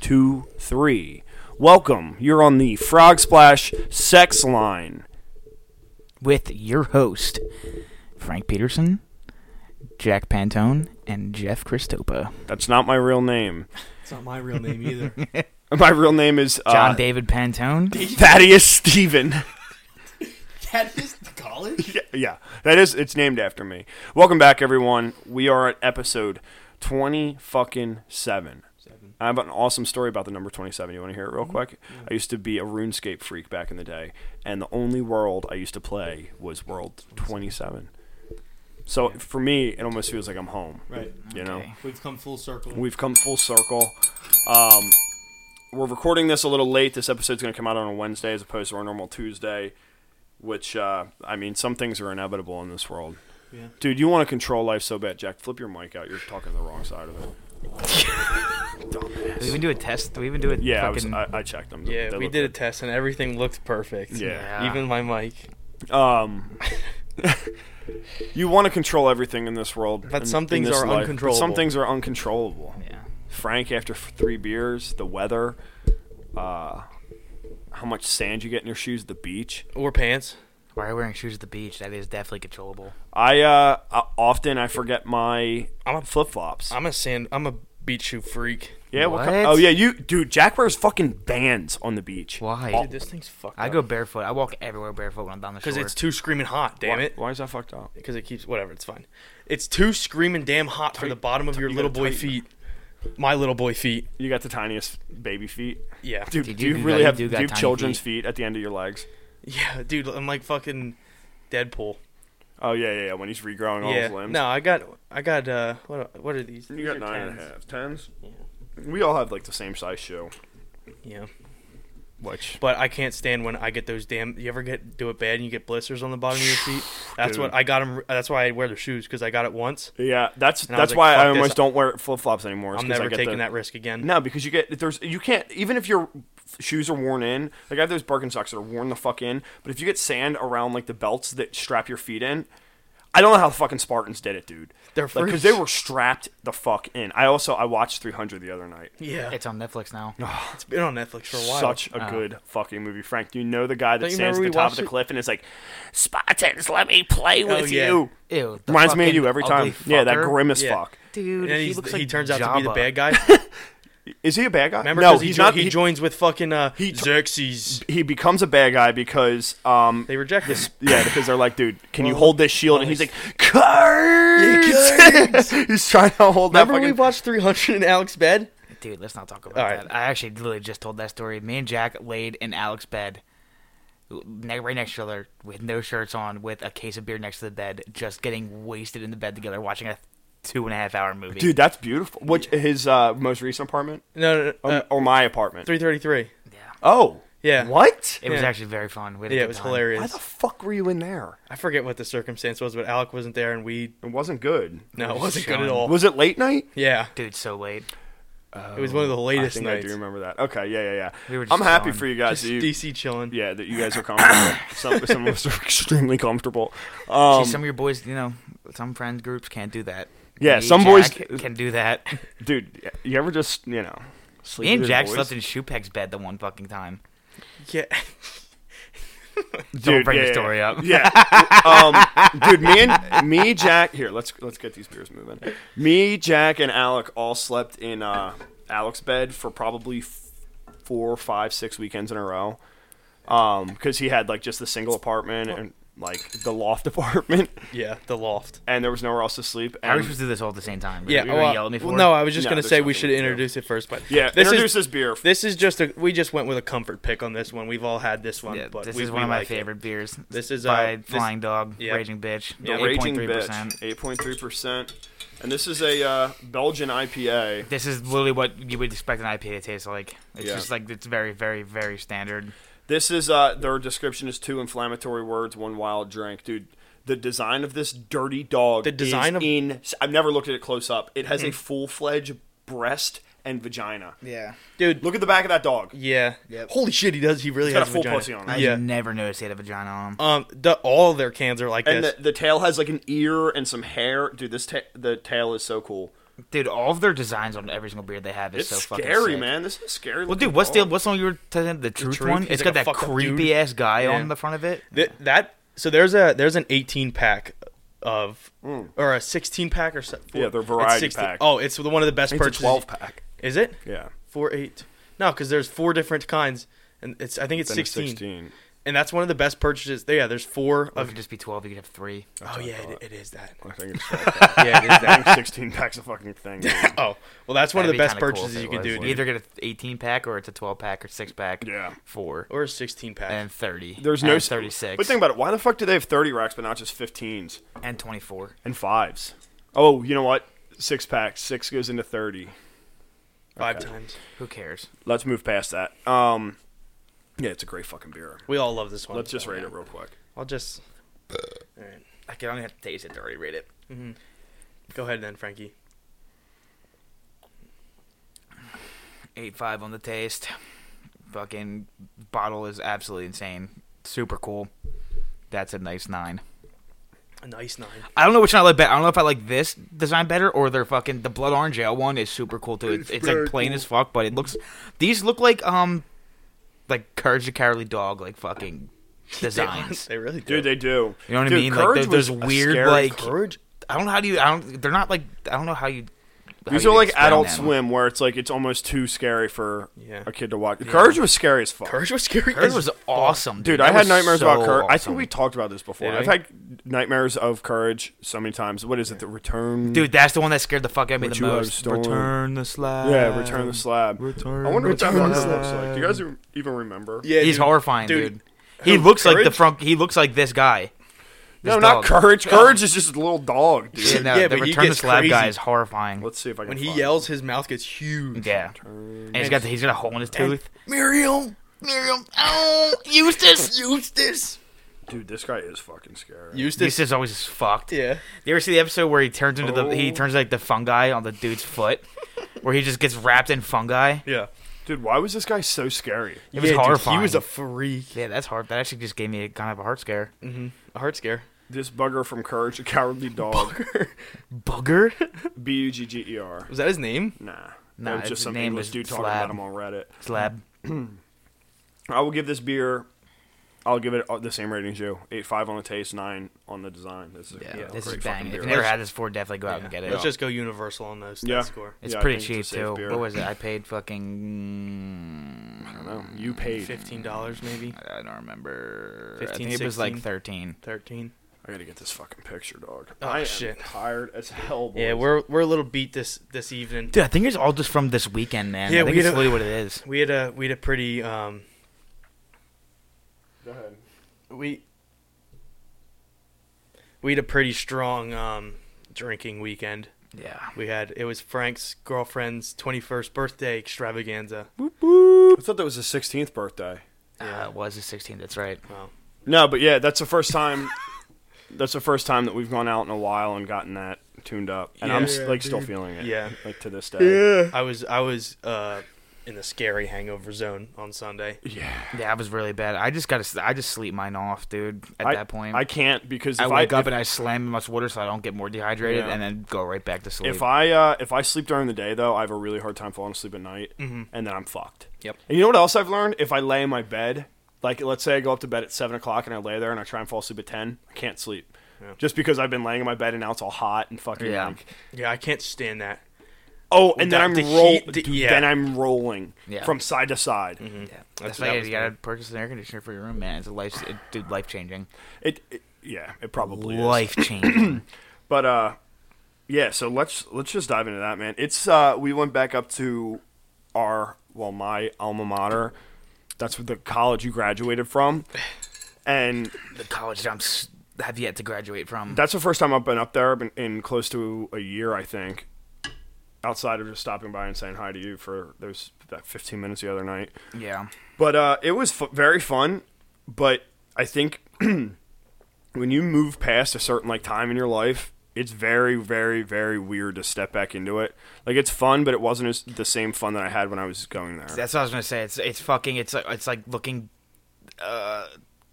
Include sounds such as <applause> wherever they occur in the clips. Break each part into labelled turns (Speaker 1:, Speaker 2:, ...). Speaker 1: 215-948-2723. Welcome. You're on the Frog Splash Sex Line.
Speaker 2: with your host, Frank Peterson, Jack Pantone, and Jeff Christopa.
Speaker 1: That's not my real name.
Speaker 3: It's not my real name either.
Speaker 1: <laughs> My real name is uh,
Speaker 2: John David Pantone.
Speaker 1: Thaddeus Stephen.
Speaker 3: that is the college?
Speaker 1: yeah, yeah, that is. It's named after me. Welcome back, everyone. We are at episode twenty fucking seven.
Speaker 3: Seven. Mm-hmm.
Speaker 1: I have an awesome story about the number 27. You want to hear it real quick? I used to be a RuneScape freak back in the day, and the only world I used to play was World 27. So for me, it almost feels like I'm home.
Speaker 3: <laughs> Right.
Speaker 1: You know?
Speaker 2: Okay.
Speaker 3: We've come full circle.
Speaker 1: We've come full circle. Um, we're recording this a little late. This episode's going to come out on a Wednesday as opposed to our normal Tuesday, which, uh, I mean, some things are inevitable in this world.
Speaker 3: Yeah.
Speaker 1: Dude, you want to control life so bad. Jack, flip your mic out. You're talking the wrong side of it.
Speaker 2: Did we even do a test? Did we even do a
Speaker 1: Yeah, I, was,
Speaker 2: fucking...
Speaker 1: I, I checked them.
Speaker 4: Yeah,
Speaker 1: They
Speaker 4: we
Speaker 1: look
Speaker 4: did a test and everything looked perfect.
Speaker 1: Yeah.
Speaker 4: Even my mic.
Speaker 1: Um, you want to control everything in this world,
Speaker 4: But
Speaker 1: in-
Speaker 4: some
Speaker 1: in
Speaker 4: things
Speaker 1: this
Speaker 4: are
Speaker 1: life, but Some
Speaker 4: uncontrollable.
Speaker 1: things are uncontrollable.
Speaker 2: yeah.
Speaker 1: Frank, after f- three beers, the weather, uh, how much sand you get in your shoes, the beach.
Speaker 4: Or pants.
Speaker 2: Why are you wearing shoes at the beach? That is definitely controllable.
Speaker 1: I uh, I- often I forget my
Speaker 4: I'm a
Speaker 1: flip flops.
Speaker 4: I'm a sand I'm a beach shoe freak.
Speaker 1: Yeah, what?
Speaker 2: What?
Speaker 1: ki- oh yeah, you dude. Jack wears fucking bands on the beach.
Speaker 2: Why?
Speaker 4: Dude, this thing's fucked
Speaker 2: I go barefoot. I walk everywhere barefoot when I'm down the shore.
Speaker 4: because it's too screaming hot, damn
Speaker 1: Why,
Speaker 4: it.
Speaker 1: why is that fucked up?
Speaker 4: Because it keeps whatever, it's fine. It's too screaming damn hot for the bottom of your
Speaker 1: you
Speaker 4: little
Speaker 1: gotta
Speaker 4: boy
Speaker 1: tighten
Speaker 4: feet. My little boy feet.
Speaker 1: You got the tiniest baby feet,
Speaker 4: Yeah.
Speaker 1: dude.
Speaker 2: Dude,
Speaker 1: do
Speaker 2: you
Speaker 1: you
Speaker 2: do
Speaker 1: really
Speaker 2: got- you
Speaker 1: have
Speaker 2: do
Speaker 1: do
Speaker 2: got
Speaker 1: you have
Speaker 2: tiny
Speaker 1: children's feet at the end of your legs?
Speaker 4: Yeah, dude, I'm like fucking Deadpool.
Speaker 1: Oh yeah, yeah, yeah. When he's regrowing all
Speaker 4: yeah.
Speaker 1: his limbs.
Speaker 4: No, I got I got uh what what are these?
Speaker 1: You
Speaker 4: These
Speaker 1: got
Speaker 4: are
Speaker 1: nine and a
Speaker 4: 10s.
Speaker 1: half. Tens? We all have like the same size shoe.
Speaker 4: Yeah.
Speaker 1: Which
Speaker 4: But I can't stand when I get those damn. You ever get do it bad and you get blisters on the bottom of your feet? That's
Speaker 1: Dude.
Speaker 4: what I got 'em- That's why I wear the shoes because I got it once.
Speaker 1: yeah, that's
Speaker 4: And I
Speaker 1: that's
Speaker 4: was like,
Speaker 1: why I
Speaker 4: "Fuck this,
Speaker 1: almost
Speaker 4: I-
Speaker 1: don't wear flip flops anymore. is
Speaker 4: I'm
Speaker 1: 'cause I
Speaker 4: never
Speaker 1: get
Speaker 4: taking
Speaker 1: the-
Speaker 4: that risk again.
Speaker 1: No, because you get there's you can't even if your shoes are worn in. Like I have those Birkenstocks that are worn the fuck in, but if you get sand around like the belts that strap your feet in. I don't know how the fucking Spartans did it, dude.
Speaker 4: They're
Speaker 1: because
Speaker 4: freaks.
Speaker 1: they were strapped the fuck in. I also I watched 300 the other night.
Speaker 4: Yeah,
Speaker 2: It's on Netflix now.
Speaker 4: it's been on Netflix for a while.
Speaker 1: Such a
Speaker 2: Uh.
Speaker 1: good fucking movie, Frank. Do you know the guy that
Speaker 4: Don't you
Speaker 1: stands at
Speaker 4: remember
Speaker 1: the
Speaker 4: we
Speaker 1: top of
Speaker 4: watched
Speaker 1: the
Speaker 4: it?
Speaker 1: cliff and is like, Spartans, let me play
Speaker 4: Oh,
Speaker 1: with
Speaker 4: yeah.
Speaker 1: you?
Speaker 2: Ew. the
Speaker 1: Reminds me of
Speaker 2: fucking
Speaker 1: you every time.
Speaker 2: ugly
Speaker 1: Yeah, that
Speaker 2: fucker.
Speaker 1: grimace
Speaker 4: Yeah.
Speaker 1: fuck.
Speaker 2: Dude,
Speaker 4: And then
Speaker 2: he
Speaker 4: he's-
Speaker 2: looks
Speaker 4: he
Speaker 2: like
Speaker 4: turns out to be the
Speaker 2: Jabba.
Speaker 1: <laughs>
Speaker 4: bad guy.
Speaker 1: Is he a bad guy?
Speaker 4: Remember?
Speaker 1: no,
Speaker 4: 'Cause he
Speaker 1: he's
Speaker 4: jo-
Speaker 1: not.
Speaker 4: He,
Speaker 1: He,
Speaker 4: joins with fucking uh,
Speaker 1: He jo-
Speaker 4: Xerxes.
Speaker 1: he becomes a bad guy because, um,
Speaker 4: They reject this.
Speaker 1: yeah, because they're like, dude, can you hold this shield? And he's like, curse. <laughs> he's trying to hold that
Speaker 4: Remember we
Speaker 1: fucking.
Speaker 4: watched 300 in Alex's bed?
Speaker 2: Dude, let's not talk about
Speaker 4: All right.
Speaker 2: that. I actually literally just told that story. Me and Jack laid in Alex's bed, ne- right next to each other, with no shirts on, with a case of beer next to the bed, just getting wasted in the bed together, watching a two and a half hour movie.
Speaker 1: Dude, that's beautiful. Which his uh, most recent apartment
Speaker 4: No, no, no
Speaker 1: um,
Speaker 4: uh,
Speaker 1: or my apartment?
Speaker 4: 333.
Speaker 1: Oh,
Speaker 4: Yeah.
Speaker 1: What?
Speaker 2: it was
Speaker 4: yeah.
Speaker 2: actually very fun. We had a
Speaker 4: Yeah,
Speaker 2: good
Speaker 4: it was
Speaker 2: time.
Speaker 1: Why
Speaker 4: hilarious.
Speaker 1: the fuck were you in there?
Speaker 4: I forget what the circumstance was, but Alec wasn't there, and we
Speaker 1: It wasn't good.
Speaker 4: no,
Speaker 2: We're
Speaker 4: it
Speaker 2: just
Speaker 4: wasn't good at
Speaker 2: chilling.
Speaker 4: all.
Speaker 1: Was it late night?
Speaker 4: Yeah,
Speaker 2: Dude, so late.
Speaker 4: it was one of the
Speaker 1: Oh, I
Speaker 4: latest
Speaker 1: think I
Speaker 4: nights.
Speaker 1: do remember that. Okay, yeah, yeah, yeah.
Speaker 2: We were just
Speaker 1: I'm happy
Speaker 2: gone.
Speaker 1: for you guys.
Speaker 4: Just
Speaker 1: that you-
Speaker 4: DC chilling.
Speaker 1: yeah, that you guys
Speaker 2: <coughs>
Speaker 1: are comfortable. some, some of us are <laughs> extremely comfortable. Um,
Speaker 2: See, some of your boys, you know, some friends groups can't do that.
Speaker 1: Yeah,
Speaker 2: Me,
Speaker 1: some boys-
Speaker 4: uh,
Speaker 2: Jack can do that.
Speaker 4: <laughs>
Speaker 1: dude, you ever just you know? Sleep
Speaker 2: Me and
Speaker 1: with your
Speaker 2: Jack
Speaker 1: boys?
Speaker 2: slept in Shupek's bed the one fucking time.
Speaker 4: Um, yeah.
Speaker 1: Dude,
Speaker 2: Don't bring
Speaker 1: yeah,
Speaker 2: the
Speaker 1: yeah,
Speaker 2: story up. <laughs>
Speaker 1: Yeah, um, dude, me and me, Jack. Here, let's let's get these beers moving. Me, Jack, and Alec all slept in uh, Alec's bed for probably f- four, five, six weekends in a row. Um, because he had like just the single apartment and like the loft <laughs> apartment,
Speaker 4: Yeah, the loft.
Speaker 1: and there was nowhere else to sleep.
Speaker 2: Are we
Speaker 1: And
Speaker 2: supposed to do this all at the same time?
Speaker 4: Yeah,
Speaker 2: Are you gonna
Speaker 4: well,
Speaker 2: yell at me for
Speaker 4: well,
Speaker 2: it?
Speaker 4: no, I was just
Speaker 1: No,
Speaker 4: gonna
Speaker 1: there's
Speaker 4: say we
Speaker 1: nothing
Speaker 4: should
Speaker 1: to
Speaker 4: introduce it first, but
Speaker 1: yeah,
Speaker 4: this
Speaker 1: introduce
Speaker 4: is
Speaker 1: this beer.
Speaker 4: this is just a we just went with a comfort pick on this one. We've all had this one,
Speaker 2: Yeah,
Speaker 4: but
Speaker 2: this
Speaker 4: we-
Speaker 2: is
Speaker 4: we
Speaker 2: one of my
Speaker 4: like it.
Speaker 2: favorite beers.
Speaker 4: This is,
Speaker 2: by
Speaker 4: uh, this-
Speaker 2: Flying Dog,
Speaker 4: yeah.
Speaker 2: Raging Bitch,
Speaker 4: Yeah,
Speaker 2: eight
Speaker 1: Raging
Speaker 2: point three
Speaker 1: bitch,
Speaker 2: percent.
Speaker 1: eight point three percent, and this is a uh, Belgian IPA.
Speaker 2: This is literally what you would expect an IPA to taste like. It's
Speaker 1: Yeah.
Speaker 2: just like it's very, very, very standard.
Speaker 1: This is uh, their description is two inflammatory words, one wild drink, dude. The design of this dirty dog.
Speaker 4: The
Speaker 1: is
Speaker 4: design of-
Speaker 2: Hmm.
Speaker 1: in. I've never looked at it close up. It has a full fledged breast and vagina.
Speaker 5: Yeah.
Speaker 4: dude.
Speaker 1: Look at the back of that dog.
Speaker 4: Yeah.
Speaker 5: Yep.
Speaker 4: Holy shit, he does. He really
Speaker 1: He's got
Speaker 4: has
Speaker 1: a full
Speaker 4: vagina.
Speaker 1: pussy on
Speaker 2: I
Speaker 1: it.
Speaker 4: Yeah.
Speaker 2: never noticed he had a vagina on him.
Speaker 4: Mm. Um, the, all their cans are like
Speaker 1: And
Speaker 4: this.
Speaker 1: the, the tail has like an ear and some hair. Dude, this ta- the tail is so cool.
Speaker 2: Dude, all of their designs on every single beard they have is
Speaker 1: It's
Speaker 2: so fucking
Speaker 1: scary,
Speaker 2: sick.
Speaker 1: man. This is a scary.
Speaker 2: Well,
Speaker 1: looking
Speaker 2: dude, what's the
Speaker 1: dog.
Speaker 2: what's the one you were telling the truth,
Speaker 4: Truth?
Speaker 2: one?
Speaker 4: He's
Speaker 2: It's
Speaker 4: like
Speaker 2: got
Speaker 4: a
Speaker 2: that
Speaker 4: fucked up dude.
Speaker 2: creepy ass guy
Speaker 4: Yeah.
Speaker 2: on the front of it.
Speaker 4: Th- that so there's a there's an 18 pack of or a 16 pack or something.
Speaker 1: Mm. Yeah, they're variety pack.
Speaker 4: Oh, it's the one of the best
Speaker 1: It's a
Speaker 4: purchases.
Speaker 1: twelve pack.
Speaker 4: Is it?
Speaker 1: Yeah,
Speaker 4: Four eight. No, because there's four different kinds, and it's I think it's
Speaker 1: Then it's
Speaker 4: 16. and that's one of the best purchases. Yeah, there's four
Speaker 2: Or it
Speaker 4: of.
Speaker 2: could just be twelve. You could have three.
Speaker 4: Oh yeah, it, it is that.
Speaker 1: I think it's 12 pack.
Speaker 4: Yeah, it is
Speaker 1: I
Speaker 4: that.
Speaker 2: <laughs>
Speaker 1: think sixteen packs a fucking thing. <laughs> dude.
Speaker 4: <laughs> Oh, well, that's one of
Speaker 2: That'd
Speaker 4: the
Speaker 2: be
Speaker 4: best
Speaker 2: kinda cool
Speaker 4: purchases
Speaker 2: if
Speaker 4: you
Speaker 2: it
Speaker 4: can
Speaker 2: was.
Speaker 4: do, dude.
Speaker 2: You either get an 18 pack or it's a 12 pack or six pack.
Speaker 1: Yeah.
Speaker 2: Four
Speaker 4: or a 16 pack.
Speaker 2: and 30.
Speaker 1: There's no
Speaker 2: and 36.
Speaker 1: But think about it. Why the fuck do they have thirty racks but not just fifteens
Speaker 2: and 24.
Speaker 1: and fives? Oh, you know what? Six packs. Six goes into thirty.
Speaker 4: five
Speaker 1: Okay.
Speaker 4: times.
Speaker 2: Who cares?
Speaker 1: Let's move past that. Um, yeah, it's a great fucking beer.
Speaker 4: We all love this one.
Speaker 1: Let's just
Speaker 4: so,
Speaker 1: rate
Speaker 4: yeah.
Speaker 1: it real quick.
Speaker 4: I'll just. All right,
Speaker 2: I can only have to taste it to already rate it.
Speaker 4: go ahead then, Frankie.
Speaker 2: Eight five on the taste. Fucking bottle is absolutely insane. Super cool. That's a nice nine.
Speaker 4: A nice nine.
Speaker 2: I don't know which one I like better. I don't know if I like this design better or their fucking the blood orange ale one is super cool too. It's, it's like plain as fuck, but it looks. These look like um, like Courage the Cowardly Dog
Speaker 1: <laughs>
Speaker 2: like fucking
Speaker 4: They-
Speaker 2: designs.
Speaker 4: <laughs> They really do.
Speaker 1: Dude, they do.
Speaker 2: You know what
Speaker 1: Dude,
Speaker 2: I mean?
Speaker 1: Courage
Speaker 2: like there- there's
Speaker 1: was a
Speaker 2: weird
Speaker 1: scary-
Speaker 2: like
Speaker 4: Courage?
Speaker 2: I don't know how do you I don't they're not like I don't know how you. how
Speaker 1: These
Speaker 2: you'd
Speaker 1: are like
Speaker 2: explain
Speaker 1: Adult
Speaker 2: that one.
Speaker 1: Swim, where it's like it's almost too scary for
Speaker 4: Yeah.
Speaker 1: a kid to watch. Courage was scary as fuck.
Speaker 4: Courage was scary.
Speaker 2: Courage
Speaker 4: as
Speaker 2: was
Speaker 4: fuck.
Speaker 2: awesome, dude.
Speaker 1: Dude,
Speaker 2: That
Speaker 1: I had
Speaker 2: was
Speaker 1: nightmares
Speaker 2: so
Speaker 1: about Courage. I
Speaker 2: awesome.
Speaker 1: think we talked about this before.
Speaker 4: Yeah.
Speaker 1: I've had nightmares of Courage so many times. What is it? The Return.
Speaker 2: Dude, that's the one that scared the fuck out of me
Speaker 1: Which
Speaker 2: the
Speaker 1: you have
Speaker 2: most.
Speaker 1: stolen.
Speaker 2: Return the slab.
Speaker 1: Yeah, Return the Slab.
Speaker 2: Return.
Speaker 1: I wonder what that
Speaker 2: the
Speaker 1: fucker looks like. Do you guys even remember?
Speaker 4: <laughs> Yeah,
Speaker 2: He's
Speaker 4: dude.
Speaker 2: horrifying,
Speaker 4: Dude,
Speaker 2: dude. He looks like the
Speaker 4: Courage?
Speaker 2: front. He looks like this guy.
Speaker 1: No,
Speaker 2: This
Speaker 1: not
Speaker 2: dog. <laughs>
Speaker 1: Courage. Courage is just a little dog, dude.
Speaker 2: Yeah, no,
Speaker 4: <laughs> Yeah,
Speaker 2: the
Speaker 4: but he
Speaker 2: Return the
Speaker 4: gets
Speaker 2: Slab guy
Speaker 4: crazy.
Speaker 2: is horrifying.
Speaker 1: Let's see if I can.
Speaker 4: When he
Speaker 1: find
Speaker 4: yells, his mouth gets huge.
Speaker 2: Yeah, and he's got the, he's got a hole in his tooth.
Speaker 4: Muriel, Miriam, <laughs> oh, Eustace, Eustace,
Speaker 1: it. dude, this guy is fucking scary.
Speaker 4: Eustace.
Speaker 2: This is always just fucked.
Speaker 4: Yeah,
Speaker 2: You ever see the episode where he turns into the he
Speaker 1: Oh.
Speaker 2: turns like the fungi on the dude's
Speaker 4: <laughs>
Speaker 2: foot, where he just gets wrapped in fungi?
Speaker 4: yeah.
Speaker 1: dude, why was this guy so scary?
Speaker 2: It was horrifying.
Speaker 4: he was a freak.
Speaker 2: yeah, that's hard. That actually just gave me a, kind of a heart scare.
Speaker 4: A heart scare.
Speaker 1: This bugger from Courage, a cowardly
Speaker 2: <laughs>
Speaker 1: dog.
Speaker 4: <laughs>
Speaker 2: Bugger.
Speaker 1: B u g g e r.
Speaker 4: Was that his name?
Speaker 1: Nah,
Speaker 2: Nah,
Speaker 1: that was
Speaker 2: his
Speaker 1: just some
Speaker 2: name
Speaker 1: English
Speaker 2: was
Speaker 1: dude talking
Speaker 2: Slab.
Speaker 1: about him on Reddit.
Speaker 2: Slab.
Speaker 1: I will give this beer. I'll give it the same rating as you. Eight five on the taste, nine on the design. This is
Speaker 2: Yeah,
Speaker 1: a
Speaker 2: this is
Speaker 1: great
Speaker 2: bang.
Speaker 1: fucking
Speaker 2: If
Speaker 1: beer.
Speaker 2: you've never had this before, definitely go out and get it.
Speaker 4: Let's just go universal on those.
Speaker 1: Yeah.
Speaker 4: Yeah. Score.
Speaker 2: It's
Speaker 1: Yeah, I
Speaker 2: pretty
Speaker 1: think
Speaker 2: cheap
Speaker 1: it's a safe
Speaker 2: too.
Speaker 1: beer.
Speaker 2: What was it? I paid fucking.
Speaker 1: I don't know. You paid.
Speaker 4: Fifteen dollars, maybe
Speaker 2: I don't remember.
Speaker 4: 15,
Speaker 2: I think it was like
Speaker 4: 16.
Speaker 2: thirteen.
Speaker 4: thirteen.
Speaker 1: I gotta get this fucking picture, dog.
Speaker 4: Oh,
Speaker 1: I am
Speaker 4: shit.
Speaker 1: tired as hell. Boys.
Speaker 4: Yeah, we're we're a little beat this this evening.
Speaker 2: Dude, I think it's all just from this weekend, man.
Speaker 4: Yeah,
Speaker 2: I think
Speaker 4: we
Speaker 2: it's
Speaker 4: had a-
Speaker 2: really what it is.
Speaker 4: We had a we had a pretty um
Speaker 1: Go ahead.
Speaker 4: we we had a pretty strong um drinking weekend.
Speaker 2: Yeah.
Speaker 4: We had it was Frank's girlfriend's twenty first birthday extravaganza.
Speaker 1: I thought that was his sixteenth birthday.
Speaker 2: Uh, it was the 16th. That's right.
Speaker 1: No, but yeah, that's the first
Speaker 4: <laughs>
Speaker 1: time. that's the first time that we've gone out in a while and gotten that tuned up, and I'm s-
Speaker 4: Yeah,
Speaker 1: like still feeling it.
Speaker 4: Yeah.
Speaker 1: like to this day.
Speaker 4: I was I was uh in the scary hangover zone on Sunday.
Speaker 1: Yeah,
Speaker 2: Yeah, I was really bad. I just got to. I just sleep mine off, dude. At
Speaker 1: I,
Speaker 2: that point,
Speaker 1: I can't because
Speaker 2: I
Speaker 1: if
Speaker 2: wake
Speaker 1: I,
Speaker 2: up and I slam in much water so I don't get more dehydrated,
Speaker 1: Yeah.
Speaker 2: and then go right back to sleep.
Speaker 1: If I uh, if I sleep during the day though, I have a really hard time falling asleep at night, and then I'm fucked.
Speaker 4: Mm-hmm. Yep.
Speaker 1: And you know what else I've learned? If I lay in my bed, like let's say I go up to bed at seven o'clock and I lay there and I try and fall asleep at ten, I can't sleep, just because I've been laying in my bed and now it's all hot and fucking
Speaker 2: Yeah.
Speaker 1: like
Speaker 4: Yeah, I can't stand that.
Speaker 1: oh, and then
Speaker 4: that-
Speaker 1: I'm
Speaker 4: the
Speaker 1: roll,
Speaker 4: heat, the-
Speaker 1: dude,
Speaker 4: yeah. Mm-hmm.
Speaker 1: then I'm rolling
Speaker 2: Yeah.
Speaker 1: from side to side.
Speaker 2: yeah. that's why
Speaker 4: what that
Speaker 2: you
Speaker 4: was
Speaker 2: gotta purchase an air conditioner for your room, man. It's a life, it, dude, life changing,
Speaker 1: It, it yeah, it probably is.
Speaker 2: life changing.
Speaker 1: But uh, yeah. So let's let's just dive into that, man. It's uh, we went back up to our well, my alma mater. That's what the college you graduated from, and
Speaker 2: <coughs> the college that I'm s- have yet to graduate from.
Speaker 1: that's the first time I've been up there. I've been in close to a year, I think. Outside of just stopping by and saying hi to you for those that 15 minutes the other night.
Speaker 2: yeah,
Speaker 1: But uh, it was f- very fun. <clears throat> But I think when you move past a certain like time in your life, it's very, very, very weird to step back into it. Like it's fun, but it wasn't as, the same fun that I had when I was going there.
Speaker 2: That's what I was gonna say. It's it's fucking. It's like- it's like looking, uh,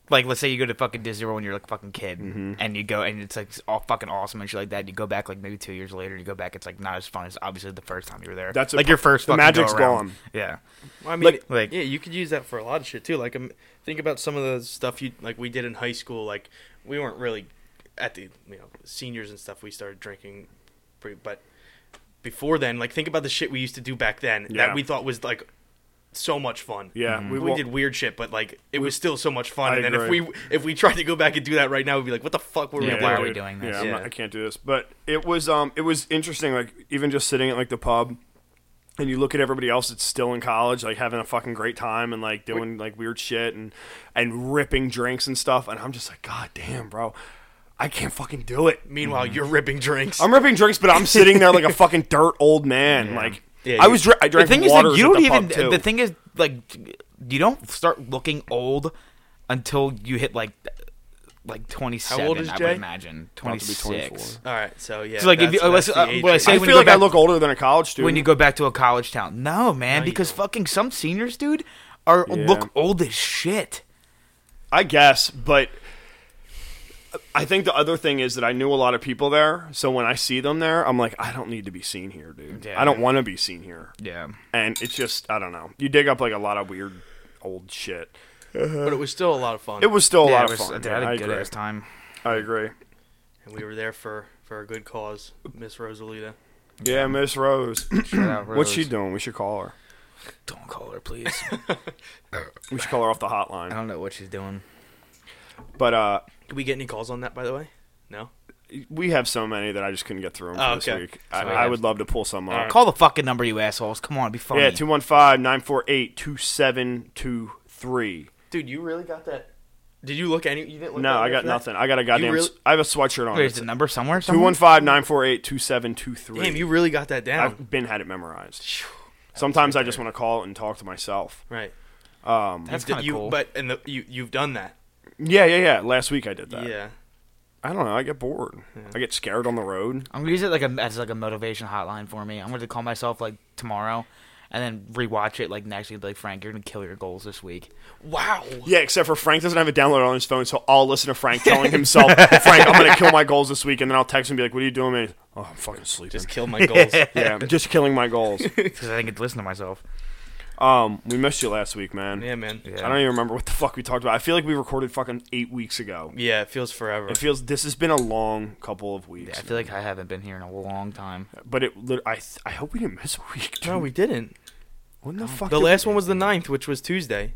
Speaker 2: like let's say you go to fucking Disney World when you're like a fucking kid,
Speaker 1: Mm-hmm.
Speaker 2: and you go and it's like all fucking awesome and shit like that. And you go back like maybe two years later, you go back, it's like not as fun as obviously the first time you were there.
Speaker 1: That's a
Speaker 2: like your
Speaker 1: pro-
Speaker 2: first
Speaker 1: the
Speaker 2: fucking
Speaker 1: magic's
Speaker 2: go-around.
Speaker 1: gone.
Speaker 2: Yeah,
Speaker 4: I mean,
Speaker 1: Like-
Speaker 2: like-
Speaker 4: yeah, you could use that for a lot of shit too. Like, um, think about some of the stuff you like we did in high school. Like, we weren't really at the you know seniors and stuff. We started drinking, pretty, but before then, like, think about the shit we used to do back then
Speaker 1: Yeah.
Speaker 4: that we thought was like so much fun.
Speaker 1: Yeah,
Speaker 2: Mm-hmm.
Speaker 4: we,
Speaker 1: we wa-
Speaker 4: did weird shit, but like it was still so much fun.
Speaker 1: I
Speaker 4: and then
Speaker 1: agree.
Speaker 4: if we if we tried to go back and do that right now, we'd be like, what the fuck were
Speaker 2: Yeah,
Speaker 4: we
Speaker 2: why
Speaker 4: doing?
Speaker 2: are we
Speaker 1: dude.
Speaker 2: doing this?
Speaker 1: Yeah, I'm not-
Speaker 4: Yeah.
Speaker 1: I can't do this. But it was um, it was interesting. Like even just sitting at like the pub, and you look at everybody else that's still in college, like having a fucking great time and like doing like weird shit and and ripping drinks and stuff. And I'm just like, God damn, bro, I can't fucking do it.
Speaker 4: Meanwhile,
Speaker 2: Mm-hmm.
Speaker 4: you're ripping drinks.
Speaker 1: I'm ripping drinks, but I'm sitting there like
Speaker 2: <laughs>
Speaker 1: a fucking dirt old man. Like
Speaker 4: Yeah,
Speaker 1: I
Speaker 4: you-
Speaker 1: was, dr- I
Speaker 2: the
Speaker 1: drank
Speaker 2: thing is,
Speaker 1: water
Speaker 2: like, you don't
Speaker 1: the
Speaker 2: even.
Speaker 1: Pub too.
Speaker 2: The thing is, like, you don't start looking old until you hit like, like twenty seven.
Speaker 4: old is
Speaker 2: I
Speaker 4: Jay?
Speaker 2: would imagine
Speaker 1: About
Speaker 2: twenty
Speaker 1: to be
Speaker 2: six.
Speaker 1: 24.
Speaker 4: All right, so yeah.
Speaker 2: So, like, if
Speaker 4: that's-
Speaker 2: you-
Speaker 4: that's
Speaker 2: let's-
Speaker 4: the
Speaker 2: uh,
Speaker 4: age
Speaker 2: what I
Speaker 4: range.
Speaker 2: say
Speaker 1: I feel
Speaker 2: when you go
Speaker 1: like I
Speaker 2: back-
Speaker 1: look older than a college student.
Speaker 2: when you go back to a college town. No, man, because fucking some seniors, dude, are look old as shit.
Speaker 1: I guess, but I think the other thing is that I knew a lot of people there, so when I see them there, I'm like, I don't need to be seen here, dude.
Speaker 2: Yeah.
Speaker 1: I don't want to be seen here.
Speaker 2: Yeah.
Speaker 1: And it's just, I don't know. You dig up like a lot of weird old shit.
Speaker 4: but it was still a lot of fun.
Speaker 1: It was still a
Speaker 2: yeah,
Speaker 1: lot
Speaker 2: it was-
Speaker 1: of fun.
Speaker 2: Dude, I
Speaker 1: man.
Speaker 2: had
Speaker 1: I,
Speaker 2: a good
Speaker 1: agree.
Speaker 2: ass <clears throat> time.
Speaker 1: I agree.
Speaker 4: and we were there for for a good cause, Miss Rosalita.
Speaker 1: Yeah, Miss Rose. <clears throat>
Speaker 2: Shout out
Speaker 1: What's she
Speaker 2: Rose.
Speaker 1: doing? We should call her.
Speaker 2: Don't call her, please.
Speaker 1: We should call her off the
Speaker 2: I
Speaker 1: hotline.
Speaker 2: don't know what she's doing.
Speaker 1: But uh,
Speaker 4: Did we get any calls on that, by the way? No.
Speaker 1: we have so many that I just couldn't get through them
Speaker 4: Oh,
Speaker 1: this
Speaker 4: okay.
Speaker 1: week. I,
Speaker 2: So we
Speaker 1: I
Speaker 2: have-
Speaker 1: would love to pull some up.
Speaker 2: Call the fucking number, you assholes. Come on, be funny.
Speaker 1: Yeah, 215 948 2723.
Speaker 4: Dude, you really got that? Did you look any? You didn't look.
Speaker 1: No,
Speaker 4: that
Speaker 1: I
Speaker 4: way
Speaker 1: got
Speaker 4: for that?
Speaker 1: nothing. I got a goddamn.
Speaker 4: really-
Speaker 1: I have a sweatshirt on.
Speaker 2: Where's the number somewhere?
Speaker 1: Two
Speaker 2: somewhere?
Speaker 1: one five nine four eight two seven two three.
Speaker 4: Damn, you really got that down.
Speaker 1: I've been had it memorized. Sometimes I just want to call it and talk to myself.
Speaker 4: right.
Speaker 2: That's
Speaker 4: Did
Speaker 2: kind of
Speaker 4: you,
Speaker 2: cool.
Speaker 4: But and the, you you've done that.
Speaker 1: Yeah, yeah, yeah. Last week I did that.
Speaker 4: Yeah.
Speaker 1: I don't know. I get bored. I get scared on the road.
Speaker 2: I'm gonna use it like a, as like a motivation hotline for me. I'm gonna call myself like tomorrow, and then rewatch it like next week. Like Frank, you're gonna kill your goals this <laughs> week.
Speaker 4: Wow.
Speaker 1: Yeah, except for Frank doesn't have it downloaded on his phone, so I'll listen to Frank telling himself, "Frank, I'm gonna kill my goals this week," and then I'll text him and be like, "What are you doing, man?" Oh, I'm fucking sleeping.
Speaker 4: <laughs> Just kill my
Speaker 1: <laughs>
Speaker 4: goals.
Speaker 1: yeah, I'm just killing my goals.
Speaker 2: Because I didn't get to listen to myself.
Speaker 1: Um, we missed you last week, man.
Speaker 4: yeah, man.
Speaker 2: Yeah.
Speaker 1: I don't even remember what the fuck we talked about. I feel like we recorded fucking eight weeks ago.
Speaker 4: Yeah, it feels forever.
Speaker 1: It feels this has been a long couple of weeks.
Speaker 2: Yeah, I feel like I haven't been here in a long time.
Speaker 1: But it, lit- I, th- I hope we didn't miss a week. Dude.
Speaker 4: no, we didn't.
Speaker 1: When the fuck?
Speaker 4: The
Speaker 1: did-
Speaker 4: last one was the 9th, which was Tuesday.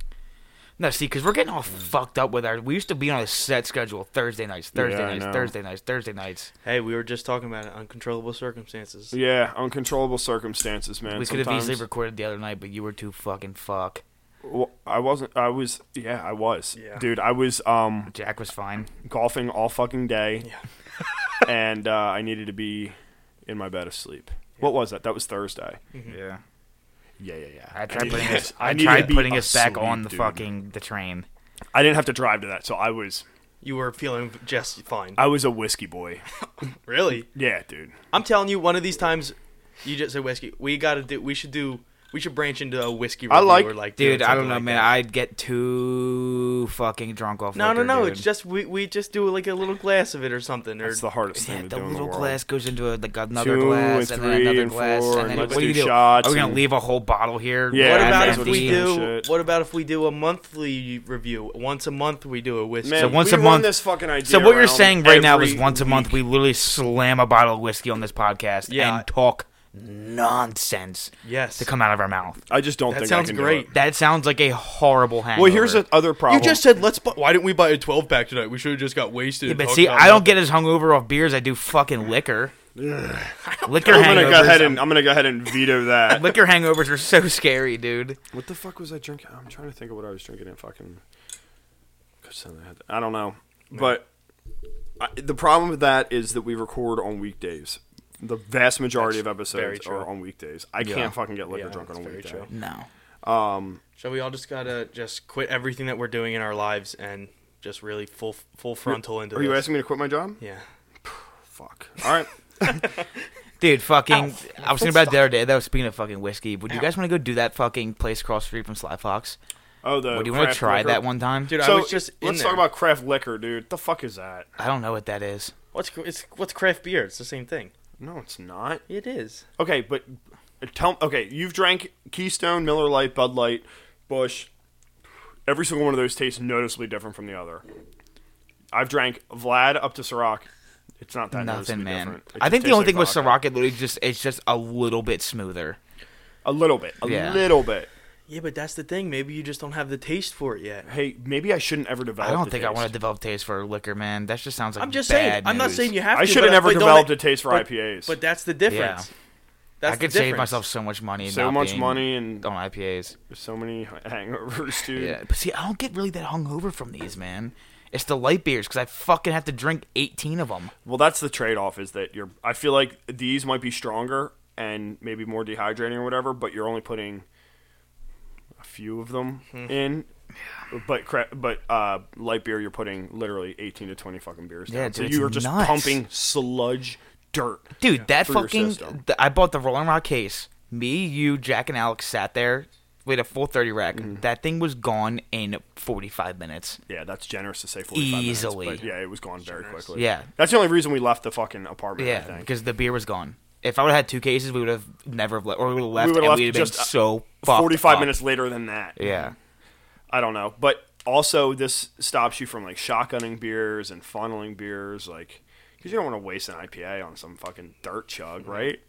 Speaker 2: No, see, because we're getting all fucked up with our. We used to be on a set schedule: Thursday nights, Thursday
Speaker 1: Yeah, I
Speaker 2: nights,
Speaker 1: know.
Speaker 2: Thursday nights, Thursday nights.
Speaker 4: Hey, we were just talking about it. Uncontrollable circumstances.
Speaker 1: Yeah, uncontrollable circumstances, man.
Speaker 2: we could have easily
Speaker 1: Sometimes-
Speaker 2: recorded the other night, but you were too fucking fuck.
Speaker 1: Well, I wasn't. I was. Yeah, I was.
Speaker 4: Yeah.
Speaker 1: Dude, I was um
Speaker 2: Jack was fine.
Speaker 1: golfing all fucking day. <laughs>
Speaker 4: Yeah.
Speaker 1: and uh, I needed to be in my bed asleep. What was that? That was Thursday.
Speaker 2: Yeah,
Speaker 1: Yeah, yeah, yeah.
Speaker 2: I tried
Speaker 1: needed-
Speaker 2: putting us.
Speaker 1: I
Speaker 2: <laughs> I,
Speaker 1: needed to
Speaker 2: tried
Speaker 1: be
Speaker 2: putting us back
Speaker 1: asleep,
Speaker 2: on the
Speaker 1: dude.
Speaker 2: fucking the train.
Speaker 1: I didn't have to drive to that, so I was.
Speaker 4: You were feeling just fine.
Speaker 1: I was a whiskey
Speaker 2: <laughs>
Speaker 1: boy.
Speaker 4: really?
Speaker 1: Yeah, dude.
Speaker 4: I'm telling you, one of these times, you just said whiskey. We gotta do. We should do. We should branch into a whiskey. Review
Speaker 1: I like-
Speaker 4: or like
Speaker 2: Dude,
Speaker 4: doing
Speaker 2: I don't
Speaker 4: something
Speaker 2: know,
Speaker 4: like
Speaker 2: man.
Speaker 4: that.
Speaker 2: I'd get too fucking drunk off.
Speaker 4: No, no,
Speaker 2: liquor,
Speaker 4: no.
Speaker 2: dude.
Speaker 4: It's just we, we just do like a little glass of it or something. Or
Speaker 1: It's the hardest
Speaker 2: Yeah,
Speaker 1: thing to
Speaker 2: the
Speaker 1: do in the
Speaker 2: little
Speaker 1: world.
Speaker 2: glass goes into a, like another
Speaker 1: Two and
Speaker 2: glass and, then
Speaker 1: three
Speaker 2: another
Speaker 1: and
Speaker 2: glass
Speaker 1: four
Speaker 2: and
Speaker 1: and
Speaker 2: then
Speaker 1: let's
Speaker 2: what do
Speaker 1: do
Speaker 2: you do?
Speaker 1: shots
Speaker 2: Are we gonna
Speaker 1: and-
Speaker 2: leave a whole bottle here?
Speaker 1: Yeah,
Speaker 4: what
Speaker 1: and
Speaker 4: about
Speaker 1: that's
Speaker 4: if
Speaker 1: what
Speaker 4: we
Speaker 1: we
Speaker 4: do?
Speaker 1: do.
Speaker 4: What about if we do a monthly review? Once a month, we do a whiskey.
Speaker 1: Man,
Speaker 2: So once
Speaker 1: we
Speaker 2: a
Speaker 1: run
Speaker 2: month-
Speaker 1: This fucking idea
Speaker 2: So what you're
Speaker 1: around
Speaker 2: saying right now is
Speaker 1: every
Speaker 2: once a month
Speaker 1: week.
Speaker 2: we literally slam a bottle of whiskey on this podcast
Speaker 4: Yeah.
Speaker 2: and talk nonsense
Speaker 4: yes.
Speaker 2: to come out of our mouth.
Speaker 1: I just don't
Speaker 4: That
Speaker 1: think
Speaker 4: sounds
Speaker 1: I can do
Speaker 4: great.
Speaker 1: it.
Speaker 2: That sounds like a horrible hangover.
Speaker 1: Well, here's the other
Speaker 4: you
Speaker 1: problem.
Speaker 4: just said let's. Bu- Why didn't we buy a 12 pack tonight? We should have just got wasted.
Speaker 2: Yeah,
Speaker 4: and
Speaker 2: but
Speaker 4: talked
Speaker 2: see,
Speaker 4: about
Speaker 2: I don't
Speaker 4: nothing.
Speaker 2: get as hungover off beer as I do fucking liquor. liquor
Speaker 1: I'm gonna go ahead
Speaker 2: hangovers.
Speaker 1: and I'm gonna go ahead and veto
Speaker 2: <laughs>
Speaker 1: that.
Speaker 2: Liquor hangovers are so scary, dude.
Speaker 1: What the fuck was I drinking? I'm trying to think of what I was drinking in fucking. God, something I had- I don't know, but I, the problem with that is that we record on weekdays. The vast majority of
Speaker 4: very
Speaker 1: episodes
Speaker 4: true.
Speaker 1: are on weekdays. I can't fucking get liquor
Speaker 4: Yeah,
Speaker 1: drunk on a
Speaker 4: that's very
Speaker 1: weekday.
Speaker 4: true.
Speaker 2: No.
Speaker 4: So we all just gotta just quit everything that we're doing in our lives and just really full full frontal into.
Speaker 1: Are you
Speaker 4: this.
Speaker 1: asking me to quit my job?
Speaker 4: Yeah.
Speaker 1: fuck. All right.
Speaker 2: Dude, fucking. I was thinking about it
Speaker 3: Stop.
Speaker 2: the other day. That was speaking of fucking whiskey. Would you guys want to go do that fucking place across the street from Sly Fox?
Speaker 1: Oh, the.
Speaker 2: Would you want to
Speaker 1: craft
Speaker 2: try
Speaker 1: liquor.
Speaker 2: that one time?
Speaker 4: Dude,
Speaker 1: So
Speaker 4: I was just in
Speaker 1: let's
Speaker 4: there.
Speaker 1: talk about craft liquor, dude. The fuck is that?
Speaker 2: I don't know what that is.
Speaker 4: what's it's, what's craft beer. It's the same thing.
Speaker 1: No, it's not.
Speaker 4: It is.
Speaker 1: Okay, but tell okay, you've drank Keystone, Miller Lite, Bud Light, Bush. Every single one of those tastes noticeably different from the other. I've drank Vlad up to Ciroc. It's not that noticeably
Speaker 2: Nothing, man.
Speaker 1: different. It
Speaker 2: I
Speaker 1: just
Speaker 2: think the
Speaker 1: tastes
Speaker 2: only thing
Speaker 1: like
Speaker 2: with
Speaker 1: vodka.
Speaker 2: Ciroc, it literally just it's just a little bit smoother.
Speaker 1: a little bit, a
Speaker 2: Yeah.
Speaker 1: little bit.
Speaker 4: Yeah, but that's the thing. Maybe you just don't have the taste for it yet.
Speaker 1: Hey, maybe I shouldn't ever develop.
Speaker 2: I don't
Speaker 1: the
Speaker 2: think I
Speaker 1: taste.
Speaker 2: want to develop taste for liquor, man. That just sounds like
Speaker 4: I'm just
Speaker 2: bad
Speaker 4: saying. I'm not
Speaker 2: news.
Speaker 4: saying you have
Speaker 1: I
Speaker 4: to.
Speaker 1: should have
Speaker 4: but-
Speaker 1: never
Speaker 4: but don't
Speaker 1: developed
Speaker 4: let-
Speaker 1: a taste for
Speaker 4: but-
Speaker 1: IPAs.
Speaker 4: But that's the difference. That's
Speaker 2: I could
Speaker 4: the
Speaker 2: save
Speaker 4: difference.
Speaker 2: myself so much money.
Speaker 1: so
Speaker 2: not
Speaker 1: much
Speaker 2: being
Speaker 1: money and
Speaker 2: on IPAs.
Speaker 1: so many hangovers, dude.
Speaker 2: Yeah, but see, I don't get really that hungover from these, man. It's the light beers because I fucking have to drink 18 of them.
Speaker 1: Well, that's the trade-off is that you're. I feel like these might be stronger and maybe more dehydrating or whatever, but you're only putting a few of them in. But cra- but uh, light beer, you're putting literally 18 to 20 fucking beers.
Speaker 2: Yeah,
Speaker 1: down. so
Speaker 2: dude,
Speaker 1: you
Speaker 2: it's
Speaker 1: are just
Speaker 2: nuts.
Speaker 1: pumping sludge, dirt.
Speaker 2: Dude, that
Speaker 1: For your
Speaker 2: fucking.
Speaker 1: system.
Speaker 2: th- I bought the Rolling Rock case. Me, you, Jack, and Alex sat there. We had a full 30 rack.
Speaker 1: Mm-hmm.
Speaker 2: That thing was gone in 45 minutes.
Speaker 1: Yeah, that's generous to say 45 minutes,
Speaker 2: Easily.
Speaker 1: but yeah, it was gone very quickly.
Speaker 2: Yeah.
Speaker 1: that's the only reason we left the fucking apartment. I
Speaker 2: Yeah,
Speaker 1: think.
Speaker 2: because the beer was gone. If I would have had two cases, we would have never have left, or we would have left,
Speaker 1: We would've
Speaker 2: and
Speaker 1: left
Speaker 2: we'd have been
Speaker 1: just, uh,
Speaker 2: so fucked
Speaker 1: 45
Speaker 2: up.
Speaker 1: minutes later than that.
Speaker 2: Yeah,
Speaker 1: I don't know, but also this stops you from like shotgunning beers and funneling beers, like because you don't want to waste an IPA on some fucking dirt chug, right?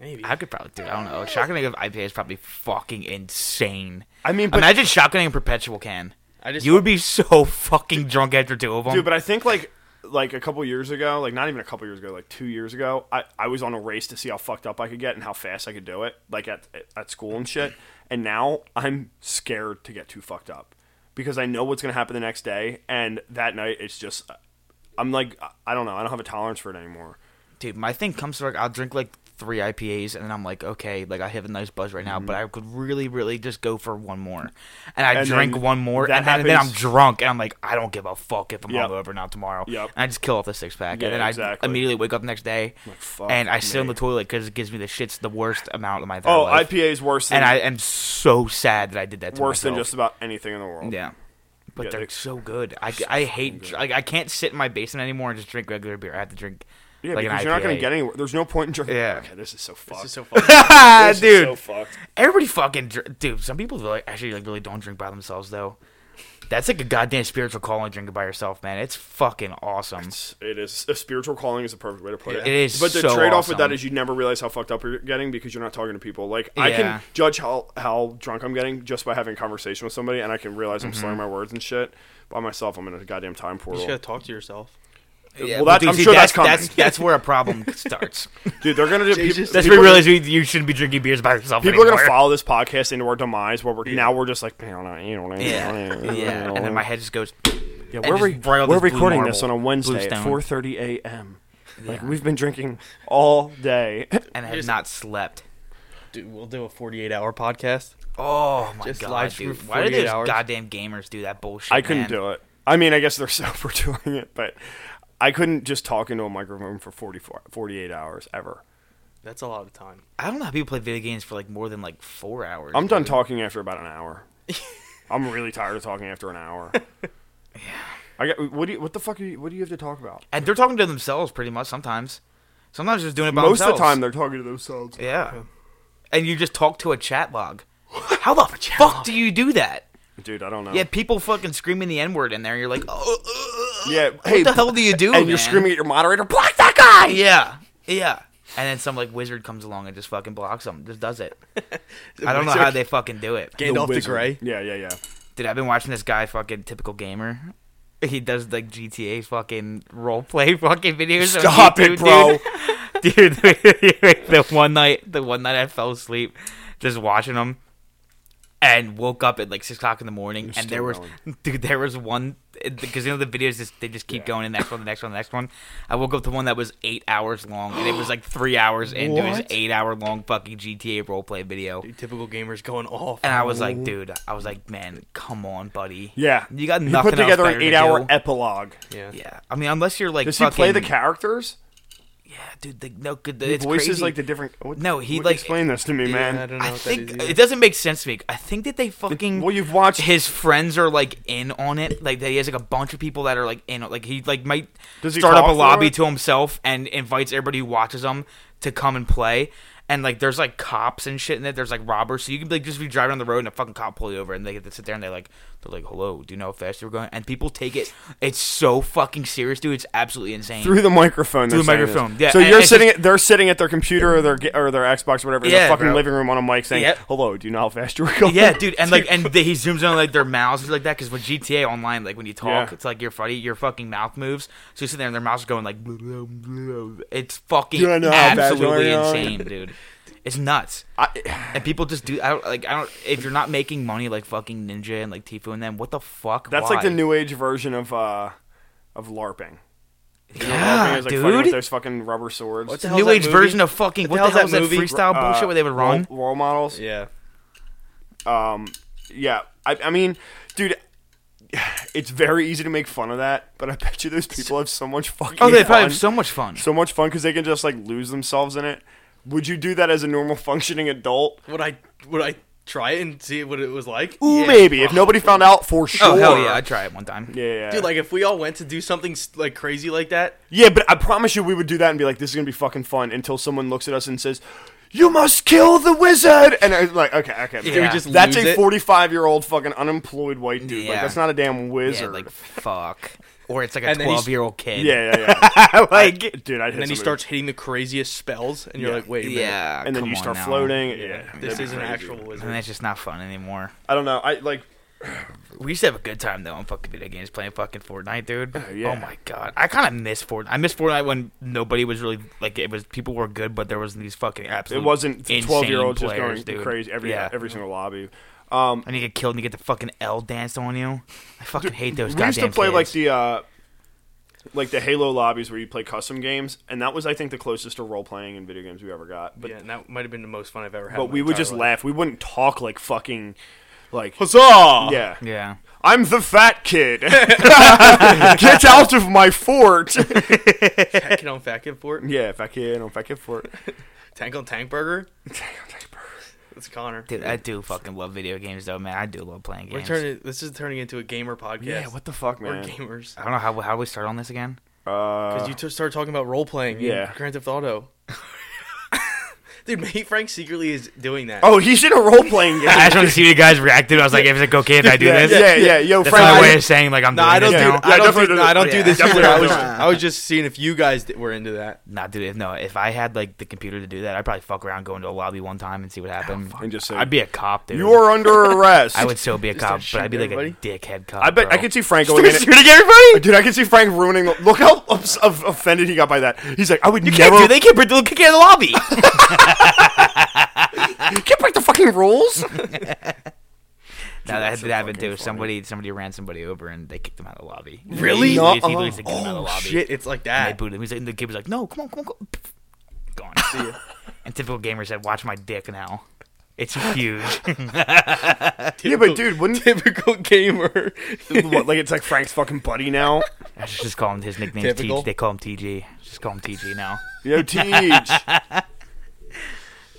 Speaker 4: Maybe.
Speaker 2: I could probably do. it. I don't know. Shotgunning of IPA is probably fucking insane.
Speaker 1: I mean, but
Speaker 2: Imagine shotgunning a perpetual can.
Speaker 4: I just
Speaker 2: You would be so fucking drunk after two of them.
Speaker 1: dude, but I think like like a couple years ago, like not even a couple years ago, like two years ago, I I was on a race to see how fucked up I could get and how fast I could do it, like at at school and shit. And now I'm scared to get too fucked up because I know what's gonna happen the next day, and that night it's just I'm like I don't know, I don't have a tolerance for it anymore.
Speaker 2: Dude, my thing comes to like I'll drink like three IPAs and then I'm like, okay, like I have a nice buzz right now, but I could really, really just go for one more. And I
Speaker 1: Mm-hmm. And
Speaker 2: drink
Speaker 1: then
Speaker 2: one more,
Speaker 1: that
Speaker 2: and then, and then I'm
Speaker 1: happens-
Speaker 2: drunk, and I'm like, I don't give a fuck if I'm
Speaker 1: Yep.
Speaker 2: hungover or not tomorrow.
Speaker 1: Yep.
Speaker 2: And I just kill off the six pack,
Speaker 1: Yeah,
Speaker 2: and then I
Speaker 1: exactly.
Speaker 2: immediately wake up the next day,
Speaker 1: fuck
Speaker 2: and I sit on
Speaker 1: me.
Speaker 2: the toilet because it gives me the shits the worst amount of my entire
Speaker 1: Oh,
Speaker 2: life.
Speaker 1: IPA is worse than
Speaker 2: and I am so sad that I did that. To
Speaker 1: worse than
Speaker 2: myself.
Speaker 1: just about anything in the world.
Speaker 2: Yeah. But
Speaker 1: Yeah,
Speaker 2: they're
Speaker 1: they're
Speaker 2: so good. I, I hate dr- like I can't sit in my basement anymore and just drink regular beer. I have to drink
Speaker 1: Yeah,
Speaker 2: like an
Speaker 1: because you're not going
Speaker 2: IPA.
Speaker 1: to get anywhere. There's no point in drinking.
Speaker 2: Yeah.
Speaker 1: Okay, this is so fucked.
Speaker 4: This is
Speaker 1: <laughs>
Speaker 4: so fucking.
Speaker 2: Ah,
Speaker 1: This is
Speaker 2: dude.
Speaker 1: so fucked.
Speaker 2: Everybody fucking dr- dude. Some people really, actually like really don't drink by themselves though. That's like a goddamn spiritual calling drinking by yourself, man. It's fucking awesome.
Speaker 1: It is a spiritual calling is the perfect way to put it.
Speaker 2: It is
Speaker 1: But the
Speaker 2: so
Speaker 1: trade-off with that
Speaker 2: awesome.
Speaker 1: is you never realize how fucked up you're getting because you're not talking to people. Like I
Speaker 2: Yeah.
Speaker 1: can judge how how drunk I'm getting just by having a conversation with somebody, and I can realize I'm slurring my
Speaker 2: Mm-hmm.
Speaker 1: words and shit. By myself, I'm in a goddamn time
Speaker 4: You
Speaker 1: portal.
Speaker 4: just gotta talk to yourself.
Speaker 1: well, that- I'm sure that's coming.
Speaker 2: that's that's where a <laughs> problem starts.
Speaker 1: Dude, they're
Speaker 2: <laughs>
Speaker 1: gonna do. peop-
Speaker 4: just-
Speaker 2: that's
Speaker 1: people
Speaker 2: where
Speaker 1: are
Speaker 2: you
Speaker 1: gonna-
Speaker 2: realize you, you shouldn't be drinking beers by yourself.
Speaker 1: People are
Speaker 2: anymore.
Speaker 1: gonna
Speaker 2: <laughs>
Speaker 1: follow this podcast into our demise. Where we're now we're just like, yeah,
Speaker 2: Yeah, yeah. And then my head just goes.
Speaker 1: Yeah,
Speaker 2: and
Speaker 1: we're,
Speaker 2: just braille
Speaker 1: we're
Speaker 2: this blue
Speaker 1: recording this on
Speaker 2: marble,
Speaker 1: a
Speaker 2: blue
Speaker 1: Wednesday at
Speaker 2: stone.
Speaker 1: 4:30 a.m. Like
Speaker 2: Yeah.
Speaker 1: we've been drinking all day. <laughs>
Speaker 2: and I have
Speaker 4: Just-
Speaker 2: not slept.
Speaker 4: Dude, we'll do a 48 hour podcast.
Speaker 2: Oh my
Speaker 4: Just
Speaker 2: god,
Speaker 4: live stream
Speaker 2: dude! Why do
Speaker 4: 48
Speaker 2: those
Speaker 4: hours.
Speaker 2: goddamn gamers do that bullshit?
Speaker 1: I couldn't
Speaker 2: man?
Speaker 1: do it. I mean, I guess they're <laughs> sober doing it, but I couldn't just talk into a microphone for 44, 48 hours ever.
Speaker 4: That's a lot of time.
Speaker 2: I don't know how people play video games for like more than like four hours.
Speaker 1: I'm
Speaker 2: dude.
Speaker 1: done talking after about an
Speaker 2: <laughs>
Speaker 1: hour. I'm really tired of talking after an hour. I got what do you, what the fuck are you, what do you have to talk about?
Speaker 2: And they're talking to themselves pretty much sometimes. Sometimes they're just doing it by
Speaker 1: Most of the
Speaker 2: themselves.
Speaker 1: time they're talking to themselves.
Speaker 2: Yeah. And you just talk to a chat log. How the fuck do you do that?
Speaker 1: Dude, I don't know.
Speaker 2: Yeah, people fucking screaming the N word in there. You're like, oh, uh, uh, uh."
Speaker 1: Yeah,
Speaker 2: what
Speaker 1: hey,
Speaker 2: the hell do you do?
Speaker 1: and you're
Speaker 2: man?
Speaker 1: screaming at your moderator, block that guy.
Speaker 2: Yeah, yeah. And then some like wizard comes along and just fucking blocks them. Just does it.
Speaker 1: <laughs>
Speaker 2: I don't know how they fucking do it.
Speaker 4: Gandalf the,
Speaker 1: Wizard.
Speaker 4: Grey.
Speaker 1: Yeah, yeah, yeah.
Speaker 2: Dude, I've been watching this guy, fucking typical gamer. He does like GTA fucking roleplay <laughs> fucking videos. on
Speaker 1: Stop it,
Speaker 2: YouTube,
Speaker 1: bro.
Speaker 2: Dude, <laughs> Dude, the one night, the one night I fell asleep just watching him, and woke up at like six o'clock in the morning,
Speaker 1: You're
Speaker 2: and
Speaker 1: still
Speaker 2: there was
Speaker 1: going.
Speaker 2: <laughs> dude, there was one because you know the videos just they just keep going the next one, the next one, the next one. I woke up to one that was eight hours long, and it was like three hours into his
Speaker 4: What?
Speaker 2: eight hour long fucking GTA roleplay video.
Speaker 4: Dude, typical gamers going off.
Speaker 2: And I was like, dude, I was like, man, come on, buddy.
Speaker 1: Yeah.
Speaker 2: you got
Speaker 1: He
Speaker 2: nothing
Speaker 1: put together
Speaker 2: else better
Speaker 1: an
Speaker 2: to
Speaker 1: eight hour
Speaker 2: do.
Speaker 1: epilogue.
Speaker 4: yeah.
Speaker 2: yeah, I mean, unless you're like,
Speaker 1: Does he play the
Speaker 2: fucking-
Speaker 1: characters?
Speaker 2: Yeah, dude, the, no, good.
Speaker 1: He
Speaker 2: It's
Speaker 1: voices
Speaker 2: crazy.
Speaker 1: like the different. What,
Speaker 2: No, he,
Speaker 1: what-
Speaker 2: like-
Speaker 1: explain this to me,
Speaker 4: Yeah, I
Speaker 1: man.
Speaker 4: don't know
Speaker 2: I
Speaker 4: what
Speaker 2: think
Speaker 4: that is.
Speaker 2: it doesn't make sense to me. I think that they fucking
Speaker 1: Well, you've watched.
Speaker 2: his friends are like in on it. Like that he has like a bunch of people that are like in. Like he like might
Speaker 1: Does he
Speaker 2: start up
Speaker 1: talk
Speaker 2: a
Speaker 1: for
Speaker 2: lobby
Speaker 1: it?
Speaker 2: to himself and invites everybody who watches him to come and play. And like there's like cops and shit in it. There's like robbers, so you can like just be driving on the road and a fucking cop pull you over, and they get to sit there and they like they're like, "Hello, do you know how fast you're going?" And people take it. It's so fucking serious, dude. It's absolutely insane.
Speaker 1: Through the microphone.
Speaker 2: Through
Speaker 1: they're
Speaker 2: the
Speaker 1: saying
Speaker 2: microphone,
Speaker 1: this.
Speaker 2: yeah,
Speaker 1: So
Speaker 2: and
Speaker 1: you're
Speaker 2: it's
Speaker 1: sitting. At, they're sitting at their computer or their ga- or their Xbox, or whatever, in
Speaker 2: Yeah,
Speaker 1: the fucking
Speaker 2: bro.
Speaker 1: living room on a mic, saying,
Speaker 2: Yep.
Speaker 1: "Hello, do you know how fast you're going?"
Speaker 2: Yeah, dude, and like,
Speaker 1: <laughs>
Speaker 2: and they, he zooms in on like their mouths and like that because when GTA Online, like when you talk,
Speaker 1: Yeah.
Speaker 2: it's like your funny, your fucking mouth moves. So you sit there and their mouths are going like, "Blah, blah, blah." it's fucking
Speaker 1: You know how fast you're
Speaker 2: absolutely
Speaker 1: going. <laughs>
Speaker 2: insane, dude. It's nuts,
Speaker 1: I,
Speaker 2: and people just do. I don't like. I don't. If you're not making money like fucking Ninja and like Tifu and them, what the fuck?
Speaker 1: that's like the
Speaker 2: Why?
Speaker 1: new age version of uh of LARPing. You know,
Speaker 2: Yeah,
Speaker 1: LARPing is like fighting with
Speaker 2: dude.
Speaker 1: those fucking rubber swords.
Speaker 4: What
Speaker 2: It's a
Speaker 4: the hell's
Speaker 2: new
Speaker 4: that
Speaker 2: age
Speaker 4: movie?
Speaker 2: version of fucking what, the hell is that
Speaker 4: movie?
Speaker 2: freestyle
Speaker 1: Uh,
Speaker 2: bullshit where they would run?
Speaker 1: role, role models.
Speaker 4: Yeah.
Speaker 1: Um, yeah, I, I mean, dude, it's very easy to make fun of that, but I bet you those people have so much fucking.
Speaker 2: oh, they
Speaker 1: fun,
Speaker 2: probably have so much fun.
Speaker 1: so much fun because they can just like lose themselves in it. Would you do that as a normal functioning adult?
Speaker 4: Would I would I try it and see what it was like?
Speaker 1: Ooh,
Speaker 4: Yeah,
Speaker 1: maybe if
Speaker 4: probably.
Speaker 1: nobody found out for sure.
Speaker 2: Oh hell yeah, I'd try it one time.
Speaker 1: yeah, yeah,
Speaker 4: Dude, like if we all went to do something s- like crazy like that,
Speaker 1: yeah, but I promise you, we would do that and be like, "This is gonna be fucking fun." Until someone looks at us and says, "You must kill the wizard," and I was like, "Okay, okay,
Speaker 2: Yeah.
Speaker 4: we just
Speaker 1: that's
Speaker 4: lose
Speaker 1: a
Speaker 4: it?
Speaker 1: forty-five-year-old fucking unemployed white dude. Like
Speaker 2: Yeah.
Speaker 1: that's not a damn
Speaker 2: Yeah,
Speaker 1: wizard."
Speaker 2: like fuck. Or it's like a
Speaker 4: And then he's-
Speaker 2: twelve year old kid.
Speaker 1: yeah, yeah, yeah. like, dude, I
Speaker 4: and then he starts hitting the craziest spells, and you're
Speaker 1: Yeah.
Speaker 4: like, wait, a minute.
Speaker 2: Yeah.
Speaker 1: and then
Speaker 2: Ah, come
Speaker 1: you
Speaker 2: on
Speaker 1: start
Speaker 2: now.
Speaker 1: floating. Yeah,
Speaker 4: this
Speaker 1: that'd be
Speaker 4: is an
Speaker 1: crazy.
Speaker 4: actual
Speaker 2: And
Speaker 4: wizard.
Speaker 2: that's just not fun anymore.
Speaker 1: I don't know. I like.
Speaker 2: We used to have a good time though on fucking video games playing fucking Fortnite, dude. Oh,
Speaker 1: yeah.
Speaker 2: my god, I kind of miss Fortnite. I miss Fortnite when nobody was really like it was people were good, but there was these fucking absolute.
Speaker 1: It wasn't twelve year olds just going
Speaker 2: insane players, dude.
Speaker 1: crazy every
Speaker 2: yeah.
Speaker 1: every single lobby. Um,
Speaker 2: and you get killed and you get the fucking L danced on you. I fucking hate those.
Speaker 1: we used to
Speaker 2: goddamn
Speaker 1: play like
Speaker 2: kids.
Speaker 1: the uh, like the Halo lobbies where you play custom games, and that was I think the closest to role playing in video games we ever got. But
Speaker 4: yeah, and that might have been the most fun I've ever had.
Speaker 1: but we would just laugh. We wouldn't talk like fucking like
Speaker 4: Huzzah!
Speaker 1: yeah.
Speaker 2: yeah.
Speaker 1: I'm the fat kid. Get out of my fort.
Speaker 4: <laughs> Fat kid on fat kid fort.
Speaker 1: yeah, fat kid on fat kid fort.
Speaker 4: Tank on tank burger. That's Connor.
Speaker 2: Dude, I do fucking love video games though, man. I do love playing
Speaker 4: We're
Speaker 2: games.
Speaker 4: turning. This is turning into a gamer podcast.
Speaker 1: Yeah, what the fuck,
Speaker 4: We're
Speaker 1: man?
Speaker 4: gamers.
Speaker 2: I don't know how how we start on this
Speaker 1: <laughs>
Speaker 2: again.
Speaker 1: Uh,
Speaker 4: Because you t- started talking about role playing.
Speaker 1: yeah.
Speaker 4: Yeah. Grand Theft Auto. <laughs> Dude, maybe Frank secretly is doing that.
Speaker 1: oh, he's in a role playing game.
Speaker 2: I just want to see you guys react, dude. I was like, if it's okay if I do
Speaker 1: <laughs> yeah,
Speaker 2: this,
Speaker 1: yeah, yeah, yo,
Speaker 2: that's
Speaker 1: Frank.
Speaker 2: my
Speaker 1: I-
Speaker 2: way of saying like I'm
Speaker 4: No,
Speaker 2: doing
Speaker 4: I don't
Speaker 2: this
Speaker 4: do.
Speaker 2: now.
Speaker 1: Yeah,
Speaker 4: I don't
Speaker 1: definitely
Speaker 4: do.
Speaker 1: do
Speaker 4: I don't
Speaker 1: that.
Speaker 4: do
Speaker 1: Yeah,
Speaker 4: this
Speaker 1: definitely
Speaker 4: either. I
Speaker 1: don't
Speaker 4: was,
Speaker 1: do
Speaker 4: I was just seeing if you guys d- were into that.
Speaker 2: Nah, dude, if, no. If I had like the computer to do that, I'd probably fuck around, go into a lobby one time and see what happened.
Speaker 1: And Oh, just say,
Speaker 2: I'd be a cop, dude.
Speaker 1: You are under arrest.
Speaker 2: I would still be a cop,
Speaker 4: start
Speaker 2: but I'd be like
Speaker 4: shooting
Speaker 2: a dickhead cop.
Speaker 1: I bet
Speaker 2: bro.
Speaker 1: I could see Frank going in. it-
Speaker 2: shooting everybody.
Speaker 1: Dude, I could see Frank ruining. Look how ups, of, offended he got by that. He's like, I would
Speaker 2: You can't
Speaker 1: never.
Speaker 2: do. They can't bring the kick out of the
Speaker 1: <laughs>
Speaker 2: lobby.
Speaker 1: You can't break the fucking rules.
Speaker 2: no, that
Speaker 1: so
Speaker 2: did happen
Speaker 1: fucking
Speaker 2: too.
Speaker 1: funny.
Speaker 2: Somebody, somebody ran somebody over and they kicked him out of the lobby.
Speaker 4: Really?
Speaker 2: He,
Speaker 1: No,
Speaker 2: he, he
Speaker 1: oh.
Speaker 2: literally kicked him out of the
Speaker 4: Oh,
Speaker 2: lobby.
Speaker 4: shit, it's like
Speaker 2: And they
Speaker 4: that.
Speaker 2: booted him. He's like, and the kid was like, "No, come on, come on, go." Gone. See ya. And typical gamer said, "Watch my dick now. It's huge."
Speaker 1: <laughs> yeah, but dude,
Speaker 2: <laughs>
Speaker 1: wouldn't <laughs>
Speaker 4: <laughs> Typical gamer.
Speaker 1: what, like it's like Frank's fucking buddy now?
Speaker 2: I should just call him his nickname.
Speaker 4: Typical.
Speaker 2: T- they call him TG. Just call him TG now. <laughs>
Speaker 1: Yo, Teach.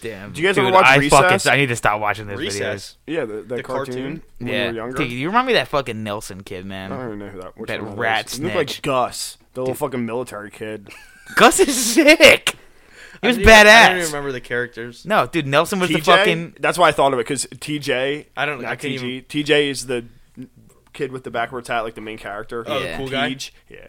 Speaker 2: Damn. Do
Speaker 1: you guys ever watch
Speaker 2: I
Speaker 1: Recess?
Speaker 2: Fucking, I need to stop watching those
Speaker 4: Recess.
Speaker 1: Yeah, the, the,
Speaker 4: The
Speaker 1: cartoon,
Speaker 4: cartoon?
Speaker 1: when
Speaker 2: videos. Yeah.
Speaker 1: we were younger.
Speaker 2: Dude, you remind me of that fucking Nelson kid, man.
Speaker 1: I don't even know who that. Which
Speaker 2: That
Speaker 1: one
Speaker 2: rat
Speaker 1: is. He looked like
Speaker 2: snitch.
Speaker 1: Gus, the little fucking military kid.
Speaker 2: Gus is sick. He was
Speaker 4: I don't even- I don't even
Speaker 2: badass.
Speaker 4: remember the characters.
Speaker 2: no, dude, Nelson was
Speaker 1: TJ.
Speaker 2: the fucking.
Speaker 1: That's why I thought of it because TJ.
Speaker 4: I don't-
Speaker 1: Not
Speaker 4: I can't
Speaker 1: TG. TJ is the kid with the backwards hat, like the main character.
Speaker 4: Oh,
Speaker 2: Yeah.
Speaker 4: cool guy.
Speaker 1: Teach. Yeah.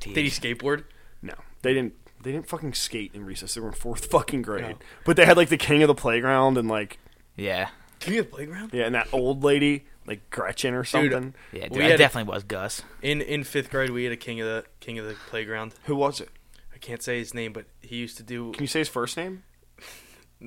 Speaker 4: Did he skateboard?
Speaker 1: No, they didn't. They didn't fucking skate in recess. They were in fourth fucking grade. But they had like the king of the playground and like
Speaker 2: Yeah.
Speaker 4: Did he have playground?
Speaker 1: yeah, and that old lady like Gretchen or something.
Speaker 2: Yeah, dude,
Speaker 4: We
Speaker 2: I
Speaker 4: had-
Speaker 2: definitely was Gus.
Speaker 4: In in fifth grade, we had a king of the king of the playground.
Speaker 1: Who was it?
Speaker 4: I can't say his name, but he used to do
Speaker 1: Can you say his first name?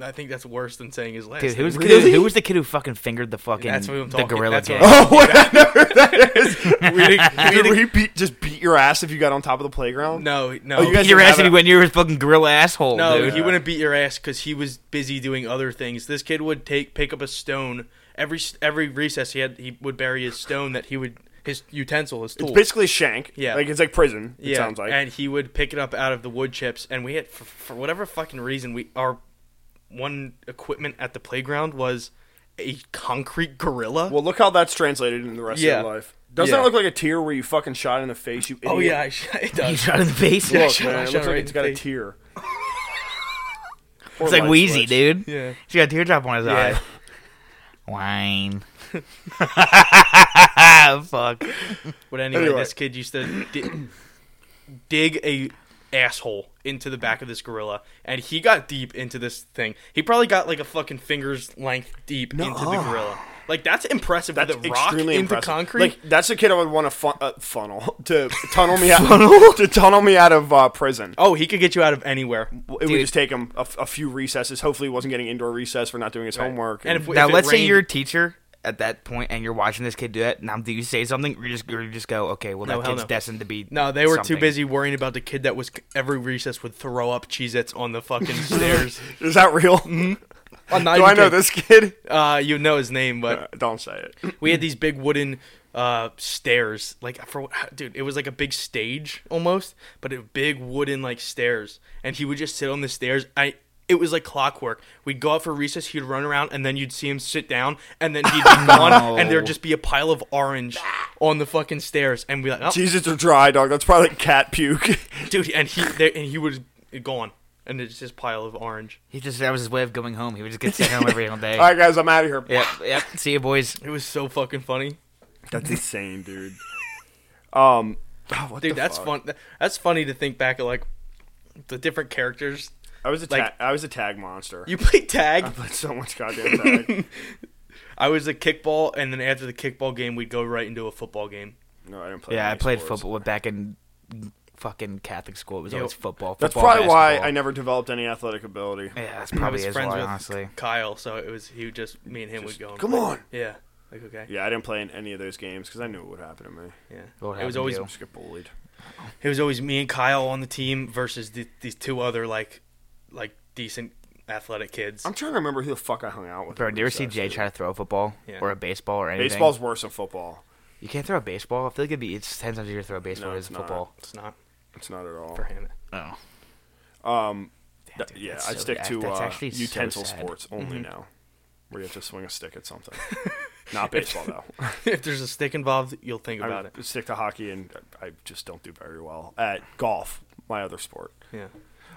Speaker 4: I think that's worse than saying his last
Speaker 2: Dude,
Speaker 4: name.
Speaker 2: who was, the kid who, who was the kid who fucking fingered the fucking
Speaker 4: That's what I'm
Speaker 2: the
Speaker 4: talking-
Speaker 2: gorilla
Speaker 4: that's what
Speaker 2: gang?
Speaker 4: I'm-
Speaker 1: Oh, whatever <laughs> that is. Did he beat, just beat your ass if you got on top of the playground?
Speaker 4: No, no.
Speaker 1: Oh, you guys
Speaker 2: Your
Speaker 1: didn't
Speaker 2: ass
Speaker 1: have it.
Speaker 2: when you were a fucking gorilla asshole,
Speaker 4: No,
Speaker 2: dude.
Speaker 4: he
Speaker 2: <laughs>
Speaker 4: wouldn't beat your ass because he was busy doing other things. This kid would take pick up a stone every every recess. He had he would bury his stone that he would his utensil his
Speaker 1: It's
Speaker 4: tool.
Speaker 1: basically shank.
Speaker 4: Yeah.
Speaker 1: Like, it's like prison, it
Speaker 4: yeah,
Speaker 1: sounds like.
Speaker 4: and he would pick it up out of the wood chips. And we had for, for whatever fucking reason we our one equipment at the playground was a concrete gorilla.
Speaker 1: well, look how that's translated into the rest
Speaker 4: Yeah.
Speaker 1: of your life. Doesn't
Speaker 4: Yeah.
Speaker 1: that look like a tear where you fucking shot in the face, you idiot?
Speaker 4: oh yeah, I sh- <laughs> it
Speaker 2: He
Speaker 4: does.
Speaker 2: shot in the face.
Speaker 4: Yeah, I
Speaker 1: Look,
Speaker 4: shot- I
Speaker 1: man, it
Speaker 4: shot
Speaker 1: looks like
Speaker 4: right
Speaker 1: it's
Speaker 4: in
Speaker 1: got
Speaker 4: the
Speaker 1: a
Speaker 4: face.
Speaker 1: tear.
Speaker 2: It's like Wheezy, dude.
Speaker 4: Yeah.
Speaker 2: He's got a teardrop on his
Speaker 4: Yeah.
Speaker 2: eye.
Speaker 4: <laughs>
Speaker 2: Wine. Fuck.
Speaker 4: But anyway,
Speaker 1: Anyway.
Speaker 4: this kid used to di- <coughs> dig a asshole into the back of this gorilla, and he got deep into this thing. He probably got like a fucking finger's length deep into the gorilla. Like that's impressive.
Speaker 1: That's
Speaker 4: with a rock
Speaker 1: extremely
Speaker 4: into
Speaker 1: impressive.
Speaker 4: concrete.
Speaker 1: Like that's the kid I would want to fun- uh, funnel <laughs> to tunnel me out <laughs> to tunnel me out of uh, prison.
Speaker 4: oh, he could get you out of anywhere.
Speaker 1: It would
Speaker 2: Dude.
Speaker 1: just take him a, f- a few recesses. Hopefully, he wasn't getting indoor recess for not doing his homework.
Speaker 4: And if we,
Speaker 2: now,
Speaker 4: if it
Speaker 2: let's say
Speaker 4: rained-
Speaker 2: you're a teacher at that point and you're watching this kid do that. Now, do you say something? Or you just, or you just go, okay, well, that
Speaker 4: No, hell
Speaker 2: kid's
Speaker 4: no.
Speaker 2: destined to be.
Speaker 4: No, they were
Speaker 2: something.
Speaker 4: too busy worrying about the kid that was every recess would throw up Cheez-Its on
Speaker 1: <laughs>
Speaker 4: the fucking stairs.
Speaker 1: is that
Speaker 4: <laughs>
Speaker 1: real?
Speaker 4: Mm-hmm. I'm not
Speaker 1: Do
Speaker 4: even
Speaker 1: I know
Speaker 4: kidding.
Speaker 1: this kid? <laughs>
Speaker 4: Uh, you know his name, but
Speaker 1: Uh, don't say it. <clears throat>
Speaker 4: We had these big wooden uh, stairs, like for what- dude, it was like a big stage almost, but it big wooden like stairs, and he would just sit on the stairs. I it was like clockwork. We'd go out for recess, he'd run around, and then you'd see him sit down, and then
Speaker 1: <laughs>
Speaker 4: he'd be gone, and there'd just be a pile of orange on the fucking stairs, and be like, oh,
Speaker 1: Jesus, are dry, dog. That's probably like cat puke. <laughs>
Speaker 4: dude, and he there, and he was gone, and it's just pile of orange.
Speaker 2: He just that was his way of going home. He would just get sent home every single day.
Speaker 1: <laughs> All right, guys, I'm out of here.
Speaker 2: Yep, yep. See you,
Speaker 4: <laughs>
Speaker 2: boys.
Speaker 4: It was so fucking funny.
Speaker 1: That's insane,
Speaker 2: <laughs>
Speaker 1: dude. Um, oh, what
Speaker 4: Dude,
Speaker 1: the
Speaker 4: that's
Speaker 1: fuck?
Speaker 4: fun. That's funny to think back at like the different characters.
Speaker 1: I was a ta-
Speaker 4: Like-
Speaker 1: I was a tag monster.
Speaker 4: You play
Speaker 1: <laughs>
Speaker 4: tag.
Speaker 1: I played so much goddamn tag.
Speaker 4: I was a kickball, and then after the kickball game, we'd go right into a football game.
Speaker 1: no, I didn't play.
Speaker 2: Yeah, I
Speaker 1: any
Speaker 2: played
Speaker 1: sports.
Speaker 2: football back in fucking Catholic school. It was
Speaker 4: Yo,
Speaker 2: always football.
Speaker 1: That's
Speaker 2: football,
Speaker 1: probably why
Speaker 2: basketball.
Speaker 1: I never developed any athletic ability.
Speaker 2: Yeah, that's
Speaker 4: I
Speaker 2: probably
Speaker 4: was
Speaker 2: is
Speaker 4: friends
Speaker 2: why,
Speaker 4: with
Speaker 2: honestly.
Speaker 4: Kyle, so it was he would just me and him would go. and
Speaker 1: come
Speaker 4: play.
Speaker 1: on.
Speaker 4: Yeah. Like okay.
Speaker 1: Yeah, I didn't play in any of those games because I knew it would happen to me.
Speaker 4: Yeah.
Speaker 2: What
Speaker 4: It
Speaker 2: happened
Speaker 4: was
Speaker 2: to
Speaker 4: always
Speaker 2: you?
Speaker 1: Just get bullied.
Speaker 4: it was always me and Kyle on the team versus the, these two other like like decent athletic kids.
Speaker 1: I'm trying to remember who the fuck I hung out with.
Speaker 2: Bro,
Speaker 1: in
Speaker 2: do you ever see
Speaker 1: recess,
Speaker 2: Jay
Speaker 1: dude.
Speaker 2: try to throw a football
Speaker 4: Yeah.
Speaker 2: or a baseball or anything?
Speaker 1: Baseball's worse than football.
Speaker 2: You can't throw a baseball. I feel like it'd be it's ten times easier to throw a baseball
Speaker 1: No,
Speaker 2: as
Speaker 1: it's
Speaker 2: a football.
Speaker 4: it's not
Speaker 1: It's not at all.
Speaker 4: for him. <laughs>
Speaker 2: Oh,
Speaker 1: Um, th-
Speaker 2: dude,
Speaker 1: yeah,
Speaker 2: that's
Speaker 1: I'd
Speaker 2: so-
Speaker 1: stick
Speaker 2: that-
Speaker 1: to
Speaker 2: that's
Speaker 1: uh,
Speaker 2: actually so
Speaker 1: utensil
Speaker 2: sad.
Speaker 1: sports only now, where you have to swing a stick at
Speaker 2: <laughs>
Speaker 1: something. Not baseball though.
Speaker 4: if there's a stick involved, you'll think about
Speaker 1: I
Speaker 4: it.
Speaker 1: stick to hockey, and I just don't do very well at golf, my other sport.
Speaker 4: Yeah.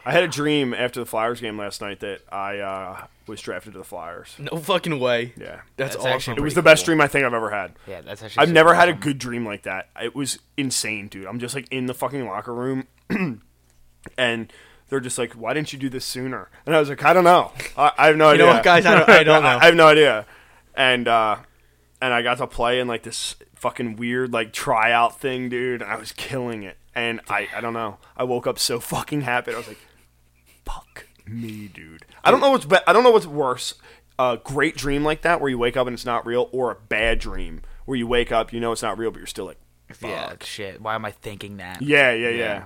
Speaker 1: I had a dream after the Flyers game last night that I uh, was drafted to the Flyers.
Speaker 4: No fucking way.
Speaker 1: Yeah,
Speaker 4: That's,
Speaker 2: That's
Speaker 4: awesome.
Speaker 2: actually
Speaker 1: it was the
Speaker 2: pretty
Speaker 1: best
Speaker 2: cool.
Speaker 1: dream I think I've ever had.
Speaker 2: yeah, that's actually.
Speaker 1: I've
Speaker 2: super
Speaker 1: never had a
Speaker 2: awesome.
Speaker 1: good dream like that. It was insane, dude. I'm just like in the fucking locker room, <clears throat> and they're just like, "Why didn't you do this sooner?" And I was like, "I don't know. I, I have no
Speaker 4: You
Speaker 1: idea,
Speaker 4: know what, guys? I don't, I
Speaker 1: <laughs>
Speaker 4: don't know.
Speaker 1: I have no idea." And uh, and I got to play in like this fucking weird like tryout thing, dude. And I was killing it. And I I don't know. I woke up so fucking happy. I was like, "Fuck me, dude." I don't know what's be- I don't know what's worse. A great dream like that where you wake up and it's not real, or a bad dream where you wake up, you know it's not real, but you're still like, "Fuck."
Speaker 2: Yeah, shit. Why am I thinking that?
Speaker 1: Yeah, yeah, yeah.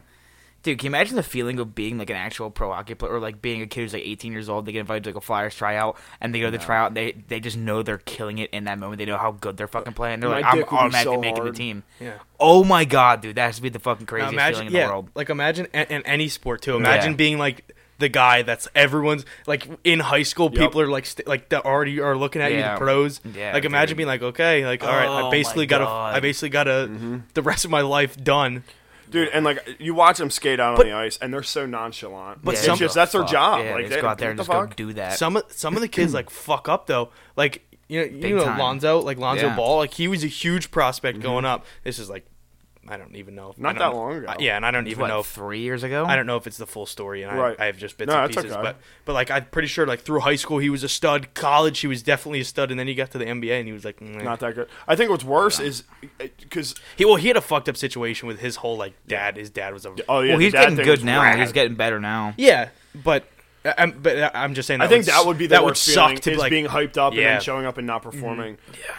Speaker 2: Dude, can you imagine the feeling of being like an actual pro hockey player, or like being a kid who's like 18 years old? They get invited to like a Flyers tryout, and they go to the tryout. And they they just know they're killing it in that moment. They know how good they're fucking playing. They're
Speaker 1: My
Speaker 2: like, I'm
Speaker 1: dick would be
Speaker 2: automatically
Speaker 1: so
Speaker 2: making the
Speaker 1: hard."
Speaker 2: team.
Speaker 4: Yeah.
Speaker 2: Oh my god, dude, that has to be the fucking craziest
Speaker 4: Now
Speaker 2: feeling in
Speaker 4: yeah,
Speaker 2: the world.
Speaker 4: Like imagine in, in any sport too. Imagine
Speaker 2: Yeah.
Speaker 4: being like the guy that's everyone's like in high school.
Speaker 1: Yep.
Speaker 4: People are like st- like that already are looking at you,
Speaker 2: Yeah.
Speaker 4: the pros.
Speaker 2: Yeah,
Speaker 4: like imagine
Speaker 2: dude.
Speaker 4: being like, okay, like all right, I
Speaker 2: Oh
Speaker 4: basically
Speaker 2: my
Speaker 4: got a,
Speaker 2: God.
Speaker 4: I basically got a,
Speaker 1: Mm-hmm.
Speaker 4: the rest of my life done.
Speaker 1: Dude, and like you watch them skate out
Speaker 4: But-
Speaker 1: on the ice, and they're so nonchalant.
Speaker 4: But
Speaker 1: But
Speaker 4: some-
Speaker 1: it's just that's their
Speaker 2: Fuck.
Speaker 1: job.
Speaker 2: Yeah,
Speaker 1: like
Speaker 2: they
Speaker 1: they-
Speaker 2: just go out there
Speaker 1: what
Speaker 2: and
Speaker 1: the
Speaker 2: just go
Speaker 1: fuck?
Speaker 2: do that.
Speaker 4: Some some of the
Speaker 2: <clears throat>
Speaker 4: kids like fuck up though. Like you know
Speaker 2: Big
Speaker 4: you know
Speaker 2: time.
Speaker 4: Lonzo like Lonzo
Speaker 2: Yeah.
Speaker 4: Ball like he was a huge prospect going up. This is like I don't even know. if- I
Speaker 1: Mm-hmm. Not
Speaker 4: don't
Speaker 1: that
Speaker 4: know-
Speaker 1: long ago.
Speaker 4: I- yeah, and I don't even
Speaker 2: what,
Speaker 4: know if
Speaker 2: three years ago.
Speaker 4: I don't know if it's the full story, and
Speaker 1: Right.
Speaker 4: I, I have just bits
Speaker 1: No,
Speaker 4: and
Speaker 1: that's
Speaker 4: pieces.
Speaker 1: okay.
Speaker 4: But but like I'm pretty sure like through high school he was a stud. College he was definitely a stud, and then he got to the NBA and he was like, mm.
Speaker 1: Not that good. I think what's worse is eh, because
Speaker 4: he well he had a fucked up situation with his whole like dad. His dad was a
Speaker 1: oh yeah,
Speaker 2: well,
Speaker 1: the
Speaker 2: he's
Speaker 1: dad
Speaker 2: getting
Speaker 1: thing
Speaker 2: good
Speaker 1: was
Speaker 2: now.
Speaker 1: rad.
Speaker 2: He's getting better now.
Speaker 4: yeah, but I- I'm, but I- I'm just saying. That
Speaker 1: I think
Speaker 4: would,
Speaker 1: that would be the
Speaker 4: that
Speaker 1: worst
Speaker 4: would
Speaker 1: feeling
Speaker 4: suck to
Speaker 1: is
Speaker 4: like
Speaker 1: being hyped up and
Speaker 4: Yeah.
Speaker 1: then showing up and
Speaker 2: Mm-hmm.
Speaker 1: not performing.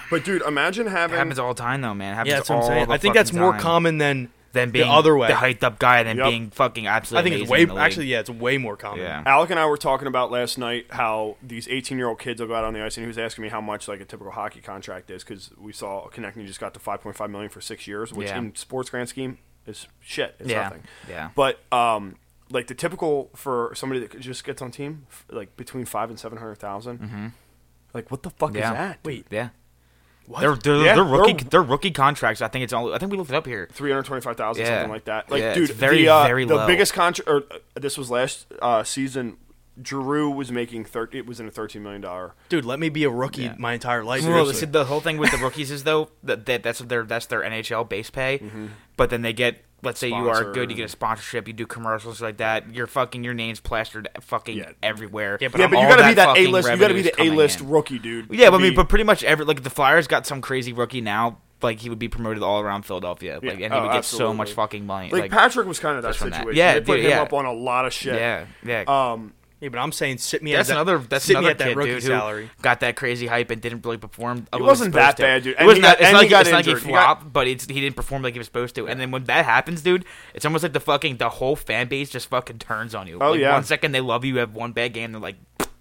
Speaker 1: But dude, imagine
Speaker 2: It
Speaker 1: having
Speaker 2: happens all the time though, man. It happens
Speaker 4: Yeah, that's
Speaker 2: all
Speaker 4: what I'm saying.
Speaker 2: the
Speaker 4: I think that's
Speaker 2: fucking
Speaker 4: more
Speaker 2: time
Speaker 4: common than.
Speaker 2: than being
Speaker 4: other way.
Speaker 2: the hyped up guy than
Speaker 1: Yep.
Speaker 2: being fucking
Speaker 4: I
Speaker 2: absolutely.
Speaker 4: think it's
Speaker 2: amazing
Speaker 4: way.
Speaker 2: in the league.
Speaker 4: Actually, yeah, it's way more common.
Speaker 2: Yeah.
Speaker 1: Alec and I were talking about last night how these 18 year old kids will go out on the ice, and he was asking me how much like a typical hockey contract is because we saw Konechny just got to 5.5 million for six years, which
Speaker 2: Yeah.
Speaker 1: in sports grand scheme is shit. It's
Speaker 2: Yeah.
Speaker 1: nothing.
Speaker 2: Yeah.
Speaker 1: But um, like the typical for somebody that just gets on team, f- like between five and seven hundred Like what the fuck
Speaker 2: Mm-hmm. Yeah.
Speaker 1: is that? Wait,
Speaker 2: yeah.
Speaker 4: What?
Speaker 2: They're, they're,
Speaker 1: Yeah,
Speaker 2: they're rookie
Speaker 1: they're-
Speaker 2: they're, rookie contracts. I think it's all. I think we looked it up here.
Speaker 1: three hundred twenty-five thousand,
Speaker 2: Yeah.
Speaker 1: something like that. Like,
Speaker 2: Yeah, it's
Speaker 1: dude,
Speaker 2: very,
Speaker 1: the, uh,
Speaker 2: very
Speaker 1: the
Speaker 2: low.
Speaker 1: biggest contract. Or uh, this was last uh, season. Drew was making thirty. It was in a thirteen million dollar.
Speaker 4: Dude, let me be a rookie
Speaker 2: Yeah.
Speaker 4: my entire life.
Speaker 2: Well,
Speaker 4: seriously.
Speaker 2: see, the whole thing with the rookies is though that, that that's their that's their NHL base pay,
Speaker 4: Mm-hmm.
Speaker 2: but then they get let's say you are good, you get a sponsorship, you do commercials like that. Your fucking your name's plastered fucking
Speaker 1: Yeah.
Speaker 2: everywhere.
Speaker 4: Yeah, but
Speaker 1: yeah,
Speaker 4: I'm
Speaker 1: but you
Speaker 2: all
Speaker 1: gotta be that
Speaker 2: fucking
Speaker 1: A list. You gotta
Speaker 2: revenue
Speaker 1: be
Speaker 2: is
Speaker 1: the A
Speaker 2: coming
Speaker 1: list
Speaker 2: in.
Speaker 1: rookie dude.
Speaker 2: Yeah,
Speaker 1: to
Speaker 2: but I mean,
Speaker 1: be-
Speaker 2: but pretty much every like the Flyers got some crazy rookie now. Like he would be promoted all around Philadelphia, like
Speaker 1: Yeah.
Speaker 2: and he
Speaker 1: Oh,
Speaker 2: would get so
Speaker 1: absolutely.
Speaker 2: much fucking money.
Speaker 1: like,
Speaker 2: Like,
Speaker 1: Patrick was kind of that
Speaker 2: just from that.
Speaker 1: situation.
Speaker 2: Yeah,
Speaker 1: they put
Speaker 2: dude,
Speaker 1: him
Speaker 2: yeah.
Speaker 1: up on a lot of shit.
Speaker 2: yeah, yeah.
Speaker 1: Um,
Speaker 4: yeah, but I'm saying sit me
Speaker 2: that's
Speaker 4: at that,
Speaker 2: another. That's
Speaker 4: sit
Speaker 2: another
Speaker 4: me at that
Speaker 2: kid,
Speaker 4: rookie
Speaker 2: dude,
Speaker 4: salary.
Speaker 2: who got that crazy hype and didn't really perform. It
Speaker 1: wasn't that bad, dude.
Speaker 2: It
Speaker 1: And
Speaker 2: was
Speaker 1: he got-
Speaker 2: not. it's
Speaker 1: and
Speaker 2: not,
Speaker 1: he got
Speaker 2: it's not like he
Speaker 1: injured. He got-
Speaker 2: flopped, but it's, he didn't perform like he was supposed to. And then when that happens, dude, it's almost like the fucking the whole fan base just fucking turns on you.
Speaker 1: Oh,
Speaker 2: like,
Speaker 1: yeah.
Speaker 2: One second they love you, you have one bad game, they're like,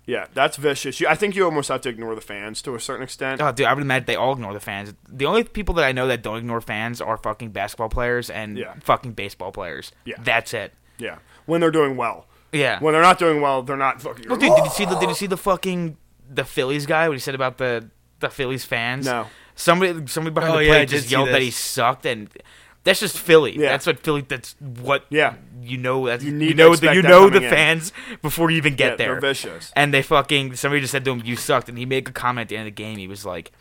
Speaker 1: yeah, that's vicious. You, I think you almost have to ignore the fans to a certain extent.
Speaker 2: oh, dude, I would imagine they all ignore the fans. The only people that I know that don't ignore fans are fucking basketball players and
Speaker 1: Yeah.
Speaker 2: fucking baseball players.
Speaker 1: Yeah.
Speaker 2: that's it.
Speaker 1: yeah, when they're doing well.
Speaker 2: Yeah.
Speaker 1: When they're not doing well, they're not fucking.
Speaker 2: Well, dude, did you see the did you see the fucking the Phillies guy? What he said about the the Phillies fans?
Speaker 1: No.
Speaker 2: Somebody somebody behind
Speaker 4: Oh,
Speaker 2: the
Speaker 4: yeah,
Speaker 2: plate
Speaker 4: I did
Speaker 2: just
Speaker 4: see
Speaker 2: yelled that
Speaker 4: this.
Speaker 2: he sucked, and that's just Philly.
Speaker 1: Yeah.
Speaker 2: That's what Philly. That's what.
Speaker 1: Yeah.
Speaker 2: You know that you,
Speaker 1: You need to
Speaker 2: know the,
Speaker 1: expect
Speaker 2: you
Speaker 1: that
Speaker 2: know the
Speaker 1: coming in.
Speaker 2: fans before you even get
Speaker 1: Yeah,
Speaker 2: there.
Speaker 1: they're vicious.
Speaker 2: And they fucking somebody just said to him, "You sucked," and he made a comment at the end of the game. He was like.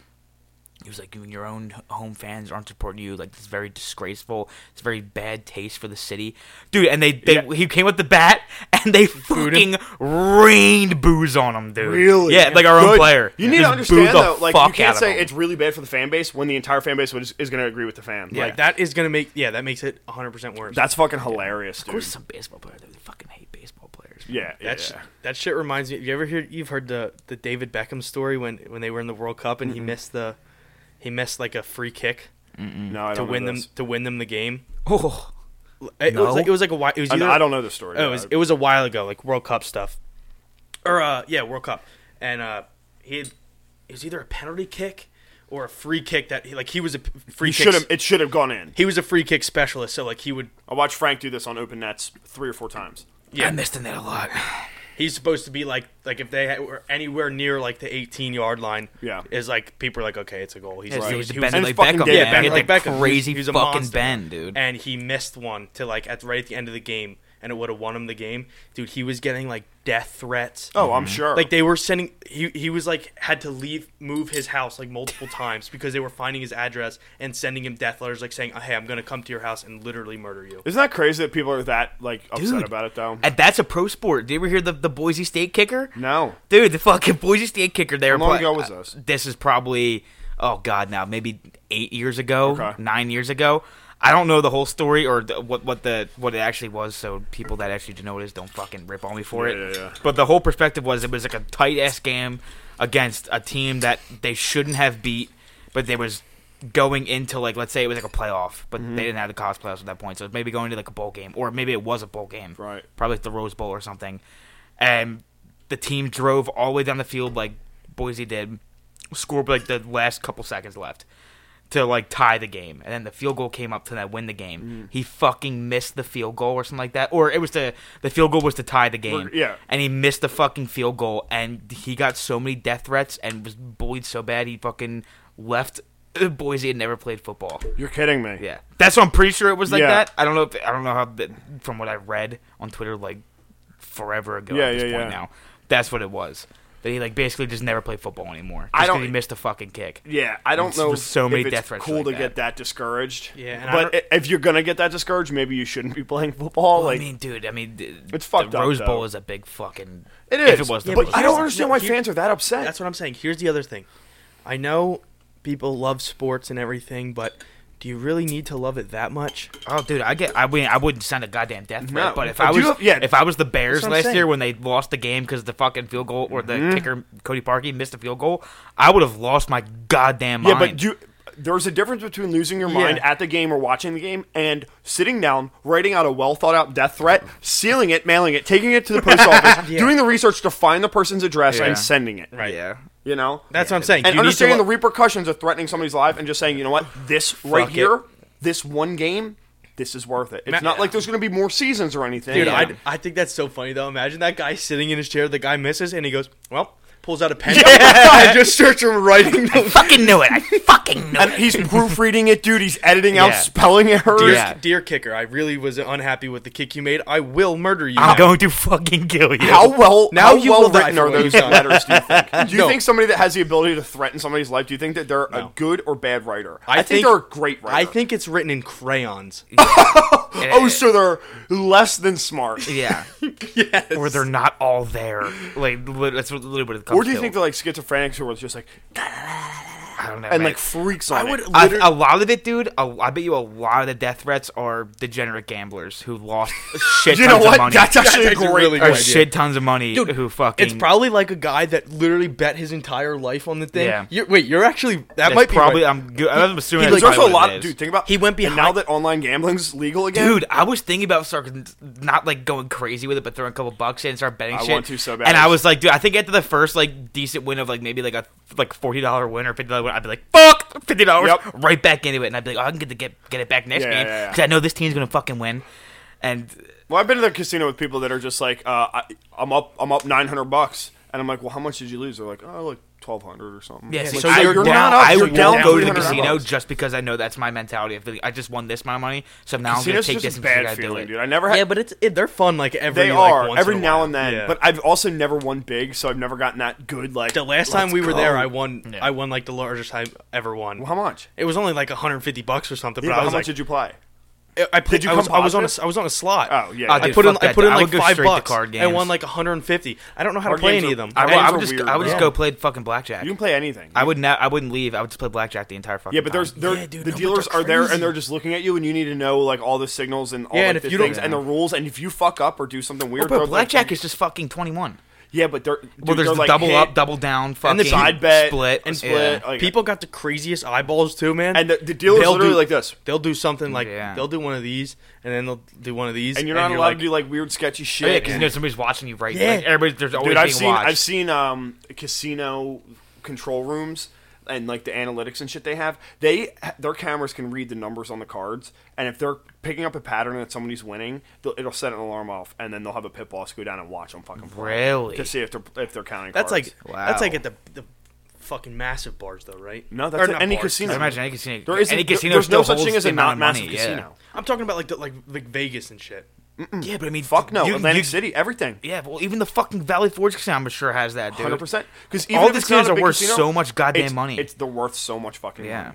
Speaker 2: He was like, "You and your own h- home fans aren't supporting you. Like, it's very disgraceful. It's very bad taste for the city, dude." And they, they
Speaker 1: Yeah.
Speaker 2: he came with the bat, <laughs> and they fucking rained booze on him,
Speaker 1: <laughs>
Speaker 2: dude.
Speaker 1: Really?
Speaker 2: Yeah, like our own
Speaker 1: Good.
Speaker 2: player.
Speaker 1: You need
Speaker 2: Just
Speaker 1: to
Speaker 2: booed
Speaker 1: understand
Speaker 2: the
Speaker 1: though, like you
Speaker 2: fuck out
Speaker 1: can't
Speaker 2: of
Speaker 1: say
Speaker 2: him.
Speaker 1: it's really bad for the fan base when the entire fan base was, is going to agree with the fan.
Speaker 2: Yeah.
Speaker 1: Like
Speaker 4: That is going to make yeah, that makes it 100 percent worse.
Speaker 1: that's fucking hilarious,
Speaker 2: Of
Speaker 1: dude.
Speaker 2: course, some baseball player. They fucking hate baseball players.
Speaker 1: Yeah, yeah.
Speaker 4: That sh-
Speaker 1: yeah.
Speaker 4: that shit reminds me. You ever hear? You've heard the the David Beckham story when when they were in the World Cup and he missed the he missed like a free kick
Speaker 1: No, I
Speaker 4: to
Speaker 1: don't know
Speaker 4: win them
Speaker 1: this.
Speaker 4: to win them the game.
Speaker 2: Oh,
Speaker 4: It
Speaker 2: No.
Speaker 4: was like it was like a whi- it was
Speaker 1: I,
Speaker 4: either,
Speaker 1: I don't know the story.
Speaker 4: Oh, it was, it was a while ago, like World Cup stuff, or uh, yeah, World Cup, and uh, he had, it was either a penalty kick or a free kick that he, like he was a p- free
Speaker 1: You
Speaker 4: kick.
Speaker 1: should have. It should have gone in.
Speaker 4: He was a free kick specialist, so like he would
Speaker 1: I watched Frank do this on open nets three or four times.
Speaker 4: Yeah.
Speaker 2: I missed in that
Speaker 1: <sighs>
Speaker 2: a lot.
Speaker 4: he's supposed to be like like if they had- were anywhere near like the 18 yard line
Speaker 1: Yeah.
Speaker 4: is like people are like okay it's a goal he's
Speaker 2: He's
Speaker 4: like,
Speaker 2: he was
Speaker 4: he
Speaker 2: bending
Speaker 1: and
Speaker 2: like
Speaker 1: fucking
Speaker 2: Beckham.
Speaker 1: David
Speaker 2: man. He
Speaker 1: Beckham.
Speaker 2: had that
Speaker 4: Beckham, he was-
Speaker 2: crazy
Speaker 4: he was a
Speaker 2: fucking
Speaker 4: monster.
Speaker 2: bend, dude.
Speaker 4: and he missed one to like at right at the end of the game and it would have won him the game dude he was getting like death threats
Speaker 1: Oh,
Speaker 2: Mm-hmm.
Speaker 1: I'm sure.
Speaker 4: like they were sending he he was like had to leave move his house like
Speaker 1: <laughs>
Speaker 4: multiple times because they were finding his address and sending him death letters like saying hey i'm gonna come to your house and literally murder you
Speaker 1: Isn't that crazy that people are that like upset
Speaker 2: Dude.
Speaker 1: about it though?
Speaker 2: And that's a pro sport. Did you ever hear the, the Boise State kicker?
Speaker 1: no.
Speaker 2: Dude, the fucking Boise State kicker there. uh,
Speaker 1: long ago was this?
Speaker 2: This is probably, oh God, now maybe eight years ago,
Speaker 1: Okay.
Speaker 2: nine years ago. I don't know the whole story or the, what what the what it actually was. So people that actually do know what it is don't fucking rip on me for
Speaker 1: Yeah,
Speaker 2: it.
Speaker 1: yeah, yeah.
Speaker 2: But the whole perspective was it was like a tight ass game against a team that they shouldn't have beat, but they was going into like let's say it was like a playoff, but
Speaker 1: Mm-hmm.
Speaker 2: they didn't have the college playoffs at that point, so it was maybe going to like a bowl game or maybe it was a bowl game,
Speaker 1: Right.
Speaker 2: Probably like the Rose Bowl or something, and the team drove all the way down the field like Boise did, scored like the last couple seconds left to like tie the game, and then the field goal came up to that win the game.
Speaker 1: Mm.
Speaker 2: He fucking missed the field goal or something like that, or it was the the field goal was to tie the game.
Speaker 1: yeah.
Speaker 2: and he missed the fucking field goal, and he got so many death threats and was bullied so bad he fucking left <laughs> Boise and never played football.
Speaker 1: You're kidding me.
Speaker 2: Yeah, that's what I'm pretty sure it was like
Speaker 1: Yeah.
Speaker 2: that. I don't know if I don't know how the, from what I read on Twitter like forever ago.
Speaker 1: Yeah,
Speaker 2: at this
Speaker 1: yeah,
Speaker 2: point
Speaker 1: yeah.
Speaker 2: Now that's what it was. That he like basically just never played football anymore. Just
Speaker 1: I
Speaker 2: 'cause
Speaker 1: don't-
Speaker 2: he missed a fucking kick.
Speaker 1: Yeah, I don't
Speaker 2: It's-
Speaker 1: know.
Speaker 2: there's so many
Speaker 1: if it's
Speaker 2: death threats
Speaker 1: cool
Speaker 2: like
Speaker 1: to
Speaker 2: that.
Speaker 1: get that discouraged.
Speaker 4: Yeah, and I
Speaker 1: but i if you're gonna get that discouraged, maybe you shouldn't be playing football.
Speaker 2: Well,
Speaker 1: like
Speaker 2: I mean, dude, I mean, th-
Speaker 1: It's fucked
Speaker 2: the
Speaker 1: up,
Speaker 2: Rose
Speaker 1: though.
Speaker 2: Bowl is a big fucking.
Speaker 1: it is.
Speaker 2: If it was the
Speaker 1: but
Speaker 2: Rose
Speaker 1: I
Speaker 2: Bowl.
Speaker 1: don't understand
Speaker 4: No,
Speaker 1: why
Speaker 4: he-
Speaker 1: fans are that upset.
Speaker 4: That's what I'm saying. Here's the other thing. I know people love sports and everything, but do you really need to love it that much?
Speaker 2: Oh, dude, I get. I mean, I wouldn't send a goddamn death threat,
Speaker 1: No,
Speaker 2: but if
Speaker 1: I
Speaker 2: I
Speaker 1: do
Speaker 2: was,
Speaker 1: have- yeah.
Speaker 2: if I was the Bears
Speaker 4: That's what I'm
Speaker 2: last
Speaker 4: saying.
Speaker 2: year when they lost the game because the fucking field goal or the
Speaker 1: Mm-hmm.
Speaker 2: kicker Cody Parkey missed a field goal, I would have lost my goddamn
Speaker 1: Yeah,
Speaker 2: mind.
Speaker 1: but you. There's a difference between losing your mind
Speaker 4: Yeah.
Speaker 1: at the game or watching the game and sitting down, writing out a well thought out death threat, sealing it, mailing it, taking it to the
Speaker 4: <laughs>
Speaker 1: post office, doing the research to find the person's address
Speaker 2: Yeah.
Speaker 1: and sending it.
Speaker 4: Right.
Speaker 2: yeah,
Speaker 1: You know?
Speaker 4: That's what I'm saying.
Speaker 1: and
Speaker 4: you need to
Speaker 1: understanding
Speaker 4: lo-
Speaker 1: the repercussions of threatening somebody's life and just saying, you know what, this right
Speaker 4: it.
Speaker 1: here, this one game, this is worth it. It's
Speaker 4: Ma-
Speaker 1: not like there's going to be more seasons or anything.
Speaker 4: Dude,
Speaker 2: Yeah.
Speaker 4: I, I think that's so funny though. Imagine that guy sitting in his chair, the guy misses, and he goes, "Well," pulls out
Speaker 1: <laughs>
Speaker 4: a <laughs> pen.
Speaker 1: I just search him writing.
Speaker 2: I fucking
Speaker 1: <laughs>
Speaker 2: knew it. I fucking knew
Speaker 1: and
Speaker 2: it.
Speaker 1: he's proofreading it, dude. He's editing out
Speaker 2: Yeah.
Speaker 1: spelling errors.
Speaker 4: Dear,
Speaker 2: Yeah.
Speaker 4: dear kicker, I really was unhappy with the kick you made. I will murder you.
Speaker 2: I'm
Speaker 4: now."
Speaker 2: going to fucking kill you.
Speaker 1: How well,
Speaker 4: Now
Speaker 1: how
Speaker 4: you
Speaker 1: well
Speaker 4: will die
Speaker 1: written
Speaker 4: for
Speaker 1: are
Speaker 4: what you've
Speaker 1: those
Speaker 4: done.
Speaker 1: letters? Do you
Speaker 4: <laughs>
Speaker 1: think? Do you
Speaker 4: No.
Speaker 1: think somebody that has the ability to threaten somebody's life? Do you think that they're a
Speaker 4: No.
Speaker 1: good or bad writer?
Speaker 4: I
Speaker 1: think,
Speaker 4: think-
Speaker 1: they're a great writer.
Speaker 4: <laughs> I think it's written in crayons.
Speaker 1: Oh, so they're less than smart. <laughs>
Speaker 2: Yeah. Or they're not all there. Like li- that's a little bit of.
Speaker 1: Or do you think they're like schizophrenics who are just like
Speaker 2: I don't know.
Speaker 1: and
Speaker 2: man.
Speaker 1: like freaks on
Speaker 4: I would
Speaker 1: it?
Speaker 2: I,
Speaker 4: literally.
Speaker 2: a lot of it, dude. A, I bet you a lot of the death threats are degenerate gamblers who
Speaker 1: <laughs>
Speaker 2: lost shit
Speaker 1: You
Speaker 2: tons
Speaker 1: know
Speaker 2: of
Speaker 1: what?
Speaker 2: money.
Speaker 1: That's actually a
Speaker 4: That's a
Speaker 1: great.
Speaker 4: really
Speaker 2: or
Speaker 4: good idea.
Speaker 2: shit tons of money
Speaker 4: Dude,
Speaker 2: who fucking.
Speaker 4: It's probably like a guy that literally bet his entire life on the thing.
Speaker 2: Yeah.
Speaker 4: You're, wait, you're actually that
Speaker 2: that's
Speaker 4: might be
Speaker 2: probably.
Speaker 4: right.
Speaker 2: I'm. Go- I'm assuming.
Speaker 1: There's
Speaker 2: that's
Speaker 1: also a
Speaker 2: probably
Speaker 1: lot,
Speaker 2: what it is.
Speaker 1: dude. Think about
Speaker 4: He went
Speaker 1: and now
Speaker 4: behind-
Speaker 1: that online gambling's legal again.
Speaker 2: Dude, I was thinking about starting not like going crazy with it, but throwing a couple bucks in and start betting
Speaker 1: I
Speaker 2: shit.
Speaker 1: want to so bad.
Speaker 2: And I was like, dude, I think after the first like decent win of like maybe like a like forty dollar win or fifty dollar win, I'd be like, fuck, fifty dollars,
Speaker 1: Yep.
Speaker 2: right back into it, and I'd be like, oh, I can get the, get get it back next
Speaker 1: Yeah,
Speaker 2: game
Speaker 1: yeah, yeah.
Speaker 2: I know this team's gonna fucking win. And
Speaker 1: well, I've been to the casino with people that are just like, uh, I, I'm up, I'm up 900 bucks, and I'm like, well, how much did you lose? They're like, oh, like 1200 or something.
Speaker 2: yeah, see,
Speaker 1: so
Speaker 2: I,
Speaker 1: you're,
Speaker 2: will-
Speaker 1: down,
Speaker 2: I
Speaker 1: you're
Speaker 2: will
Speaker 1: down
Speaker 2: go to the
Speaker 1: 300
Speaker 2: casino
Speaker 1: bucks.
Speaker 2: just because I know that's my mentality. If I just won this amount of money, so now
Speaker 1: Casino's
Speaker 2: I'm gonna take
Speaker 1: just
Speaker 2: this
Speaker 1: a
Speaker 2: and see if I
Speaker 1: bad
Speaker 2: do
Speaker 1: feeling,
Speaker 2: it.
Speaker 1: dude. I never
Speaker 4: Yeah,
Speaker 1: had.
Speaker 4: but it's it, they're fun. Like every
Speaker 1: they
Speaker 4: like,
Speaker 1: are
Speaker 4: once
Speaker 1: every
Speaker 4: in a
Speaker 1: now
Speaker 4: while.
Speaker 1: and then,
Speaker 4: Yeah.
Speaker 1: but I've also never won big, so I've never gotten that good. Like
Speaker 4: the last time
Speaker 1: let's
Speaker 4: we were there,
Speaker 1: go.
Speaker 4: I won.
Speaker 2: Yeah.
Speaker 4: I won like the largest I ever won.
Speaker 1: Well, how much?
Speaker 4: It was only like 150 bucks or something.
Speaker 1: Yeah,
Speaker 4: but
Speaker 1: but
Speaker 4: I
Speaker 1: how
Speaker 4: was
Speaker 1: much
Speaker 4: like,
Speaker 1: did you play?
Speaker 4: I played,
Speaker 1: Did you
Speaker 4: I was,
Speaker 1: come
Speaker 4: I was on a,
Speaker 1: positive?
Speaker 4: I was on a slot.
Speaker 1: Oh, yeah.
Speaker 2: Oh,
Speaker 4: I
Speaker 2: dude,
Speaker 4: put in
Speaker 2: fuck
Speaker 4: I
Speaker 2: that,
Speaker 4: put
Speaker 2: dude.
Speaker 4: in
Speaker 2: I
Speaker 4: like
Speaker 2: would go
Speaker 4: five
Speaker 2: straight to
Speaker 4: bucks.
Speaker 2: card
Speaker 4: I won
Speaker 2: games.
Speaker 4: like 150. I don't know how
Speaker 1: Card
Speaker 4: to play
Speaker 1: games
Speaker 4: any
Speaker 1: are-
Speaker 4: of them.
Speaker 2: I would,
Speaker 1: Games
Speaker 2: I
Speaker 1: are
Speaker 2: would just,
Speaker 1: weird,
Speaker 2: I would just
Speaker 1: man.
Speaker 2: go play fucking blackjack.
Speaker 1: You can play anything.
Speaker 2: I would not. I wouldn't leave. I would just play blackjack the entire fucking.
Speaker 1: Yeah, but there's
Speaker 2: time.
Speaker 1: there,
Speaker 4: Yeah, dude,
Speaker 1: the
Speaker 4: no, but
Speaker 1: dealers
Speaker 4: they're
Speaker 1: are there and
Speaker 4: crazy.
Speaker 1: they're just looking at you, and you need to know like all the signals and all
Speaker 4: Yeah,
Speaker 1: like,
Speaker 4: and if
Speaker 1: the
Speaker 4: you don't-
Speaker 1: things and the rules. And if you fuck up or do something weird,
Speaker 2: But
Speaker 1: they're like-
Speaker 2: blackjack is just fucking twenty one.
Speaker 1: yeah, but they're dude,
Speaker 2: Well, there's
Speaker 1: they're,
Speaker 2: the
Speaker 1: like,
Speaker 2: double
Speaker 1: hit
Speaker 2: up, double down, fucking
Speaker 4: the
Speaker 1: side bet
Speaker 2: split,
Speaker 1: and
Speaker 2: yeah.
Speaker 1: split. Like,
Speaker 4: People got the craziest eyeballs too, man.
Speaker 1: and the, the dealers
Speaker 4: They'll
Speaker 1: literally
Speaker 4: do-
Speaker 1: like this,
Speaker 4: They'll do something like
Speaker 2: Yeah.
Speaker 4: they'll do one of these, and then they'll do one of these,
Speaker 1: and you're not allowed to do like weird sketchy
Speaker 2: Oh, yeah,
Speaker 1: shit.
Speaker 2: because you
Speaker 1: and-
Speaker 2: know somebody's watching you, right?
Speaker 4: Yeah.
Speaker 2: Like, everybody's there's always
Speaker 1: Dude,
Speaker 2: being
Speaker 1: I've seen
Speaker 2: watched.
Speaker 1: I've seen um casino control rooms and like the analytics and shit they have. They their cameras can read the numbers on the cards, and if they're picking up a pattern that somebody's winning, they'll- it'll set an alarm off, and then they'll have a pit boss go down and watch them fucking play
Speaker 2: Really?
Speaker 1: to see if they're if they're counting.
Speaker 4: That's
Speaker 1: cards.
Speaker 4: like
Speaker 2: Wow.
Speaker 4: that's like at the the fucking massive bars though, right?
Speaker 1: No, that's
Speaker 4: Or
Speaker 1: at
Speaker 4: not
Speaker 1: any
Speaker 4: bars,
Speaker 1: casino.
Speaker 2: I imagine any casino.
Speaker 1: there isn't
Speaker 2: any casino
Speaker 1: there's no
Speaker 2: still
Speaker 1: such thing as
Speaker 2: holds
Speaker 1: a
Speaker 2: the amount
Speaker 1: not
Speaker 2: of
Speaker 1: massive
Speaker 2: money, yeah.
Speaker 1: casino.
Speaker 4: <laughs> I'm talking about like the, like like Vegas and shit.
Speaker 2: Yeah. but I mean,
Speaker 1: Fuck no,
Speaker 2: you-
Speaker 1: Atlantic
Speaker 2: you-
Speaker 1: City, everything,
Speaker 2: Yeah, well, even the fucking Valley Forge casino, I'm sure has that, dude.
Speaker 1: hundred percent. Because
Speaker 2: All these casinos are worth so much goddamn money.
Speaker 1: It's they're worth so much fucking
Speaker 2: Yeah.
Speaker 1: money.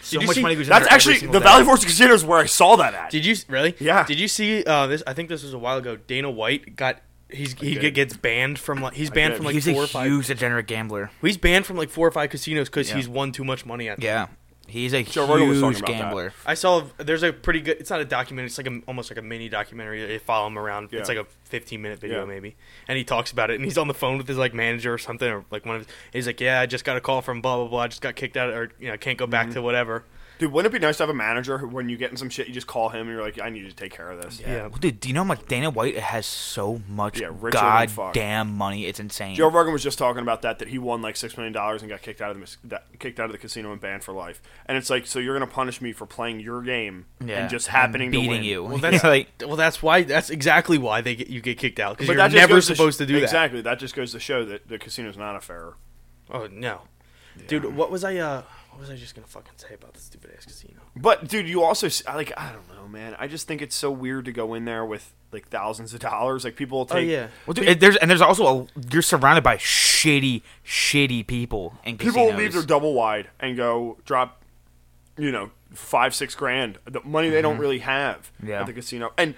Speaker 2: So
Speaker 4: Did you
Speaker 2: much
Speaker 4: see-
Speaker 2: money goes in
Speaker 1: That's
Speaker 2: there every
Speaker 1: actually
Speaker 2: single
Speaker 1: the
Speaker 2: day.
Speaker 1: Valley Forge Casino is where I saw that at.
Speaker 4: Did you really?
Speaker 1: Yeah.
Speaker 4: Did you see uh, this? I think this was a while ago. Dana White got he's he
Speaker 1: did.
Speaker 4: gets banned from like he's banned
Speaker 1: did.
Speaker 4: from like
Speaker 2: He's
Speaker 4: four
Speaker 2: a
Speaker 4: or five.
Speaker 2: huge degenerate gambler.
Speaker 4: He's banned from like four or five casinos because
Speaker 2: Yeah.
Speaker 4: he's won too much money. At them.
Speaker 2: Yeah, he's a
Speaker 1: Joe Rogan was talking
Speaker 2: huge
Speaker 1: about that.
Speaker 2: gambler.
Speaker 4: I saw there's a pretty good. It's not a documentary. It's like a, almost like a mini documentary. They follow him around.
Speaker 1: Yeah.
Speaker 4: It's like a 15 minute video
Speaker 1: Yeah.
Speaker 4: maybe, and he talks about it. And he's on the phone with his like manager or something, or like one of. His, he's like, yeah, I just got a call from blah blah blah. I just got kicked out, or you know, can't go back
Speaker 1: Mm-hmm.
Speaker 4: to whatever.
Speaker 1: Dude, wouldn't it be nice to have a manager who, when you get in some shit, you just call him and you're like, I need you to take care of this.
Speaker 4: Yeah.
Speaker 2: Well, dude, do you know how much Dana White has so much
Speaker 1: Yeah, richer than fuck.
Speaker 2: goddamn money? It's insane.
Speaker 1: Joe Rogan was just talking about that that he won like six million dollars and got kicked out of the mis- that, kicked out of the casino and banned for life. And it's like, so you're gonna punish me for playing your game
Speaker 2: Yeah,
Speaker 1: and just happening
Speaker 2: and beating
Speaker 1: to win.
Speaker 2: you. <laughs>
Speaker 4: <laughs> Well, that's
Speaker 2: Yeah, like-
Speaker 4: well, that's why. That's exactly why they get you get kicked out because
Speaker 1: But
Speaker 4: you're
Speaker 1: that just
Speaker 4: never
Speaker 1: goes sh-
Speaker 4: supposed to, do that.
Speaker 1: Exactly. That just goes to show that the casino's not a fair.
Speaker 4: Oh no, dude, what was I? Uh, what was I just gonna fucking say about the stupid ass casino?
Speaker 1: But dude, you also s- I, like I don't know, man. I just think it's so weird to go in there with like thousands of dollars. Like people will
Speaker 4: Oh,
Speaker 1: take. Oh
Speaker 2: Well, dude, and there's and there's also a you're surrounded by shitty, shitty people and
Speaker 1: People will leave their double wide and go drop, you know, five six grand, the money they
Speaker 4: Mm-hmm.
Speaker 1: don't really have
Speaker 2: Yeah.
Speaker 1: at the casino. And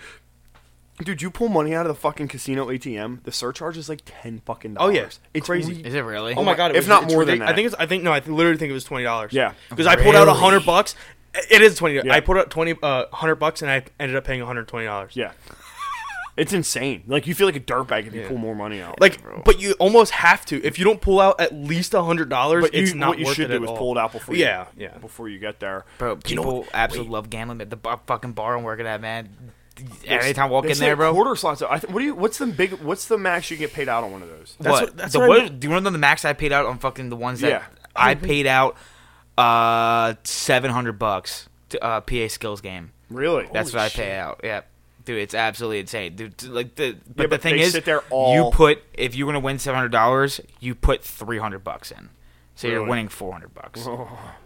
Speaker 1: dude, you pull money out of the fucking casino ATM, the surcharge is like ten fucking
Speaker 4: Oh,
Speaker 1: dollars.
Speaker 4: yeah.
Speaker 1: it's
Speaker 4: Crazy.
Speaker 1: re-
Speaker 2: Is it really?
Speaker 4: Oh my
Speaker 1: my-
Speaker 4: god! It
Speaker 1: if
Speaker 4: was,
Speaker 1: not
Speaker 4: it's
Speaker 1: more than
Speaker 4: ridic-
Speaker 1: that.
Speaker 4: I think it's. I think no. I th- literally think it was twenty dollars.
Speaker 1: Yeah.
Speaker 4: because I pulled out a
Speaker 2: Really?
Speaker 4: hundred bucks It is twenty.
Speaker 1: Yeah.
Speaker 4: I put up twenty, uh, hundred bucks, and I ended up paying one hundred twenty dollars.
Speaker 1: Yeah. It's insane. Like you feel like a dirtbag if you pull more money out.
Speaker 4: Like, but you almost have to. If you don't pull out at least a hundred dollars,
Speaker 1: but you,
Speaker 4: it's not
Speaker 1: what you
Speaker 4: worth
Speaker 1: should
Speaker 4: it
Speaker 1: do
Speaker 4: at
Speaker 1: is
Speaker 4: all.
Speaker 1: pull it out before.
Speaker 4: Yeah,
Speaker 1: you,
Speaker 4: yeah.
Speaker 1: Before you get there.
Speaker 2: Bro, people absolutely love gambling at the bu- fucking bar I'm working at, man. Every time I walk
Speaker 1: They
Speaker 2: in
Speaker 1: say
Speaker 2: there, bro.
Speaker 1: Quarter slots. I think. What do you? What's the big? What's the max you get paid out on one of those?
Speaker 4: That's
Speaker 2: what?
Speaker 4: what- that's
Speaker 2: the
Speaker 4: what I
Speaker 2: what-
Speaker 4: mean.
Speaker 2: do you want to know the max I paid out on fucking the ones that
Speaker 1: Yeah.
Speaker 2: I paid out uh seven hundred bucks to uh, PA skills game.
Speaker 1: Really?
Speaker 2: That's
Speaker 1: Holy
Speaker 2: what I
Speaker 1: shit.
Speaker 2: pay out. Yeah. Dude, it's absolutely insane. Dude, t- like the but, the
Speaker 1: but
Speaker 2: thing
Speaker 1: they
Speaker 2: is,
Speaker 1: sit there all-
Speaker 2: you put if you're gonna win seven hundred dollars, you put three hundred bucks in, so you're
Speaker 1: Really?
Speaker 2: winning four hundred bucks.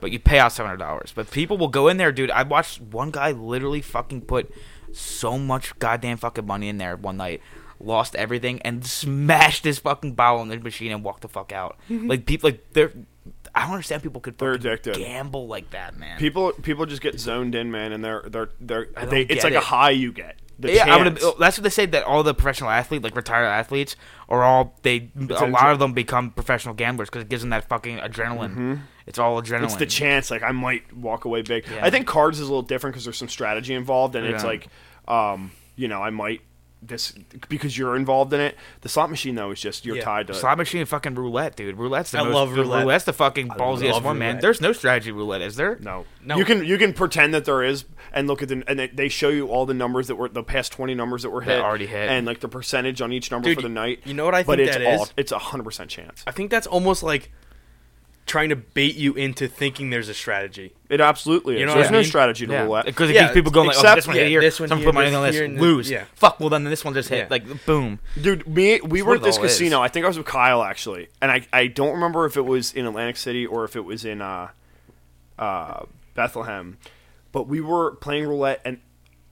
Speaker 2: But you pay out seven hundred dollars. But people will go in there, dude. I watched one guy literally fucking put so much goddamn fucking money in there one night, lost everything, and smashed his fucking bottle in the machine and walked the fuck out. like people, like they're. I don't understand people could
Speaker 1: Mm-hmm. They're
Speaker 2: fucking
Speaker 1: addicted.
Speaker 2: gamble like that, man.
Speaker 1: People people just get zoned in, man, and they're they're they're
Speaker 2: don't
Speaker 1: they, it's
Speaker 2: get
Speaker 1: like a
Speaker 2: it.
Speaker 1: high you get. The
Speaker 2: yeah, I would.
Speaker 1: chance.
Speaker 2: That's what they say that all the professional athlete, like retired athletes, are all they. a
Speaker 1: an
Speaker 2: lot
Speaker 1: adre-
Speaker 2: of them become professional gamblers because it gives them that fucking adrenaline. It's all adrenaline.
Speaker 1: Mm-hmm. It's the chance. Like I might walk away big.
Speaker 2: Yeah.
Speaker 1: I think cards is a little different because there's some strategy involved, and it's
Speaker 2: Yeah.
Speaker 1: like, um, you know, I might this because you're involved in it. The slot machine though is just you're
Speaker 4: Yeah.
Speaker 1: tied to.
Speaker 2: Slot machine and fucking roulette, dude. Roulette's the
Speaker 4: I
Speaker 2: most.
Speaker 4: love
Speaker 2: the
Speaker 4: roulette.
Speaker 2: Roulette's the fucking ballsiest
Speaker 4: love
Speaker 2: one, man.
Speaker 4: roulette.
Speaker 2: There's no strategy roulette, is there?
Speaker 1: no,
Speaker 4: No.
Speaker 1: You can you can pretend that there is, and look at the and they, they show you all the numbers that were the past twenty numbers that were hit
Speaker 2: That already hit.
Speaker 1: and like the percentage on each number
Speaker 4: Dude,
Speaker 1: for the
Speaker 4: you-
Speaker 1: night.
Speaker 4: you know what I
Speaker 1: but
Speaker 4: think
Speaker 1: it's
Speaker 4: that is?
Speaker 1: all- It's a hundred percent chance.
Speaker 4: I think that's almost like trying to bait you into thinking there's a strategy.
Speaker 1: It absolutely is.
Speaker 4: You know
Speaker 1: There's
Speaker 4: what I
Speaker 1: no
Speaker 4: mean?
Speaker 1: strategy to
Speaker 2: Yeah,
Speaker 1: roulette.
Speaker 2: because it
Speaker 4: Yeah,
Speaker 2: keeps people going like, oh,
Speaker 1: except-
Speaker 2: this one
Speaker 4: yeah,
Speaker 2: hit here,
Speaker 4: this one
Speaker 2: someone
Speaker 4: here,
Speaker 2: put money
Speaker 4: this
Speaker 2: on this,
Speaker 4: here, and then-
Speaker 2: lose.
Speaker 4: yeah.
Speaker 2: Fuck, well then this one just hit,
Speaker 4: Yeah.
Speaker 2: like boom.
Speaker 1: Dude, me we were
Speaker 2: what
Speaker 1: at this
Speaker 2: it all is.
Speaker 1: casino. I think I was with Kyle actually, and I, I don't remember if it was in Atlantic City or if it was in uh, uh, Bethlehem, but we were playing roulette, and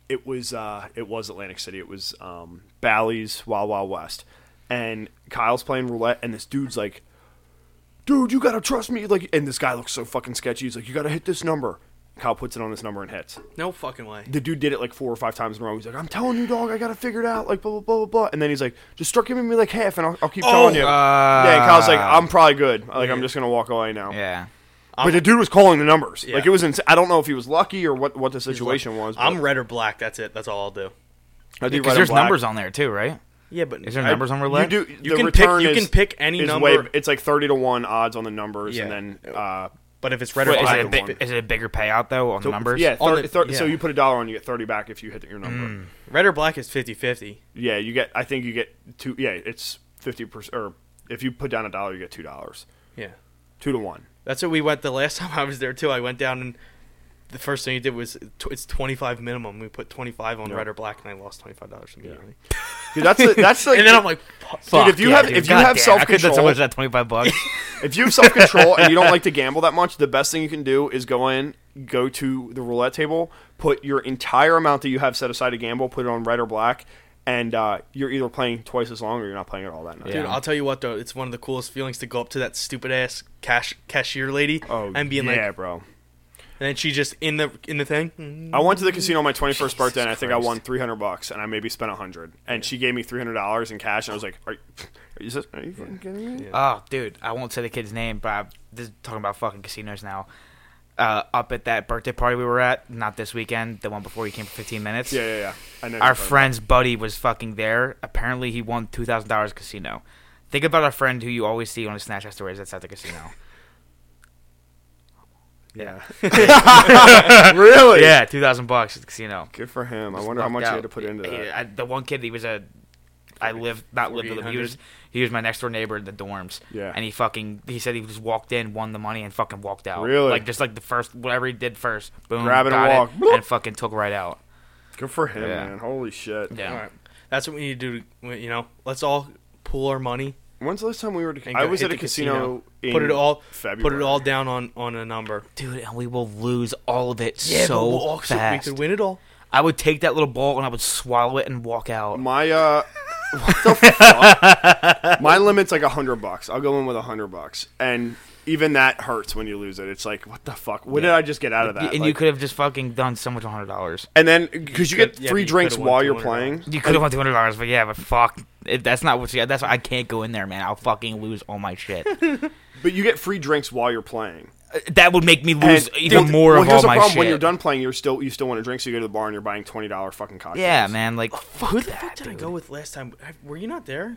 Speaker 1: it was uh, it was Atlantic City. It was um, Bally's Wild Wild West, and Kyle's playing roulette, and this dude's like, "Dude, you gotta trust me!" Like, and this guy looks so fucking sketchy. He's like, "You gotta hit this number." Kyle puts it on this number and hits
Speaker 4: No fucking way.
Speaker 1: the dude did it like four or five times in a row. He's like, I'm telling you, dog, I got to figure it out. Like, blah, blah, blah, blah, blah. And then he's like, just start giving me like half and I'll, I'll keep telling
Speaker 4: Oh,
Speaker 1: you. yeah, and Kyle's like,
Speaker 4: uh,
Speaker 1: I'm probably good. Like, I'm just going to walk away now.
Speaker 2: Yeah.
Speaker 1: But the dude was calling the numbers.
Speaker 4: Yeah.
Speaker 1: Like, it was ins- I don't know if he was lucky or what, what the situation was.
Speaker 4: I'm red or black. That's it. That's all I'll do.
Speaker 2: Because there's numbers on there too, right?
Speaker 4: Yeah, but
Speaker 2: Is there numbers on roulette?
Speaker 1: You do.
Speaker 4: You
Speaker 1: the
Speaker 4: can pick-
Speaker 1: return
Speaker 4: you
Speaker 1: is-
Speaker 4: can pick any
Speaker 1: is
Speaker 4: number.
Speaker 1: it's like thirty to one odds on the numbers,
Speaker 4: Yeah.
Speaker 1: and then uh,
Speaker 4: But if it's red
Speaker 2: Wait,
Speaker 4: or
Speaker 2: is,
Speaker 1: I
Speaker 2: it a
Speaker 1: have
Speaker 4: black,
Speaker 1: one.
Speaker 2: big, is it a bigger payout though on numbers?
Speaker 1: yeah,
Speaker 4: On
Speaker 1: 30,
Speaker 4: the-
Speaker 1: thir- So
Speaker 4: yeah. Mm.
Speaker 1: you put a dollar on, you get thirty back if you hit your number.
Speaker 4: red or black is 50-50.
Speaker 1: Yeah, you get. I think you get two. Yeah, it's fifty percent. Or if you put down a dollar, you get two dollars.
Speaker 4: Yeah.
Speaker 1: Two to one.
Speaker 4: That's what we went the last <laughs> time I was there too. I went down and the first thing you did was tw- it's 25 minimum. We put 25 on
Speaker 1: Yeah.
Speaker 4: red or black and I lost $25 immediately.
Speaker 1: Dude, that's
Speaker 4: <laughs>
Speaker 1: the, that's like.
Speaker 4: And then I'm like, fuck.
Speaker 2: Fuck,
Speaker 1: if you
Speaker 2: yeah,
Speaker 1: have-
Speaker 2: dude.
Speaker 1: if you
Speaker 2: God
Speaker 1: have
Speaker 2: damn, I could have done so
Speaker 1: self-control-
Speaker 2: much of that twenty five bucks.
Speaker 1: <laughs> if you have self control and you don't
Speaker 4: <laughs>
Speaker 1: like to gamble that much, the best thing you can do is go in, go to the roulette table, put your entire amount that you have set aside to gamble, put it on red or black, and uh, you're either playing twice as long or you're not playing at all that night.
Speaker 4: Dude, I'll tell you what though, it's one of the coolest feelings to go up to that stupid ass cash cashier lady
Speaker 1: Oh,
Speaker 4: and being like,
Speaker 1: yeah,
Speaker 4: and
Speaker 1: bro.
Speaker 4: then she just in the in the thing. mm,
Speaker 1: I went to the casino on my 21st birthday, and I think I
Speaker 4: Christ.
Speaker 1: won 300 bucks, and I maybe spent 100. And she gave me 300 dollars in cash, and I was like, "Are you, <laughs> is this, are you fucking kidding me?"
Speaker 2: Oh, dude, I won't say the kid's name, but I'm just talking about fucking casinos now. Uh, up at that birthday party we were at, not this weekend, the one before you came for 15 minutes.
Speaker 1: Yeah, yeah, yeah. I know.
Speaker 2: Our
Speaker 1: friend.
Speaker 2: friend's buddy was fucking there. Apparently, he won two thousand dollars casino. Think about our friend who you always see on his Snapchat stories that's at the casino.
Speaker 1: Yeah. <laughs> really?
Speaker 2: <laughs> yeah, two thousand bucks at the casino.
Speaker 1: Good for him. I wonder how much he
Speaker 2: Lucked
Speaker 1: had to
Speaker 2: out.
Speaker 1: put into
Speaker 2: He-
Speaker 1: that.
Speaker 2: I, the one kid, he was a. I lived not lived with him. He
Speaker 4: 4800?
Speaker 2: was he was my next door neighbor in the dorms.
Speaker 1: Yeah.
Speaker 2: And he fucking he said he just walked in, won the money, and fucking walked out.
Speaker 1: Really?
Speaker 2: Like just like the first whatever he did first, boom,
Speaker 1: Grab it and
Speaker 2: got
Speaker 1: walk. Bloop.
Speaker 2: and fucking took right out.
Speaker 1: Good for him,
Speaker 2: Yeah.
Speaker 1: man. Holy shit.
Speaker 2: Yeah.
Speaker 4: All right. That's what we need to do. we- You know, let's all pool our money.
Speaker 1: When's the last time we were? To,
Speaker 4: And
Speaker 1: I
Speaker 4: go
Speaker 1: was
Speaker 4: hit
Speaker 1: at a
Speaker 4: the
Speaker 1: casino. in
Speaker 4: put it all,
Speaker 1: February.
Speaker 4: put it all down on on a number.
Speaker 2: Dude, and we will lose all of it
Speaker 4: Yeah,
Speaker 2: so
Speaker 4: but we'll also,
Speaker 2: fast.
Speaker 4: we could win it all.
Speaker 2: I would take that little ball and I would swallow it and walk out.
Speaker 1: My
Speaker 2: <laughs>
Speaker 1: uh, what the fuck? My limit's like a hundred bucks. I'll go in with a hundred bucks, and even that hurts when you lose it. It's like, what the fuck? What did I just get out of that?
Speaker 2: and you
Speaker 1: Like-
Speaker 2: could have just fucking done so much hundred dollars.
Speaker 1: and then because you
Speaker 4: Could-
Speaker 1: get
Speaker 4: yeah,
Speaker 1: free
Speaker 4: you could've
Speaker 1: drinks
Speaker 4: won
Speaker 1: while you're
Speaker 4: $200.
Speaker 1: playing.
Speaker 2: You could have won two hundred dollars, but yeah, but fuck, it, that's not what. You,
Speaker 1: <laughs>
Speaker 2: that's why I can't go in there, man. I'll fucking lose all my shit.
Speaker 1: But you get free drinks while you're playing.
Speaker 2: that would make me lose
Speaker 1: And-
Speaker 2: even
Speaker 1: well,
Speaker 2: more
Speaker 1: well,
Speaker 2: of
Speaker 1: here's
Speaker 2: all
Speaker 1: the
Speaker 2: my
Speaker 1: problem.
Speaker 2: shit.
Speaker 1: When you're done playing, you're still you still want to drink, so you go to the bar and you're buying twenty dollar fucking cocktails.
Speaker 2: yeah, man. Like,
Speaker 4: Who
Speaker 2: fuck
Speaker 4: the fuck
Speaker 2: that,
Speaker 4: did I
Speaker 2: dude.
Speaker 4: go with last time? I, were you not there?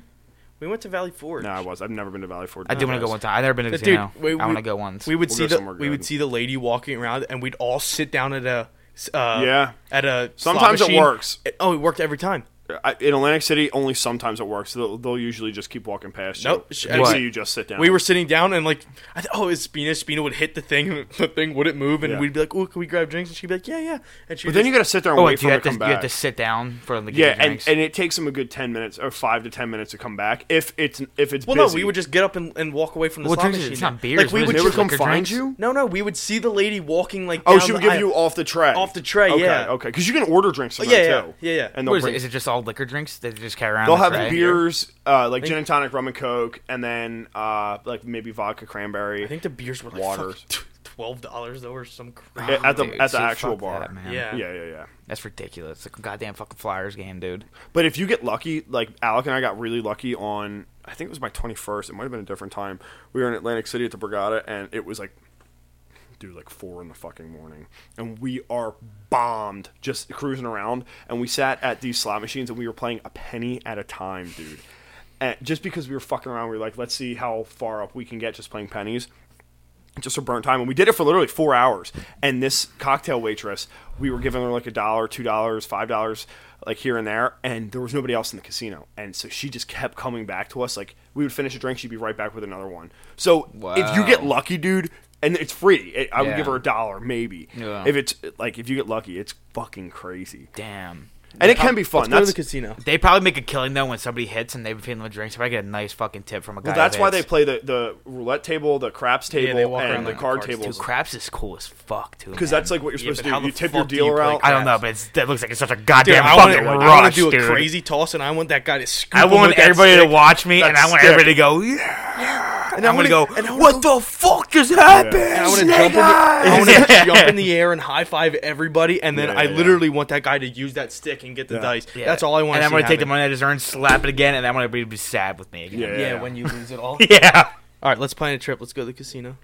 Speaker 4: We went to Valley Forge.
Speaker 1: No, I was. I've never been to Valley Forge.
Speaker 2: I do want to go one time. I've never been to a
Speaker 4: But
Speaker 2: casino.
Speaker 4: dude, we-
Speaker 2: I want to
Speaker 4: we-
Speaker 2: go once.
Speaker 4: We would
Speaker 1: We'll
Speaker 4: see
Speaker 1: go
Speaker 4: the
Speaker 1: somewhere
Speaker 4: we would
Speaker 1: good.
Speaker 4: see the lady walking around, and we'd all sit down at a s- uh,
Speaker 1: Yeah.
Speaker 4: at a slot
Speaker 1: Sometimes it
Speaker 4: machine.
Speaker 1: works.
Speaker 4: It- oh, it worked every time.
Speaker 1: I, in Atlantic City, only sometimes it works. They'll, they'll usually just keep walking past you.
Speaker 4: Nope. Sh-
Speaker 1: And
Speaker 2: what?
Speaker 1: so you just sit down.
Speaker 4: We were sitting down and like, I th- oh, it's Spina. Spina would hit the thing, <laughs> and the thing wouldn't move, and
Speaker 1: Yeah.
Speaker 4: we'd be like, oh, can we grab drinks? And she'd be like, yeah, yeah. And she
Speaker 1: But then you got to sit there and
Speaker 2: oh,
Speaker 1: wait
Speaker 2: wait,
Speaker 1: for
Speaker 2: you
Speaker 1: them
Speaker 2: have,
Speaker 1: to
Speaker 2: to,
Speaker 1: come
Speaker 2: you
Speaker 1: back.
Speaker 2: have to sit down for them to get
Speaker 1: yeah,
Speaker 2: the
Speaker 1: and,
Speaker 2: drinks.
Speaker 1: and it takes them a good ten minutes or five to ten minutes to come back if it's if it's
Speaker 4: well, no,
Speaker 1: busy.
Speaker 4: we would just get up and, and walk away from the
Speaker 2: Well,
Speaker 4: slot
Speaker 2: drinks is-
Speaker 4: machine.
Speaker 2: it's not beers,
Speaker 4: Like
Speaker 2: what
Speaker 4: we
Speaker 2: is
Speaker 4: would
Speaker 1: they
Speaker 2: it,
Speaker 1: would
Speaker 4: just,
Speaker 1: come
Speaker 2: liquor
Speaker 1: find
Speaker 2: drinks?
Speaker 1: you.
Speaker 4: no, no, we would see the lady walking like.
Speaker 1: Oh,
Speaker 4: down
Speaker 1: she would
Speaker 4: the
Speaker 1: give you
Speaker 4: aisle.
Speaker 1: off the tray.
Speaker 4: Off the tray,
Speaker 1: Okay,
Speaker 4: yeah.
Speaker 1: Okay, because you can order
Speaker 2: Oh,
Speaker 1: drinks. From
Speaker 4: Yeah,
Speaker 1: them,
Speaker 4: yeah,
Speaker 1: too.
Speaker 4: yeah, yeah.
Speaker 1: And
Speaker 2: What
Speaker 1: they'll
Speaker 2: is it?
Speaker 1: bring.
Speaker 2: Is it just all liquor drinks that they just carry around?
Speaker 1: They'll
Speaker 2: the
Speaker 1: have
Speaker 2: tray?
Speaker 1: beers, uh, like gin and tonic, rum and coke, and then uh, like maybe vodka cranberry.
Speaker 4: I think the beers were like
Speaker 1: Waters.
Speaker 4: fucking twelve dollars though, or some. Crap.
Speaker 1: Yeah, at the
Speaker 2: Dude,
Speaker 1: at
Speaker 2: see,
Speaker 1: the actual
Speaker 2: fuck
Speaker 1: bar.
Speaker 2: that, man.
Speaker 4: Yeah.
Speaker 1: yeah, yeah, yeah.
Speaker 2: That's ridiculous. It's a goddamn fucking Flyers game, dude.
Speaker 1: But if you get lucky, like Alec and I got really lucky on, I think it was my 21st. It might have been a different time. We were in Atlantic City at the Brigada, and it was like, dude, like four in the fucking morning, and we are bombed just cruising around. And we sat at these slot machines, and we were playing a penny at a time, dude. And just because we were fucking around, we were like, let's see how far up we can get just playing pennies just a burnt time and we did it for literally four hours and this cocktail waitress we were giving her like a dollar two dollars five dollars like here and there and there was nobody else in the casino and so she just kept coming back to us like we would finish a drink she'd be right back with another one so if you
Speaker 2: Wow.
Speaker 1: get lucky dude and it's free it, i would
Speaker 2: Yeah.
Speaker 1: give her a dollar maybe
Speaker 2: Yeah.
Speaker 1: if it's like if you get lucky it's fucking crazy
Speaker 2: Damn.
Speaker 1: and it can be fun
Speaker 4: Go to the
Speaker 1: that's,
Speaker 4: casino.
Speaker 2: They probably make a killing though when somebody hits and they've been feeding them drinks. If I get a nice fucking tip from a guy,
Speaker 1: well, that's
Speaker 2: who
Speaker 1: why they
Speaker 2: hits.
Speaker 1: play the, the roulette table the craps
Speaker 4: they
Speaker 1: table
Speaker 4: walk around
Speaker 1: and the
Speaker 4: like
Speaker 1: card
Speaker 4: cards, too.
Speaker 1: tables
Speaker 2: Dude, craps is cool as fuck too.
Speaker 1: because
Speaker 2: man.
Speaker 1: that's like what you're supposed
Speaker 4: but how
Speaker 1: to do. You
Speaker 4: the
Speaker 1: tip your
Speaker 4: fuck do you play
Speaker 1: dealer out.
Speaker 2: I don't know, but it's, that looks like it's such a goddamn
Speaker 4: Dude, I
Speaker 2: fucking
Speaker 4: want
Speaker 2: rush,
Speaker 4: to do
Speaker 2: dude.
Speaker 4: a crazy toss, and I want that guy to scoop.
Speaker 2: I
Speaker 4: him
Speaker 2: want
Speaker 4: with that
Speaker 2: everybody
Speaker 4: stick.
Speaker 2: to watch me, and
Speaker 1: That
Speaker 2: I want
Speaker 1: stick.
Speaker 2: everybody to go, yeah. And I'm
Speaker 4: wanna-
Speaker 2: gonna go.
Speaker 4: and I wanna
Speaker 2: What the fuck just happened?
Speaker 4: And I want to
Speaker 2: nigga?"
Speaker 4: jump in the,
Speaker 2: <laughs>
Speaker 4: I wanna <laughs>
Speaker 2: Yeah.
Speaker 4: jump in the air and high five everybody, and then
Speaker 1: Yeah,
Speaker 4: I
Speaker 1: yeah, yeah.
Speaker 4: literally want that guy to use that stick and get the
Speaker 1: Yeah.
Speaker 4: dice.
Speaker 2: Yeah.
Speaker 4: That's all I want.
Speaker 2: And
Speaker 4: to
Speaker 2: I'm gonna take the money I just earned, slap it again, and I want everybody to be sad with me again.
Speaker 1: Yeah, yeah,
Speaker 2: <laughs>
Speaker 4: when you lose it <laughs> all.
Speaker 2: Yeah.
Speaker 4: all right, let's plan a trip. Let's go to the casino.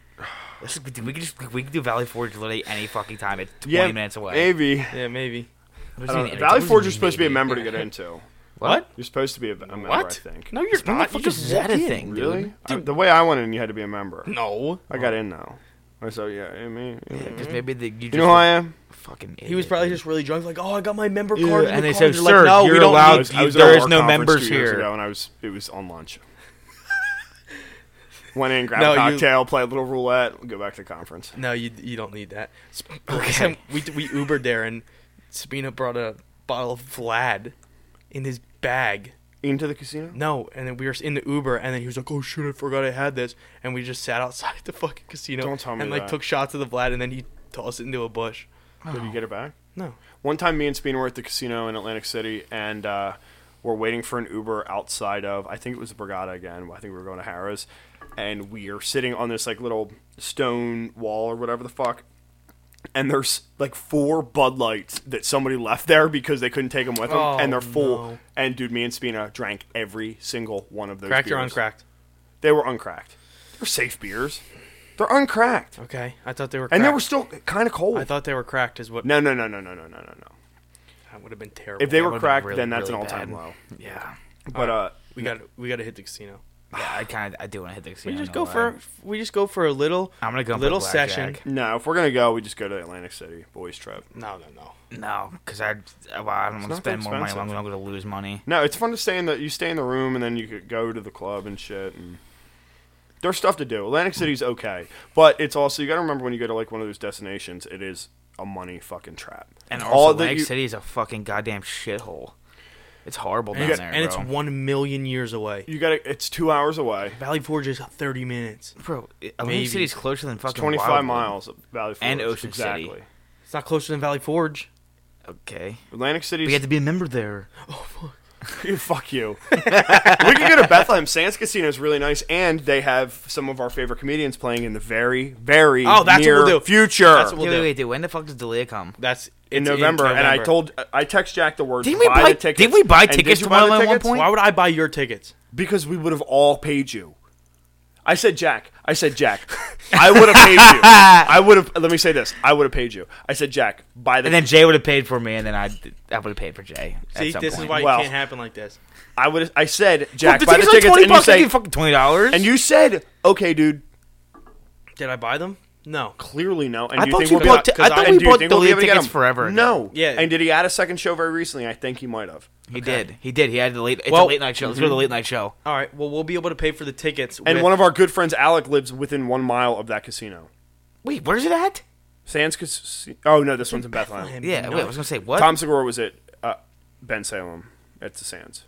Speaker 2: This is- dude, we could just we could do Valley Forge literally any fucking time. It's 20
Speaker 1: yeah,
Speaker 2: minutes away.
Speaker 1: Maybe
Speaker 4: Yeah, maybe.
Speaker 2: What
Speaker 1: I
Speaker 2: does it
Speaker 1: don't
Speaker 2: mean,
Speaker 1: know.
Speaker 2: any
Speaker 1: Valley
Speaker 2: time?
Speaker 1: Forge is supposed to be a member
Speaker 4: <laughs>
Speaker 1: to get into.
Speaker 2: What?
Speaker 1: You're supposed to be a, a member, I
Speaker 4: What?
Speaker 1: think.
Speaker 4: No, you're not. You just walk
Speaker 2: a
Speaker 4: in.
Speaker 2: thing, dude.
Speaker 1: really? I- the way I went in, you had to be a member.
Speaker 4: No,
Speaker 1: I got in though. I So yeah, I mean, you know.
Speaker 2: Just maybe the, Mm-hmm. you,
Speaker 1: you know who I am?
Speaker 2: Fucking.
Speaker 4: he was
Speaker 2: idiot,
Speaker 4: probably
Speaker 2: dude.
Speaker 4: just really drunk. Like, oh, I got my member
Speaker 2: Yeah,
Speaker 4: card. in
Speaker 2: and
Speaker 4: the
Speaker 2: they
Speaker 4: car."
Speaker 2: said,
Speaker 4: They're like,
Speaker 2: "Sir,
Speaker 4: no, we
Speaker 2: you're
Speaker 4: don't
Speaker 2: allowed
Speaker 1: I
Speaker 4: need
Speaker 1: was,
Speaker 2: you-
Speaker 1: I was
Speaker 2: there
Speaker 1: at a
Speaker 2: is
Speaker 1: bar
Speaker 2: no
Speaker 1: conference
Speaker 2: members
Speaker 1: two years
Speaker 2: here.
Speaker 1: ago, and I was it was on
Speaker 2: <laughs>
Speaker 1: lunch. Went in, grabbed a
Speaker 4: No, you-
Speaker 1: cocktail, played a little roulette, go back to conference.
Speaker 4: No, you you don't need that.
Speaker 1: <laughs>
Speaker 4: Sp-
Speaker 2: Okay.
Speaker 4: we we Ubered there, and Sabina brought a bottle of Vlad in his bag.
Speaker 1: Into the casino?
Speaker 4: No, and then we were in the Uber, and then he was like, "Oh shit, I forgot I had this," and we just sat outside <laughs> the fucking casino
Speaker 1: Don't tell me
Speaker 4: and like
Speaker 1: that.
Speaker 4: took shots of the Vlad, and then he tossed it into a bush.
Speaker 1: Did you get it back?
Speaker 4: No,
Speaker 1: One time, me and Spina were at the casino in Atlantic City, and uh, we're waiting for an Uber outside of. I think it was the Brigada again. I think we were going to Harrah's, and we are sitting on this like little stone wall or whatever the fuck. And there's like four Bud Lights that somebody left there because they couldn't take them with them,
Speaker 4: Oh,
Speaker 1: and they're full.
Speaker 4: no.
Speaker 1: And dude, me and Spina drank every single one of those.
Speaker 4: cracked or
Speaker 1: beers.
Speaker 4: uncracked?
Speaker 1: They were uncracked. They're safe beers. They're uncracked,
Speaker 4: Okay, I thought they were. Cracked.
Speaker 1: and they were still kind of cold.
Speaker 4: I thought they were cracked. Is what
Speaker 1: no, no, no, no, no, no, no, no, no.
Speaker 4: that would have been terrible.
Speaker 1: If they were
Speaker 2: would've been
Speaker 1: cracked,
Speaker 2: really,
Speaker 1: then that's
Speaker 2: really
Speaker 1: an all-time
Speaker 2: bad.
Speaker 1: low.
Speaker 2: Yeah. <sighs>
Speaker 1: But uh,
Speaker 4: we got we got to hit the casino.
Speaker 2: Yeah, I kind of I do want to hit the casino.
Speaker 4: We just
Speaker 2: no
Speaker 4: go
Speaker 2: way.
Speaker 4: for we just go for a little.
Speaker 2: I'm gonna go for
Speaker 4: little
Speaker 2: blackjack.
Speaker 4: session.
Speaker 1: No, if we're gonna go, we just go to Atlantic City boys trip.
Speaker 4: No, no, no.
Speaker 2: No, because I well, I don't want
Speaker 1: not
Speaker 2: to
Speaker 1: that
Speaker 2: spend more money. I'm
Speaker 1: expensive.
Speaker 2: going to lose money.
Speaker 1: No, it's fun to stay in the you stay in the room and then you could go to the club and shit. And there's stuff to do. Atlantic City's okay, but it's also you got to remember when you go to like one of those destinations, it is a money fucking trap.
Speaker 2: And also,
Speaker 1: that
Speaker 2: Atlantic
Speaker 1: you-
Speaker 2: City is a fucking goddamn shithole. It's horrible down
Speaker 4: And, it's,
Speaker 2: there,
Speaker 4: and it's
Speaker 2: bro.
Speaker 4: one million years away.
Speaker 1: you got to it's two hours away.
Speaker 4: Valley Forge is thirty minutes.
Speaker 2: Bro, Atlantic
Speaker 4: Maybe.
Speaker 2: City's closer than fucking.
Speaker 1: Twenty five
Speaker 2: Wildwood.
Speaker 1: miles of Valley Forge
Speaker 2: And Ocean City.
Speaker 1: exactly.
Speaker 4: It's not closer than Valley Forge.
Speaker 2: Okay.
Speaker 1: Atlantic
Speaker 2: We
Speaker 1: City's
Speaker 2: had to be a member there.
Speaker 1: <laughs> Fuck you. we can go to Bethlehem. Sands Casino is really nice, and they have some of our favorite comedians playing in the very, very
Speaker 4: Oh, that's what
Speaker 1: near
Speaker 4: we'll do.
Speaker 1: future.
Speaker 4: That's what we'll
Speaker 2: Wait,
Speaker 4: do.
Speaker 2: wait, wait, dude. When the fuck does Delia come?
Speaker 4: That's
Speaker 1: in
Speaker 4: it's
Speaker 1: November, and I
Speaker 4: November.
Speaker 1: told I text Jack the words.
Speaker 2: Didn't we
Speaker 1: buy,
Speaker 2: buy-
Speaker 1: the tickets?
Speaker 2: didn't we buy
Speaker 1: And
Speaker 2: tickets
Speaker 1: did you
Speaker 2: to
Speaker 1: buy the
Speaker 2: Wonderland at one
Speaker 1: tickets?
Speaker 2: point?
Speaker 4: Why would I buy your tickets?
Speaker 1: Because we would have all paid you. I said Jack. I said Jack. I would have paid you. I would have. Let me say this. I would have paid you. I said Jack. By the
Speaker 2: And then Jay would have paid for me, and then I I would have paid for Jay. at
Speaker 4: See,
Speaker 2: some
Speaker 4: this is
Speaker 2: point.
Speaker 4: why
Speaker 1: Well,
Speaker 4: it can't happen like this.
Speaker 1: I would. I said
Speaker 2: Well,
Speaker 1: Jack. buy the tickets,
Speaker 2: like
Speaker 1: and you say,
Speaker 2: give fucking twenty dollars.
Speaker 1: and you said, okay, dude.
Speaker 4: Did I buy them? No.
Speaker 1: Clearly no. And
Speaker 2: I
Speaker 1: do
Speaker 2: thought
Speaker 1: you think
Speaker 2: you
Speaker 1: we'll be-
Speaker 2: bought ti- I
Speaker 1: and
Speaker 2: thought
Speaker 1: do
Speaker 2: we
Speaker 1: you
Speaker 2: bought
Speaker 1: think we'll be
Speaker 2: delayed
Speaker 1: able to get
Speaker 2: tickets
Speaker 1: them?
Speaker 2: forever ago.
Speaker 1: No.
Speaker 4: Yeah.
Speaker 1: And did he add a second show very recently? I think he might have.
Speaker 2: he did. He did. He had the late. It's
Speaker 4: Well-
Speaker 2: a late night show. Let's go to the late night show.
Speaker 4: All right. Well, we'll be able to pay for the tickets.
Speaker 1: And
Speaker 4: with-
Speaker 1: one of our good friends, Alec, lives within one mile of that casino.
Speaker 2: Wait, where's it at?
Speaker 1: Sands Casino. Oh no, this one's in Bethlehem.
Speaker 4: Bethlehem.
Speaker 2: Yeah.
Speaker 4: No.
Speaker 2: Wait, I was gonna say what?
Speaker 1: Tom Segura was at uh, Ben Salem at the Sands.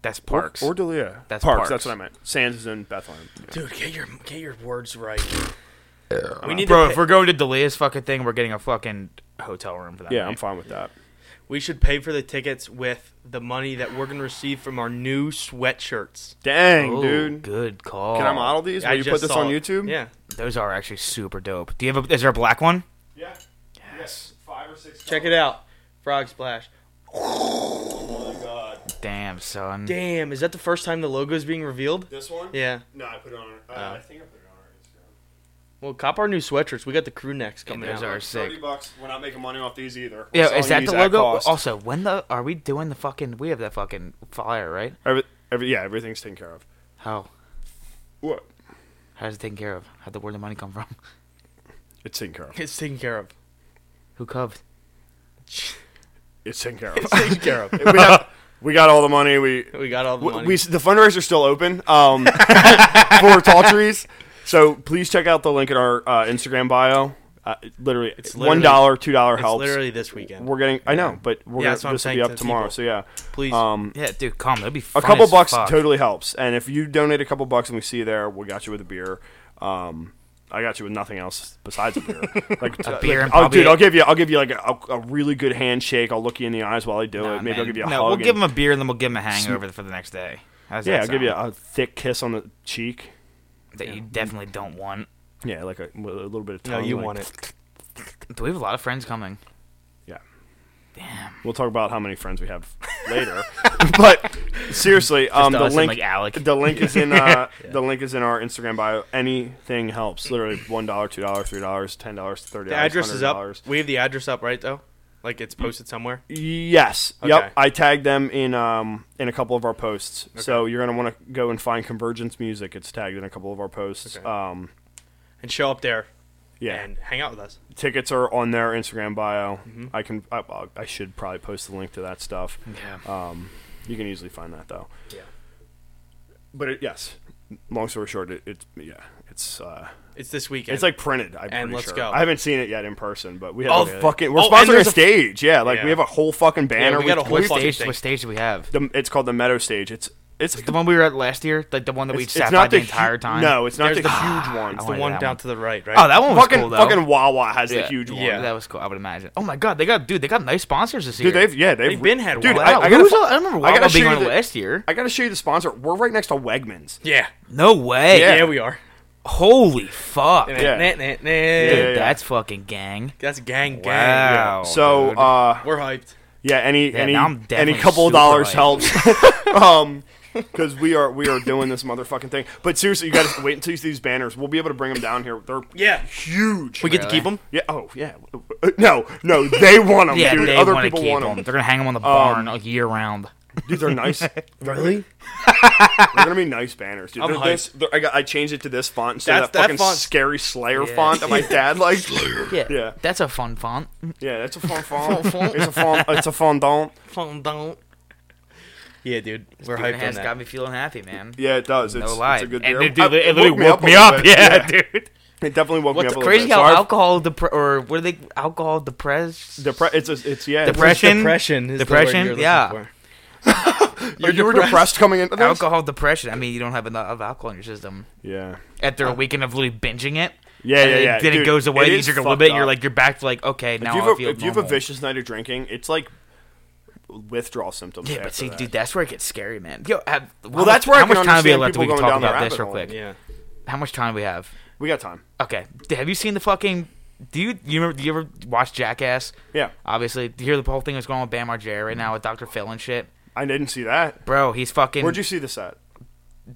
Speaker 2: That's Parks.
Speaker 1: Or Delia.
Speaker 2: That's
Speaker 1: Parks,
Speaker 2: Parks.
Speaker 1: That's what I meant. Sands is in Bethlehem.
Speaker 4: dude, get your get your words right. We need
Speaker 2: Bro, if
Speaker 4: to. Pay,
Speaker 2: we're going to Delia's fucking thing, we're getting a fucking hotel room for that.
Speaker 1: Yeah, I'm
Speaker 2: night.
Speaker 1: fine with that.
Speaker 4: we should pay for the tickets with the money that we're gonna receive from our new sweatshirts.
Speaker 1: Dang,
Speaker 2: Ooh,
Speaker 1: dude.
Speaker 2: Good call.
Speaker 1: Can I model these? Will
Speaker 4: Oh, I
Speaker 1: you put
Speaker 4: just
Speaker 1: this
Speaker 4: saw
Speaker 1: on
Speaker 4: it.
Speaker 1: YouTube?
Speaker 4: Yeah.
Speaker 2: Those are actually super dope. Do you have a? Is there a black one?
Speaker 1: Yeah. Yes. Five or six.
Speaker 4: Check it out. Frog splash.
Speaker 1: Oh my god.
Speaker 2: Damn, son.
Speaker 4: Damn, is that the first time the logo is being revealed?
Speaker 1: This one?
Speaker 4: Yeah.
Speaker 1: No, I put it on.
Speaker 4: Oh.
Speaker 1: think I
Speaker 4: I
Speaker 1: put it on our
Speaker 4: Well, cop our new sweatshirts. We got the crew necks coming
Speaker 2: those
Speaker 4: out.
Speaker 2: are sick.
Speaker 1: bucks. We're not making money off these either.
Speaker 2: Yeah, is that the logo? Also, when the are we doing the fucking? We have that fucking flyer, right?
Speaker 1: Every, every, yeah, everything's taken care of.
Speaker 2: How?
Speaker 1: What?
Speaker 2: How does it taken care of? How'd the where the money come from? <laughs>
Speaker 1: It's taken care of.
Speaker 4: It's taken care of. <laughs>
Speaker 2: Who coved?
Speaker 1: It's taken care of.
Speaker 4: Taken care
Speaker 1: <laughs>
Speaker 4: of.
Speaker 1: we, got, we got all the money. We
Speaker 4: We got all the
Speaker 1: W-
Speaker 4: money.
Speaker 1: We, the fundraiser's still open
Speaker 4: <laughs>
Speaker 1: um, for Tall Trees. So please check out the link in our uh, Instagram bio. Uh, it- literally, it's
Speaker 4: literally-
Speaker 1: one dollar, two dollar
Speaker 4: it's
Speaker 1: helps.
Speaker 4: literally this weekend.
Speaker 1: we're getting. I know, but we're
Speaker 4: Yeah, that's what
Speaker 1: gonna, this
Speaker 4: I'm
Speaker 1: will
Speaker 4: saying
Speaker 1: be
Speaker 4: to
Speaker 1: up
Speaker 4: the
Speaker 1: tomorrow.
Speaker 4: people.
Speaker 1: So yeah,
Speaker 4: Please.
Speaker 1: um,
Speaker 2: Yeah, dude, come. That'd be
Speaker 1: a
Speaker 2: fun
Speaker 1: couple
Speaker 2: as
Speaker 1: bucks
Speaker 2: fuck.
Speaker 1: totally helps. And if you donate a couple bucks and we see you there, we got you with a beer. Um, I got you with nothing else besides a beer.
Speaker 2: <laughs>
Speaker 1: Like uh,
Speaker 2: A
Speaker 1: like,
Speaker 2: beer and
Speaker 1: I'll, dude,
Speaker 2: probably-
Speaker 1: I'll give you. I'll give you like a, a really good handshake. I'll look you in the eyes while I do
Speaker 2: Nah,
Speaker 1: it. Maybe I'll
Speaker 2: man.
Speaker 1: give you a
Speaker 2: no,
Speaker 1: hug.
Speaker 2: We'll
Speaker 1: and-
Speaker 2: give him a beer and then we'll give him a hangover for the next day. How's
Speaker 1: yeah,
Speaker 2: that
Speaker 1: I'll give
Speaker 2: sound?
Speaker 1: you a thick kiss on the cheek.
Speaker 2: that you definitely don't want.
Speaker 1: Yeah, like a, a little bit of
Speaker 4: no,
Speaker 1: tongue.
Speaker 4: you
Speaker 1: like-
Speaker 4: want it.
Speaker 2: Do we have a lot of friends coming?
Speaker 1: Yeah.
Speaker 2: Damn.
Speaker 1: We'll talk about how many friends we
Speaker 2: <laughs>
Speaker 1: have later. <laughs> but seriously, um, the
Speaker 2: us and,
Speaker 1: link,
Speaker 2: like, Alec.
Speaker 1: <laughs> the link is in uh, the link is in our Instagram bio. Anything helps. Literally one dollar, two dollars, three dollars, ten dollars, thirty
Speaker 4: The
Speaker 1: dollars.
Speaker 4: address is up.
Speaker 1: $100.
Speaker 4: We have the address up, right, though? Like it's posted somewhere?
Speaker 1: Yes.
Speaker 4: Okay.
Speaker 1: Yep. I tagged them in um in a couple of our posts. So you're gonna want to go and find Convergence Music. It's tagged in a couple of our posts.
Speaker 4: Okay.
Speaker 1: Um,
Speaker 4: And show up there
Speaker 1: yeah.
Speaker 4: and Mm-hmm. hang out with us.
Speaker 1: Tickets are on their Instagram bio. I can. I, I should probably post the link to that
Speaker 4: <laughs>
Speaker 1: stuff.
Speaker 2: Yeah.
Speaker 1: Um, you can easily find that though.
Speaker 4: Yeah.
Speaker 1: But it, yes, long story short, it, it's yeah, it's uh,
Speaker 4: It's this weekend.
Speaker 1: it's like printed. I'm
Speaker 4: And
Speaker 1: pretty
Speaker 4: let's
Speaker 1: sure.
Speaker 4: go.
Speaker 1: I haven't seen it yet in person, but we have
Speaker 4: Oh,
Speaker 1: a fucking. We're
Speaker 4: oh, and
Speaker 1: sponsoring a
Speaker 4: there's a-
Speaker 1: stage. Yeah, like
Speaker 4: Yeah.
Speaker 1: we have a whole fucking banner.
Speaker 4: we got
Speaker 1: with-
Speaker 4: a whole
Speaker 2: What
Speaker 1: with
Speaker 4: fucking
Speaker 2: stage?
Speaker 4: thing.
Speaker 2: What stage do we have?
Speaker 1: the, it's called the Meadow Stage. It's it's
Speaker 2: The one we were at last year, like the one that we
Speaker 1: it's,
Speaker 2: sat
Speaker 1: it's
Speaker 2: by
Speaker 1: not
Speaker 2: the,
Speaker 1: hu-
Speaker 2: entire time.
Speaker 1: No, it's not
Speaker 4: There's
Speaker 1: the
Speaker 4: the- <sighs>
Speaker 1: huge one.
Speaker 2: I
Speaker 4: the
Speaker 2: wanted
Speaker 4: one
Speaker 2: that
Speaker 4: down
Speaker 2: one.
Speaker 4: to the right, right?
Speaker 2: Oh, that one was
Speaker 1: fucking
Speaker 2: cool though.
Speaker 1: fucking Wawa has the
Speaker 2: Yeah.
Speaker 1: huge one.
Speaker 4: Yeah.
Speaker 2: that was cool. I would imagine. Oh my god, they got dude. They got nice sponsors this year.
Speaker 1: Dude, they've yeah they've,
Speaker 4: They've been had
Speaker 1: dude.
Speaker 4: Wawa.
Speaker 1: I,
Speaker 2: Wow,
Speaker 1: I gotta,
Speaker 2: who was
Speaker 1: fi-
Speaker 2: on- I remember
Speaker 1: I gotta
Speaker 2: Wawa
Speaker 1: show
Speaker 2: being
Speaker 1: you
Speaker 2: on
Speaker 1: the-
Speaker 2: last year.
Speaker 1: I gotta show you the sponsor. We're right next to Wegmans.
Speaker 4: Yeah.
Speaker 2: No way.
Speaker 4: yeah. we are.
Speaker 2: Holy fuck.
Speaker 4: Nah,
Speaker 1: <laughs>
Speaker 2: Dude,
Speaker 1: Yeah.
Speaker 4: nah, nah, nah.
Speaker 1: Yeah.
Speaker 2: that's fucking gang.
Speaker 4: That's gang gang.
Speaker 2: Wow. Oh,
Speaker 1: so
Speaker 2: dude.
Speaker 1: uh,
Speaker 4: We're hyped.
Speaker 1: Yeah, any
Speaker 2: Yeah,
Speaker 1: any
Speaker 2: now I'm
Speaker 1: any
Speaker 2: definitely
Speaker 1: couple of
Speaker 2: super
Speaker 1: dollars
Speaker 2: hyped.
Speaker 1: helps. <laughs>
Speaker 2: <laughs>
Speaker 1: um, because we are we are doing this motherfucking thing. But seriously, you guys wait until you see these banners. We'll be able to bring them down here. They're
Speaker 4: Yeah.
Speaker 1: huge.
Speaker 4: We get to
Speaker 2: Really?
Speaker 4: keep them?
Speaker 1: yeah. Oh yeah. Uh, No, no, they want them,
Speaker 2: Yeah,
Speaker 1: dude.
Speaker 2: they
Speaker 1: Other
Speaker 2: want to
Speaker 1: people
Speaker 2: keep
Speaker 1: want
Speaker 2: them.
Speaker 1: them. Um,
Speaker 2: They're gonna hang them on the barn all year round.
Speaker 1: These are nice.
Speaker 4: Really?
Speaker 1: They're gonna be nice banners, dude.
Speaker 4: I'm
Speaker 1: They're
Speaker 4: hyped.
Speaker 1: this- they're- I, got, I changed it to this font instead of that,
Speaker 4: That's- that
Speaker 1: fucking
Speaker 4: font-
Speaker 1: scary Slayer
Speaker 2: Yeah.
Speaker 1: font that
Speaker 2: <laughs>
Speaker 1: my dad liked.
Speaker 2: Yeah.
Speaker 1: Yeah.
Speaker 2: That's a fun font.
Speaker 1: Yeah, that's a
Speaker 2: <laughs>
Speaker 1: fun font. it's a font. It's a fondant.
Speaker 4: don't. Yeah, dude. We're
Speaker 2: Dude, it
Speaker 4: hyped on
Speaker 2: has
Speaker 4: that.
Speaker 2: got me feeling happy, man.
Speaker 1: Yeah, it does. It's,
Speaker 2: No
Speaker 1: it's
Speaker 2: lie.
Speaker 1: a good
Speaker 2: and
Speaker 1: beer.
Speaker 2: it,
Speaker 1: I-
Speaker 2: dude, it
Speaker 1: woke
Speaker 2: literally
Speaker 1: me up
Speaker 2: woke
Speaker 1: a
Speaker 2: me
Speaker 1: little
Speaker 2: up.
Speaker 1: bit.
Speaker 2: <laughs> Yeah, dude.
Speaker 1: It definitely woke me
Speaker 4: What's
Speaker 1: up a little
Speaker 2: Crazy
Speaker 1: bit.
Speaker 2: how
Speaker 1: So I've-
Speaker 2: alcohol depre- or what are they alcohol depressed?
Speaker 1: Depre- it's a, it's yeah.
Speaker 2: Depre- Depression?
Speaker 4: Depression. Is
Speaker 2: Depression?
Speaker 4: The word you're
Speaker 2: Yeah.
Speaker 4: looking for.
Speaker 1: you you were depressed coming into this.
Speaker 2: alcohol depression. I mean, you don't have enough alcohol in your system
Speaker 1: Yeah.
Speaker 2: after a weekend of literally binging it.
Speaker 1: Uh, Yeah,
Speaker 2: and
Speaker 1: yeah,
Speaker 2: then-
Speaker 1: yeah.
Speaker 2: Then
Speaker 1: Dude,
Speaker 2: it goes away.
Speaker 1: it
Speaker 2: These
Speaker 1: is
Speaker 2: are a little
Speaker 1: fucked
Speaker 2: bit. You're
Speaker 1: up.
Speaker 2: like you're back to like okay now
Speaker 1: If you
Speaker 2: I
Speaker 1: have, a,
Speaker 2: feel
Speaker 1: if you have a
Speaker 2: normal.
Speaker 1: vicious night of drinking, it's like withdrawal symptoms.
Speaker 2: Yeah, but
Speaker 1: after
Speaker 2: see,
Speaker 1: that.
Speaker 2: dude, that's where it gets scary, man. Yo, have,
Speaker 1: Well, that's where I
Speaker 2: how
Speaker 1: can
Speaker 2: much time do we
Speaker 1: understand
Speaker 2: have left? that We
Speaker 1: people
Speaker 2: can
Speaker 1: going
Speaker 2: talk
Speaker 1: down the
Speaker 2: about
Speaker 1: rabbit
Speaker 2: this real
Speaker 1: hole.
Speaker 2: quick.
Speaker 4: Yeah.
Speaker 2: How much time do we have?
Speaker 1: we got time.
Speaker 2: Okay, d- have you seen the fucking? Do you you remember? Do you ever watch Jackass?
Speaker 1: Yeah,
Speaker 2: Obviously, do you hear the whole thing that's going on with Bam Margera right now with Dr. Phil and shit?
Speaker 1: I didn't see that.
Speaker 2: Bro, he's fucking.
Speaker 1: Where'd you see this at?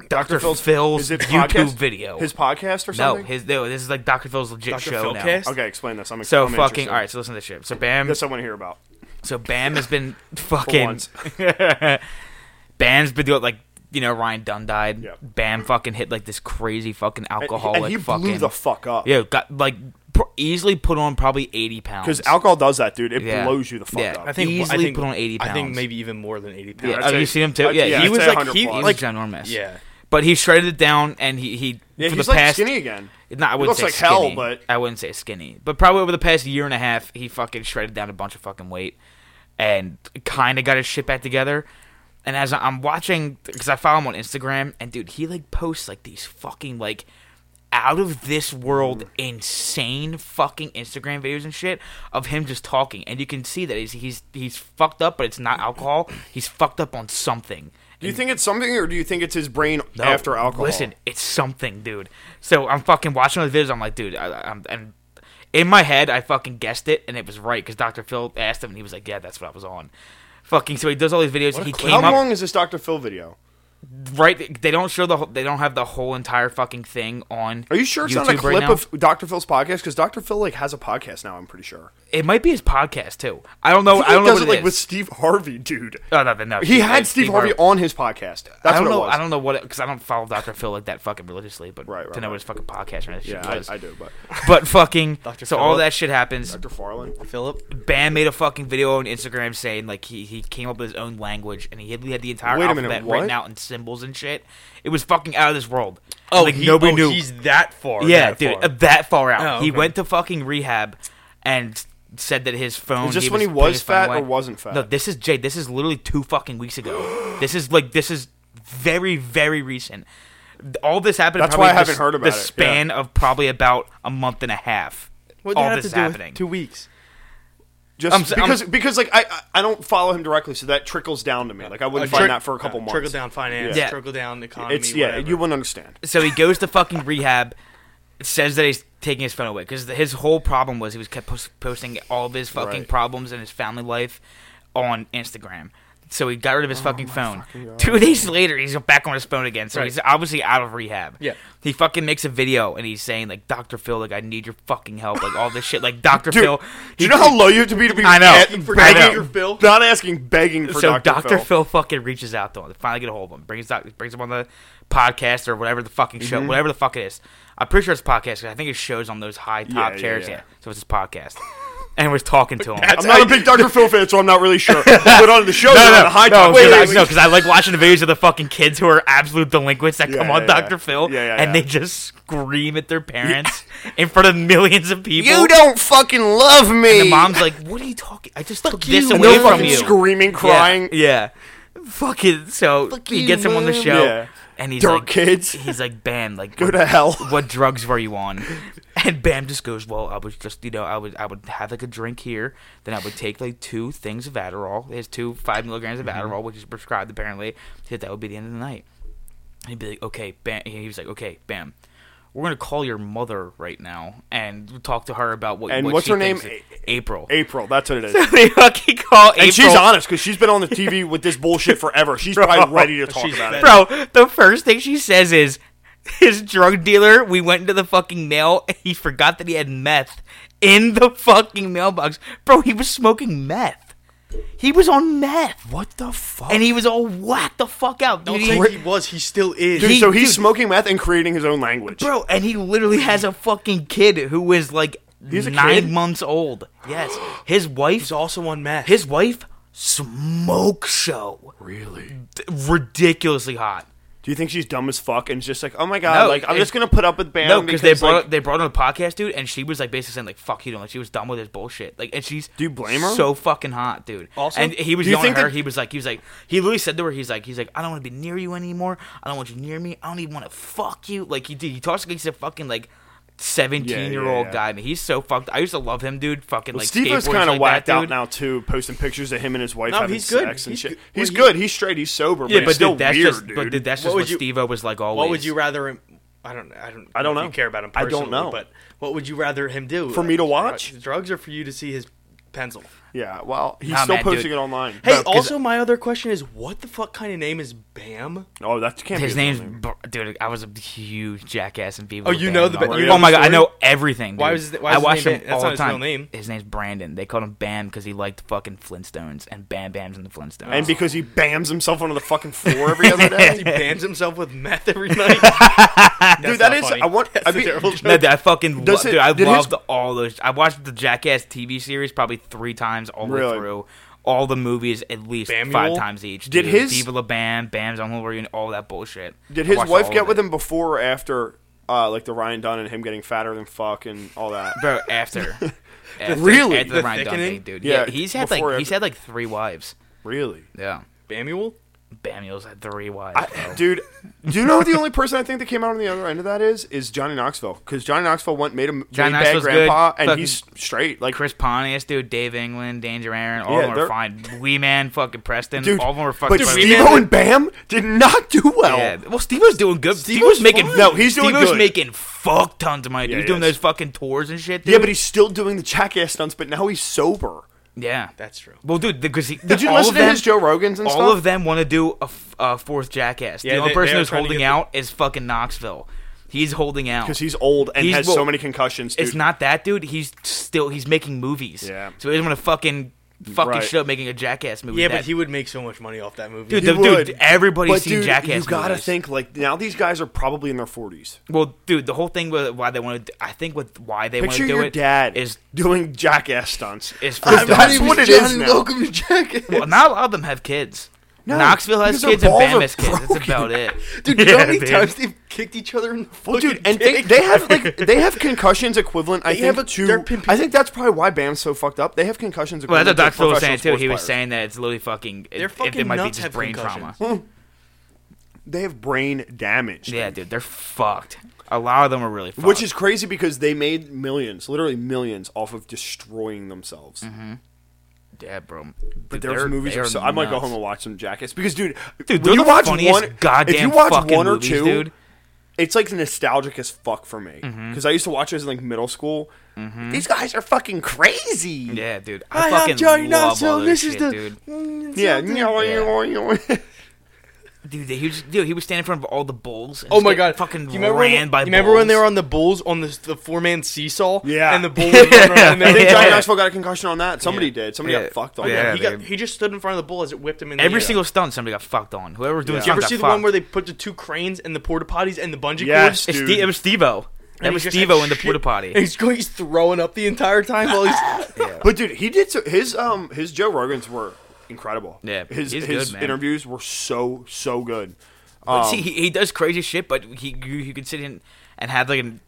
Speaker 2: Dr. Phil's,
Speaker 1: is it
Speaker 2: YouTube
Speaker 1: podcast-
Speaker 2: video.
Speaker 1: His podcast or
Speaker 2: no,
Speaker 1: something?
Speaker 2: his no. This is like Dr. Phil's legit
Speaker 4: Dr.
Speaker 2: show now.
Speaker 4: Philcast?
Speaker 1: Okay, explain this. I'm ex-
Speaker 2: So
Speaker 1: I'm
Speaker 2: fucking
Speaker 1: interested.
Speaker 2: all right. So listen to this shit. So Bam.
Speaker 1: That's what I want to hear about.
Speaker 2: So Bam has been
Speaker 1: <laughs> For
Speaker 2: fucking.
Speaker 1: once,
Speaker 2: Bam's been doing like you know Ryan Dunn died.
Speaker 1: Yeah.
Speaker 2: Bam fucking hit like this crazy fucking alcoholic
Speaker 1: and he
Speaker 2: fucking.
Speaker 1: blew the fuck up.
Speaker 2: yeah, got like pr- easily put on probably eighty pounds.
Speaker 1: because alcohol does that, dude. It
Speaker 2: Yeah.
Speaker 1: blows you the fuck
Speaker 2: Yeah.
Speaker 1: up.
Speaker 2: I think- Easily put on 80
Speaker 4: I think
Speaker 2: pounds.
Speaker 4: maybe even more than 80
Speaker 2: Yeah,
Speaker 4: pounds.
Speaker 1: I'd
Speaker 2: oh, you
Speaker 1: say-
Speaker 2: seen him too.
Speaker 1: I'd-
Speaker 2: yeah,
Speaker 1: yeah,
Speaker 2: he
Speaker 1: I'd
Speaker 2: was
Speaker 1: say
Speaker 2: like
Speaker 1: 100
Speaker 2: he
Speaker 1: plus.
Speaker 2: was
Speaker 1: Like-
Speaker 2: ginormous.
Speaker 4: Yeah.
Speaker 2: but he shredded it down, and he he
Speaker 1: yeah,
Speaker 2: for
Speaker 1: he's
Speaker 2: the
Speaker 1: like
Speaker 2: past.
Speaker 1: skinny again.
Speaker 2: No, I
Speaker 1: He
Speaker 2: wouldn't
Speaker 1: looks
Speaker 2: say
Speaker 1: like hell,
Speaker 2: skinny.
Speaker 1: but-
Speaker 2: I wouldn't say skinny. But probably over the past year and a half, he fucking shredded down a bunch of fucking weight and kind of got his shit back together. And as I- I'm watching, because I follow him on Instagram, and dude, he like posts like these fucking like out of this world insane fucking Instagram videos and shit of him just talking, and you can see that he's he's he's fucked up, but it's not alcohol. He's fucked up on something.
Speaker 1: Do you think it's something, or do you think it's his brain
Speaker 2: No,
Speaker 1: after alcohol?
Speaker 2: Listen, it's something, dude. So I'm fucking watching those videos. I'm like, dude, I, I'm and in my head, I fucking guessed it, and it was right because Dr. Phil asked him, and he was like, yeah, that's what I was on. Fucking so he does all these videos. He came
Speaker 1: how
Speaker 2: up
Speaker 1: long is this Dr. Phil video?
Speaker 2: right. They don't show the whole, they don't have the whole entire fucking thing on.
Speaker 1: Are you sure it's not a
Speaker 2: YouTube right
Speaker 1: clip
Speaker 2: now.
Speaker 1: of Dr. Phil's podcast? Because Dr. Phil like has a podcast now. I'm pretty sure.
Speaker 2: It might be his podcast too. I don't know. I, don't
Speaker 1: he
Speaker 2: know
Speaker 1: does
Speaker 2: what
Speaker 1: it like
Speaker 2: it
Speaker 1: with
Speaker 2: is.
Speaker 1: Steve Harvey,
Speaker 2: <laughs>
Speaker 1: dude.
Speaker 2: Oh, no, no, no,
Speaker 1: He had
Speaker 2: like,
Speaker 1: Steve, Harvey, on his podcast. That's
Speaker 2: I don't
Speaker 1: what
Speaker 2: know.
Speaker 1: it was.
Speaker 2: I don't know what because I don't follow Dr. Phil like that fucking religiously, but
Speaker 1: Right, right,
Speaker 2: to know
Speaker 1: right.
Speaker 2: what his fucking podcast or that shit
Speaker 1: Yeah, I-
Speaker 2: was.
Speaker 1: I, do, but
Speaker 2: But fucking
Speaker 4: Dr.
Speaker 2: so all
Speaker 4: Phil.
Speaker 2: that shit happens.
Speaker 1: Dr. Farland.
Speaker 4: Philip,
Speaker 2: Bam made a fucking video on Instagram saying like he, he came up with his own language and he had, he had the entire
Speaker 1: Wait a minute,
Speaker 2: alphabet
Speaker 1: what?
Speaker 2: written out in symbols and shit. It was fucking out of this world.
Speaker 4: oh,
Speaker 2: like
Speaker 4: he-
Speaker 2: nobody
Speaker 4: oh,
Speaker 2: knew.
Speaker 4: he's that far.
Speaker 2: yeah,
Speaker 4: that
Speaker 2: dude,
Speaker 4: far.
Speaker 2: uh, that far out.
Speaker 4: Oh,
Speaker 2: He
Speaker 4: okay.
Speaker 2: went to fucking rehab and s- said that his phone.
Speaker 1: Was this
Speaker 2: he
Speaker 1: when he
Speaker 2: putting
Speaker 1: was
Speaker 2: his phone
Speaker 1: fat
Speaker 2: away.
Speaker 1: or wasn't fat?
Speaker 2: No, this is Jay. This is literally two fucking
Speaker 1: <gasps>
Speaker 2: weeks ago. this is like this is very very recent. All this happened.
Speaker 1: That's
Speaker 2: probably
Speaker 1: why I
Speaker 2: the
Speaker 1: haven't
Speaker 2: s-
Speaker 1: heard about
Speaker 2: the
Speaker 1: it, yeah.
Speaker 2: span of probably about a month and a half.
Speaker 4: What'd
Speaker 2: all
Speaker 4: that have
Speaker 2: this
Speaker 4: to
Speaker 2: is
Speaker 4: do with
Speaker 2: happening.
Speaker 4: Two weeks.
Speaker 1: Just
Speaker 2: I'm s- I'm-
Speaker 1: because because like I I- I don't follow him directly, so that trickles down to me. Like I wouldn't
Speaker 4: Uh,
Speaker 1: find
Speaker 4: trick-
Speaker 1: out for a couple
Speaker 4: uh,
Speaker 1: months.
Speaker 4: Trickle down finance,
Speaker 2: Yeah.
Speaker 4: trickle down economy.
Speaker 1: It's yeah,
Speaker 4: whatever.
Speaker 1: you wouldn't
Speaker 2: <laughs>
Speaker 1: understand.
Speaker 2: so he goes to fucking rehab. Says that he's taking his phone away because his whole problem was he was kept post- posting all of his fucking
Speaker 1: Right.
Speaker 2: problems and his family life on Instagram. So he got rid of his fucking phone. Two <laughs> days later, he's back on his phone again. So
Speaker 4: Right.
Speaker 2: he's obviously out of rehab.
Speaker 4: Yeah.
Speaker 2: He fucking makes a video and he's saying like, "Doctor Phil, like I need your fucking help, like all this shit, like Doctor
Speaker 1: Dude,
Speaker 2: Phil."
Speaker 1: do
Speaker 2: he-
Speaker 1: you know how low you have to be to be
Speaker 2: I know.
Speaker 1: at-
Speaker 2: For
Speaker 1: begging
Speaker 2: Dr.
Speaker 4: Phil?
Speaker 1: Not asking, begging for
Speaker 2: so
Speaker 1: Dr. Phil.
Speaker 2: fucking reaches out to him, finally get a hold of him, brings doc, brings him on the podcast or whatever the fucking show,
Speaker 1: Mm-hmm.
Speaker 2: whatever the fuck it is. I'm pretty sure it's a podcast. 'cause I think it shows on those high top
Speaker 1: yeah,
Speaker 2: chairs.
Speaker 1: yeah.
Speaker 2: Yeah, so it's his podcast, and was talking to him.
Speaker 4: That's
Speaker 1: I'm
Speaker 4: how
Speaker 1: not a
Speaker 4: you-
Speaker 1: big Dr. Phil fan, so I'm not really <laughs> sure. but on the show, no, on the high top.
Speaker 2: because
Speaker 1: Wait,
Speaker 2: I,
Speaker 1: wait,
Speaker 2: no, 'cause I like watching the videos of the fucking kids who are absolute delinquents that
Speaker 1: Yeah,
Speaker 2: come on
Speaker 1: yeah, yeah.
Speaker 2: Dr. Phil,
Speaker 1: Yeah, yeah,
Speaker 2: and
Speaker 1: yeah.
Speaker 2: they just scream at their parents in front of millions of people.
Speaker 1: You don't fucking love me.
Speaker 2: And the mom's like, "What are you talking? I just took this
Speaker 1: and
Speaker 2: away
Speaker 1: they're
Speaker 2: from
Speaker 1: fucking
Speaker 2: you."
Speaker 1: screaming, crying.
Speaker 2: Yeah. yeah. Fucking so he
Speaker 1: you,
Speaker 2: gets him on the
Speaker 1: Mom.
Speaker 2: show
Speaker 1: Yeah.
Speaker 2: and he's
Speaker 1: Dirt
Speaker 2: like
Speaker 1: kids.
Speaker 2: he's like Bam, like
Speaker 1: Go
Speaker 2: what,
Speaker 1: to hell.
Speaker 2: <laughs> what drugs were
Speaker 1: <laughs>
Speaker 2: you on? And Bam just goes, Well, I was just you know, I would I would have like a drink here, then I would take like two things of Adderall. His two five milligrams of
Speaker 1: Mm-hmm.
Speaker 2: Adderall, which is prescribed apparently. He said that would be the end of the night. And he'd be like, Okay, Bam he was like, Okay, Bam. We're gonna call your mother right now and talk to her about what.
Speaker 1: And
Speaker 2: what
Speaker 1: what's
Speaker 2: she
Speaker 1: her name?
Speaker 2: thinks of- April. <laughs>
Speaker 1: April, that's what it is.
Speaker 2: they fucking call April.
Speaker 1: And she's honest because she's been on the TV with this bullshit forever. She's probably ready to talk
Speaker 4: She's
Speaker 1: about it.
Speaker 2: <laughs>
Speaker 4: fed
Speaker 2: Bro, the first thing she says is, his drug dealer, we went into the fucking mail, and he forgot that he had meth in the fucking mailbox. Bro, he was smoking meth. He was on meth.
Speaker 1: What the fuck?
Speaker 2: And he was all whacked the fuck out.
Speaker 4: Don't
Speaker 2: Dude, he-
Speaker 4: think he was. He still is.
Speaker 1: dude,
Speaker 2: he-
Speaker 1: so he's
Speaker 2: dude.
Speaker 1: smoking meth and creating his own language.
Speaker 2: bro, and he literally has a fucking kid who is like
Speaker 1: a
Speaker 2: nine
Speaker 1: kid?
Speaker 2: months old. Yes. His wife,
Speaker 4: He's also on meth.
Speaker 2: his wife, smoke show.
Speaker 1: Really?
Speaker 2: D- ridiculously hot.
Speaker 1: Do you think she's dumb as fuck and just like, oh my god,
Speaker 2: No,
Speaker 1: like I'm
Speaker 2: it-
Speaker 1: just gonna put up with Bam?
Speaker 2: No, because they brought
Speaker 1: like,
Speaker 2: they brought on a podcast, dude, and she was like basically saying like "fuck you," don't like she was done with his bullshit. Like, and she's
Speaker 1: Do you blame her?
Speaker 2: So fucking hot, dude.
Speaker 4: Also,
Speaker 2: and he was
Speaker 1: do you
Speaker 2: yelling at
Speaker 1: think
Speaker 2: her.
Speaker 1: that-
Speaker 2: He was like, he was like, he literally said to her, he's like, he's like, I don't want to be near you anymore. I don't want you near me. I don't even want to fuck you. Like he did. He talks like he's a fucking like. Seventeen year old
Speaker 1: yeah.
Speaker 2: guy, man, he's so fucked. I used to love him, dude. Fucking like
Speaker 1: Steve is
Speaker 2: skateboards
Speaker 1: kind of
Speaker 2: like
Speaker 1: whacked
Speaker 2: that,
Speaker 1: out
Speaker 2: dude.
Speaker 1: now too, posting pictures of him and his wife
Speaker 4: No,
Speaker 1: having
Speaker 4: he's good.
Speaker 1: sex and
Speaker 4: He's
Speaker 1: shit.
Speaker 4: good.
Speaker 1: He's
Speaker 4: Well,
Speaker 1: good. He's straight. He's sober. but,
Speaker 2: Yeah, but
Speaker 1: it's still
Speaker 2: dude, that's
Speaker 1: weird,
Speaker 2: just,
Speaker 1: dude.
Speaker 2: but dude, that's just
Speaker 4: What
Speaker 2: what,
Speaker 4: would you-
Speaker 2: Steve O was like always.
Speaker 4: What would you rather him? I don't. I don't.
Speaker 1: I don't
Speaker 4: if
Speaker 1: know.
Speaker 4: You care about him?
Speaker 1: I don't
Speaker 4: Personally,
Speaker 1: know.
Speaker 4: But what would you rather him do?
Speaker 1: For me to watch?
Speaker 4: drugs, or for you to see his pencil?
Speaker 1: Yeah, well, he's
Speaker 2: Nah,
Speaker 1: still
Speaker 2: man, dude.
Speaker 1: posting it online.
Speaker 4: Hey,
Speaker 2: No, 'cause-
Speaker 4: also my other question is, what the fuck kind of name is Bam?
Speaker 1: Oh, that can't
Speaker 2: His
Speaker 1: be
Speaker 2: name's
Speaker 1: name.
Speaker 2: Br- dude. I was a huge jackass in people.
Speaker 4: Oh, you know the-
Speaker 1: you know
Speaker 2: oh my
Speaker 4: the
Speaker 2: god, I
Speaker 4: story?
Speaker 2: know everything. Dude.
Speaker 4: Why was his- why was
Speaker 2: I
Speaker 4: his
Speaker 2: watched
Speaker 4: name
Speaker 2: him
Speaker 4: Ban- that's
Speaker 2: all
Speaker 4: not
Speaker 2: the
Speaker 4: his
Speaker 2: time.
Speaker 4: real name.
Speaker 2: His name's Brandon. They called him Bam because he liked fucking Flintstones, and Bam Bam's in the Flintstones.
Speaker 1: And because he bams himself onto the fucking floor every other
Speaker 4: He
Speaker 1: day.
Speaker 4: bans himself with meth <laughs> every night.
Speaker 1: Dude, that is. I want. I
Speaker 4: a
Speaker 1: mean,
Speaker 4: terrible
Speaker 2: <laughs> no, dude, I fucking lo-
Speaker 1: Does it-
Speaker 2: dude, I
Speaker 1: did his-
Speaker 2: loved all those. I watched the Jackass TV series probably three times all the
Speaker 1: Really?
Speaker 2: way through. All the movies at least five
Speaker 4: Bamuel?
Speaker 2: times each.
Speaker 1: Did
Speaker 2: dude.
Speaker 1: his-
Speaker 2: Viva La Bam, Bam's on Hulu and all that bullshit.
Speaker 1: did
Speaker 2: I
Speaker 1: his
Speaker 2: watched all
Speaker 1: wife
Speaker 2: of
Speaker 1: get with
Speaker 2: it.
Speaker 1: him before or after? Uh, like the Ryan Dunn and him getting fatter than fuck and all that.
Speaker 2: Bro,
Speaker 1: <laughs>
Speaker 2: after. After-
Speaker 1: Really?
Speaker 2: After
Speaker 4: The
Speaker 2: the Ryan Dunn
Speaker 4: thickening?
Speaker 2: thing, dude.
Speaker 1: Yeah,
Speaker 2: Yeah, he's had like
Speaker 1: before
Speaker 2: he's
Speaker 1: after-
Speaker 2: had like three wives.
Speaker 1: Really,
Speaker 2: Yeah.
Speaker 4: Bamuel?
Speaker 2: Bamuel's had three wives.
Speaker 1: I, dude. Do you know the only person I think that came out on the other end of that is is Johnny Knoxville because Johnny Knoxville went made him
Speaker 2: Johnny
Speaker 1: made bad
Speaker 2: Knoxville's
Speaker 1: grandpa
Speaker 2: good.
Speaker 1: and
Speaker 2: Fucking-
Speaker 1: he's straight like
Speaker 2: Chris Pontius, dude, Dave England, Danger Aaron, all
Speaker 1: Yeah,
Speaker 2: of them
Speaker 1: they're-
Speaker 2: were fine. Wee Man, fucking Preston,
Speaker 1: dude.
Speaker 2: all of them were fucking.
Speaker 1: but
Speaker 2: funny.
Speaker 1: Steve
Speaker 4: Man-
Speaker 1: and Bam did not do well.
Speaker 2: Yeah. Well, Steve was doing good. Steve, was
Speaker 1: was
Speaker 2: making
Speaker 1: fine. No, he's doing
Speaker 2: Steve
Speaker 1: good.
Speaker 2: was making fuck tons of money. Dude.
Speaker 1: Yeah,
Speaker 2: he's
Speaker 1: he
Speaker 2: doing
Speaker 1: is.
Speaker 2: those fucking tours and shit. Dude.
Speaker 1: Yeah, but he's still doing the jackass stunts, but now he's sober.
Speaker 2: yeah.
Speaker 4: That's true.
Speaker 2: Well, dude, because he,
Speaker 1: Did you
Speaker 2: all
Speaker 1: listen
Speaker 2: of
Speaker 1: to
Speaker 2: them,
Speaker 1: his Joe Rogans and
Speaker 2: all
Speaker 1: stuff?
Speaker 2: of them want to do a, f- a fourth jackass.
Speaker 4: Yeah,
Speaker 2: the only
Speaker 4: they-
Speaker 2: person
Speaker 4: they are
Speaker 2: who's
Speaker 4: trying to
Speaker 2: holding
Speaker 4: get the-
Speaker 2: out is fucking Knoxville. He's holding out
Speaker 1: because he's old and
Speaker 2: He's-
Speaker 1: has so
Speaker 2: well,
Speaker 1: many concussions. Dude.
Speaker 2: It's not that dude. He's still he's making movies.
Speaker 1: Yeah.
Speaker 2: So he doesn't want to fucking fucking
Speaker 1: Right.
Speaker 2: shit up making a jackass movie.
Speaker 4: Yeah,
Speaker 2: that-
Speaker 4: but he would make so much money off that movie.
Speaker 2: Dude,
Speaker 1: He
Speaker 2: the-
Speaker 1: would.
Speaker 2: everybody's
Speaker 1: but
Speaker 2: seen
Speaker 1: dude,
Speaker 2: Jackass
Speaker 1: You gotta
Speaker 2: movies.
Speaker 1: think like now these guys are probably in their forties.
Speaker 2: well, dude, the whole thing with why they wanted I think with why they want
Speaker 1: Picture
Speaker 2: to do
Speaker 1: your
Speaker 2: it
Speaker 1: dad
Speaker 2: is
Speaker 1: doing jackass stunts.
Speaker 2: is for
Speaker 1: That's
Speaker 2: dumb.
Speaker 1: what it is now.
Speaker 5: Welcome to Jackass.
Speaker 2: Well, not a lot of them have kids.
Speaker 1: No,
Speaker 2: Knoxville
Speaker 1: because
Speaker 2: has
Speaker 1: their
Speaker 2: kids and
Speaker 1: balls are
Speaker 2: Bam has kids.
Speaker 1: broken.
Speaker 2: That's
Speaker 1: <laughs>
Speaker 2: about it.
Speaker 5: Dude,
Speaker 2: <laughs>
Speaker 5: you know how many
Speaker 2: dude.
Speaker 5: times they've kicked each other in the
Speaker 1: Well,
Speaker 5: fucking
Speaker 1: dude, and they,
Speaker 5: dick?
Speaker 1: they have
Speaker 2: <laughs>
Speaker 4: <laughs>
Speaker 1: like they have concussions equivalent. I
Speaker 5: They
Speaker 1: think
Speaker 5: have a- they're
Speaker 1: to.
Speaker 5: pimp-
Speaker 1: I think that's probably why Bam's so fucked up. They have concussions
Speaker 2: Well,
Speaker 1: equivalent.
Speaker 2: that's what Doc
Speaker 1: to
Speaker 2: Phil was
Speaker 1: professional
Speaker 2: saying too.
Speaker 1: sports
Speaker 2: He was
Speaker 1: players.
Speaker 2: saying that it's literally fucking.
Speaker 4: They're
Speaker 2: it- it,
Speaker 4: fucking
Speaker 2: might be
Speaker 4: nuts
Speaker 2: just
Speaker 4: have
Speaker 2: brain trauma.
Speaker 1: <laughs>
Speaker 4: concussions.
Speaker 1: they have brain damage.
Speaker 2: Yeah,
Speaker 1: dude.
Speaker 2: dude, they're fucked. A lot of them are really fucked.
Speaker 1: Which is crazy because they made millions, literally millions, off of destroying themselves.
Speaker 2: Mm-hmm. yeah, bro.
Speaker 1: But there's
Speaker 2: Dude, they're-
Speaker 1: movies.
Speaker 2: they
Speaker 1: Are
Speaker 2: are
Speaker 1: so, I might go
Speaker 2: nuts.
Speaker 1: home and watch some Jackass because, dude,
Speaker 2: Dude,
Speaker 1: when
Speaker 2: they're
Speaker 1: you
Speaker 2: the
Speaker 1: watch
Speaker 2: funniest
Speaker 1: one, if
Speaker 2: goddamn
Speaker 1: you watch
Speaker 2: fucking
Speaker 1: one or
Speaker 2: movies,
Speaker 1: two,
Speaker 2: dude. Mm-hmm.
Speaker 1: it's like nostalgic as fuck for me because I used to watch those in like middle school. These guys are fucking crazy.
Speaker 2: Yeah, dude.
Speaker 5: I
Speaker 2: I,
Speaker 5: am
Speaker 2: fucking
Speaker 5: Johnny
Speaker 2: love
Speaker 5: Knoxville,
Speaker 2: all
Speaker 5: and this
Speaker 2: this
Speaker 5: is
Speaker 2: shit,
Speaker 5: the-
Speaker 2: dude.
Speaker 1: yeah. <laughs> yeah.
Speaker 2: Dude, he was, dude, he was standing in front of all the bulls. And
Speaker 4: Oh
Speaker 2: just
Speaker 4: my
Speaker 2: getting
Speaker 4: god!
Speaker 2: Fucking
Speaker 4: Do you remember
Speaker 2: ran
Speaker 4: when,
Speaker 2: by
Speaker 4: you remember when they
Speaker 2: bulls.
Speaker 4: were on the Bulls on the, the four man seesaw?
Speaker 1: Yeah.
Speaker 4: and the <laughs> bull. Was running around and
Speaker 1: I think
Speaker 4: they-
Speaker 1: Johnny
Speaker 2: Yeah.
Speaker 1: Knoxville got a concussion on that. Somebody
Speaker 4: Yeah.
Speaker 1: did. Somebody
Speaker 2: Yeah.
Speaker 1: got fucked on
Speaker 2: Yeah.
Speaker 1: that.
Speaker 4: he got he just stood in front of the bull as it whipped him in the
Speaker 2: Every
Speaker 4: air.
Speaker 2: single stunt, somebody got fucked on. Whoever was doing
Speaker 1: Yeah.
Speaker 4: Did you ever
Speaker 2: stunts
Speaker 4: see the
Speaker 2: got
Speaker 4: one
Speaker 2: fucked.
Speaker 4: where they put the two cranes and the porta potties and the bungee
Speaker 1: Yes,
Speaker 4: cords?
Speaker 2: It's
Speaker 1: Dude.
Speaker 2: Steve- it was Stevo. That
Speaker 4: And
Speaker 2: was
Speaker 4: he just had
Speaker 2: Stevo in the
Speaker 4: shit-
Speaker 2: porta
Speaker 4: and
Speaker 2: potty.
Speaker 4: <laughs> He's going, he's throwing up the entire time while he's. <laughs>
Speaker 1: But dude, he did so, his um his Joe Rogans were incredible.
Speaker 2: Yeah,
Speaker 1: his
Speaker 2: he's
Speaker 1: his
Speaker 2: good, man.
Speaker 1: interviews were so so good.
Speaker 2: See, he, he does crazy shit, but he you, you can sit in and have like an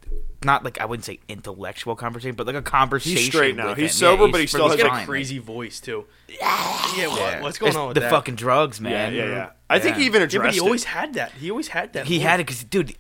Speaker 2: not like I wouldn't say intellectual conversation, but like a conversation.
Speaker 1: straight now.
Speaker 2: with
Speaker 1: He's
Speaker 2: him. Yeah,
Speaker 1: sober, but he still
Speaker 2: he's
Speaker 1: has a
Speaker 2: fine,
Speaker 4: got a crazy voice too. Yeah, what,
Speaker 2: like-
Speaker 4: what's going
Speaker 2: It's
Speaker 4: on with
Speaker 2: the
Speaker 4: that?
Speaker 2: fucking drugs, man?
Speaker 1: yeah, yeah, yeah. I think he even
Speaker 4: Yeah,
Speaker 1: addressed
Speaker 4: but he
Speaker 1: it.
Speaker 4: always had that. He always had that.
Speaker 2: He had it because, dude,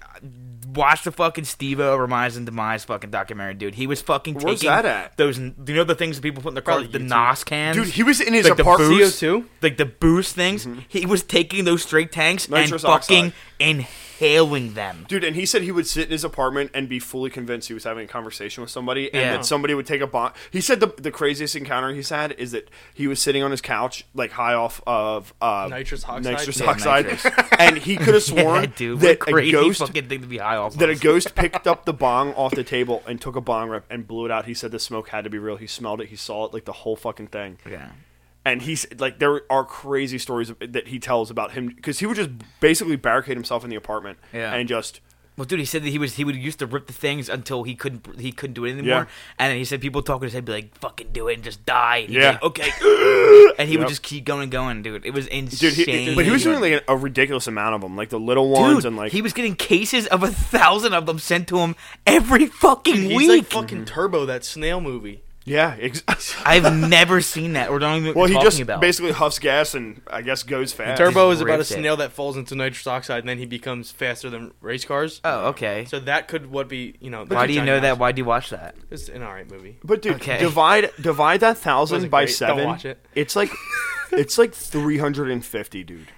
Speaker 2: watch the fucking Steve-O Remise and Demise fucking documentary, dude. He was fucking
Speaker 1: Where's
Speaker 2: taking
Speaker 1: that at?
Speaker 2: those, you know, the things that people put in their car,
Speaker 4: Probably
Speaker 2: like the
Speaker 4: YouTube.
Speaker 2: Nos cans,
Speaker 1: Dude, he was in his
Speaker 2: like the
Speaker 1: apartment. Mm-hmm.
Speaker 2: boost-
Speaker 4: CO2?
Speaker 2: like the boost things. He was taking those straight tanks
Speaker 1: Nitrous
Speaker 2: and fucking
Speaker 1: oxide.
Speaker 2: inhaling them.
Speaker 1: Dude, and he said he would sit in his apartment and be fully convinced he was having a conversation with somebody, and
Speaker 2: Yeah.
Speaker 1: that somebody would take a bomb. He said the, the craziest encounter he's had is that he was sitting on his couch, like high off of uh,
Speaker 4: Nitrous oxide?
Speaker 1: nitrous
Speaker 4: Yeah,
Speaker 1: oxide,
Speaker 2: nitrous.
Speaker 1: <laughs> and he could have sworn
Speaker 2: <laughs> Yeah, dude,
Speaker 1: that
Speaker 2: what a
Speaker 1: a
Speaker 2: crazy
Speaker 1: ghost
Speaker 2: fucking thing to be high off.
Speaker 1: <laughs> that a
Speaker 2: of.
Speaker 1: ghost picked up the bong off the table and took a bong rip and blew it out. He said the smoke had to be real. He smelled it. He saw it, like the whole fucking thing.
Speaker 2: yeah.
Speaker 1: And he's like, there are crazy stories that he tells about him because he would just basically barricade himself in the apartment
Speaker 2: Yeah.
Speaker 1: and just
Speaker 2: Well, dude, he said that he was he would used to rip the things until he couldn't br- he couldn't do it anymore,
Speaker 1: Yeah.
Speaker 2: and then he said people talking to his head be like, "Fucking do it and just die." And he'd be
Speaker 1: Yeah.
Speaker 2: like, okay.
Speaker 1: <gasps>
Speaker 2: and he
Speaker 1: Yep.
Speaker 2: would just keep going and going, dude. It was insane.
Speaker 1: dude. He, but he was doing like a, a ridiculous amount of them, like the little ones
Speaker 2: Dude,
Speaker 1: and like
Speaker 2: he was getting cases of a thousand of them sent to him every fucking
Speaker 4: He's
Speaker 2: week.
Speaker 4: like fucking Turbo, that snail movie.
Speaker 1: yeah.
Speaker 2: <laughs>
Speaker 1: Ex-
Speaker 2: I've never seen that. Or don't even.
Speaker 1: well, he
Speaker 2: talking
Speaker 1: just
Speaker 2: about.
Speaker 1: basically huffs gas and I guess goes fast.
Speaker 4: Turbo
Speaker 2: just
Speaker 4: is about a
Speaker 2: ripped it.
Speaker 4: snail that falls into nitrous oxide and then he becomes faster than race cars.
Speaker 2: Oh, okay.
Speaker 4: So that could what be you know.
Speaker 2: Why do you know that? Why do you watch that?
Speaker 4: It's an alright movie.
Speaker 1: But dude,
Speaker 2: Okay.
Speaker 1: divide divide that thousand
Speaker 4: Wasn't
Speaker 1: by
Speaker 4: great. Don't
Speaker 1: seven.
Speaker 4: watch it.
Speaker 1: It's
Speaker 2: <laughs>
Speaker 1: like it's like three hundred and fifty, dude.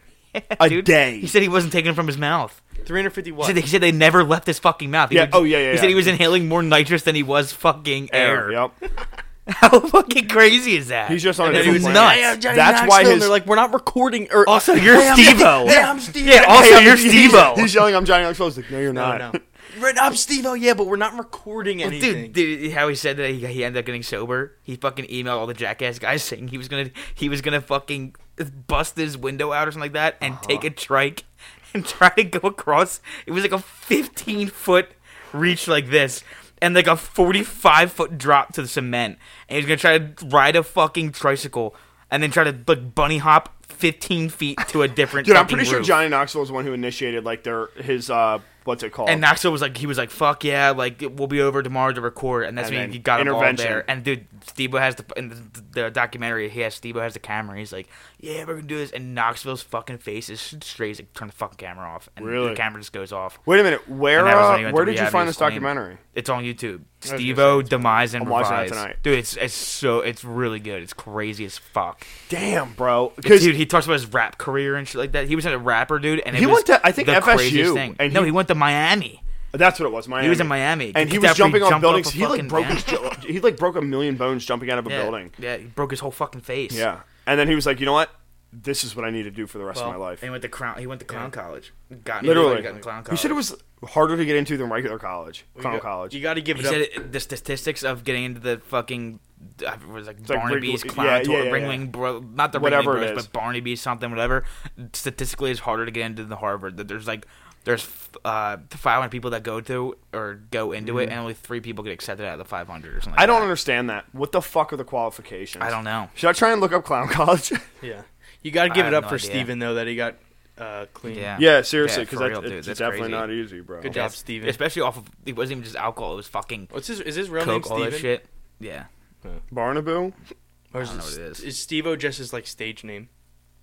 Speaker 1: A
Speaker 2: Dude,
Speaker 1: day.
Speaker 2: He said he wasn't taking it from his mouth.
Speaker 4: 350
Speaker 2: He
Speaker 4: what?
Speaker 2: said, he said they never left his fucking mouth. He
Speaker 1: Yeah,
Speaker 2: would-
Speaker 1: oh, yeah, yeah,
Speaker 2: He said
Speaker 1: yeah.
Speaker 2: <laughs> he was inhaling more nitrous than he was fucking air.
Speaker 1: Yep.
Speaker 2: How fucking crazy is that?
Speaker 1: He's just on a
Speaker 2: That
Speaker 1: different
Speaker 2: is
Speaker 1: planet.
Speaker 2: nuts.
Speaker 4: Yeah, I'm Johnny
Speaker 1: That's why
Speaker 4: Knoxville, and
Speaker 1: his-
Speaker 4: they're like, we're not recording. Or
Speaker 2: Also, you're
Speaker 4: Hey, I'm-
Speaker 2: Steve-O. <laughs>
Speaker 4: Yeah, I'm Steve.
Speaker 2: Yeah, also
Speaker 1: Hey,
Speaker 2: you're
Speaker 1: I'm- he's-
Speaker 2: Steve-O.
Speaker 1: He's yelling, "I'm Johnny Knoxville." He's like, "No, you're
Speaker 4: No,
Speaker 1: not."
Speaker 2: <laughs>
Speaker 4: no. Right, I'm Steve. Oh yeah, but we're not recording
Speaker 2: Well,
Speaker 4: anything.
Speaker 2: dude, dude, how he said that he, he ended up getting sober. He fucking emailed all the jackass guys <laughs> saying he was gonna he was gonna fucking bust his window out or something like that and take a trike <laughs> and try to go across. It was like a 15 foot reach like this and like a 45 foot drop to the cement. And he was gonna try to ride a fucking tricycle and then try to like bunny hop 15 feet to a different.
Speaker 1: Dude, I'm
Speaker 2: fucking
Speaker 1: pretty sure
Speaker 2: roof.
Speaker 1: Johnny Knoxville is the one who initiated like their his uh what's it called?
Speaker 2: And Knoxville was like, he was like, "Fuck yeah, like we'll be over tomorrow to record," and that's
Speaker 1: And
Speaker 2: when
Speaker 1: then
Speaker 2: he got involved
Speaker 1: intervention.
Speaker 2: there. And dude, Steve has the in the, the documentary. He has Steve has the camera. He's like, "Yeah, we're gonna do this." And Knoxville's fucking face is straight. He's like, "Turn the fucking camera off," and
Speaker 1: Really?
Speaker 2: the camera just goes off.
Speaker 1: Wait a minute, where
Speaker 2: And that was when he
Speaker 1: uh,
Speaker 2: went
Speaker 1: where
Speaker 2: to
Speaker 1: did you
Speaker 2: rehab,
Speaker 1: find
Speaker 2: he
Speaker 1: this
Speaker 2: was clean.
Speaker 1: documentary?
Speaker 2: It's on YouTube.
Speaker 1: gonna say,
Speaker 2: Steve-O, demise and
Speaker 1: I'm
Speaker 2: revise.
Speaker 1: watching that tonight.
Speaker 2: Dude, it's it's so it's really good. It's crazy as fuck.
Speaker 1: Damn, bro, because
Speaker 2: Dude, he talks about his rap career and shit like that. He was a rapper, dude, and it
Speaker 1: He
Speaker 2: was
Speaker 1: went to- I think,
Speaker 2: the
Speaker 1: FSU,
Speaker 2: craziest thing.
Speaker 1: and
Speaker 2: no,
Speaker 1: he-
Speaker 2: he went to Miami.
Speaker 1: that's what it was. Miami.
Speaker 2: He was in Miami,
Speaker 1: and he
Speaker 2: Except
Speaker 1: was
Speaker 2: for
Speaker 1: jumping on
Speaker 2: jumped off
Speaker 1: buildings.
Speaker 2: a
Speaker 1: He like
Speaker 2: fucking
Speaker 1: broke
Speaker 2: van.
Speaker 1: his jo- he like broke a million bones jumping out of a
Speaker 2: yeah,
Speaker 1: building.
Speaker 2: Yeah, he broke his whole fucking face.
Speaker 1: Yeah, and then he was like, you know what? This is what I need to do for the rest of my life.
Speaker 2: And he went to clown. He went to clown college. Got
Speaker 1: Literally,
Speaker 2: got in clown
Speaker 1: you
Speaker 2: college.
Speaker 1: said it was harder to get into than regular college,
Speaker 4: You
Speaker 1: clown
Speaker 4: got-
Speaker 1: college.
Speaker 4: You got to give
Speaker 2: He
Speaker 4: it up.
Speaker 2: said it, the statistics of getting into the fucking I was like
Speaker 1: like
Speaker 2: Barnaby's
Speaker 1: Wrigley-
Speaker 2: clown
Speaker 1: yeah,
Speaker 2: tour,
Speaker 1: yeah, yeah,
Speaker 2: Ringling Bro, not the
Speaker 1: Whatever
Speaker 2: Ringling
Speaker 1: it
Speaker 2: Brothers,
Speaker 1: is.
Speaker 2: but Barnaby's something, whatever. Statistically, is harder to get into than Harvard. That there's like there's uh 500 people that go to or go into it, and only three people get accepted out of the 500 or something.
Speaker 1: Mm-hmm. I
Speaker 2: like
Speaker 1: don't
Speaker 2: that.
Speaker 1: understand that. What the fuck are the qualifications?
Speaker 2: I don't know.
Speaker 1: Should I try and look up clown <laughs> college?
Speaker 4: yeah, you got to
Speaker 2: I
Speaker 4: give it
Speaker 2: have
Speaker 4: up
Speaker 2: no
Speaker 4: for
Speaker 2: idea.
Speaker 4: Steven though that he got uh, clean.
Speaker 2: Yeah.
Speaker 1: yeah, seriously,
Speaker 2: Yeah, for
Speaker 1: because
Speaker 2: real, dude,
Speaker 1: it's
Speaker 2: that's
Speaker 1: definitely
Speaker 2: crazy.
Speaker 1: not easy, bro.
Speaker 4: Good job.
Speaker 2: Yes,
Speaker 4: Steven.
Speaker 2: Especially off of it wasn't even just alcohol; it was fucking
Speaker 4: What's his? Is his real name
Speaker 2: coke, all
Speaker 4: Steven?
Speaker 2: that shit. Yeah.
Speaker 1: Barnaboo.
Speaker 4: Or
Speaker 2: I
Speaker 4: is,
Speaker 2: don't know what it
Speaker 4: is.
Speaker 2: is.
Speaker 4: Is Steve-O just his like stage name?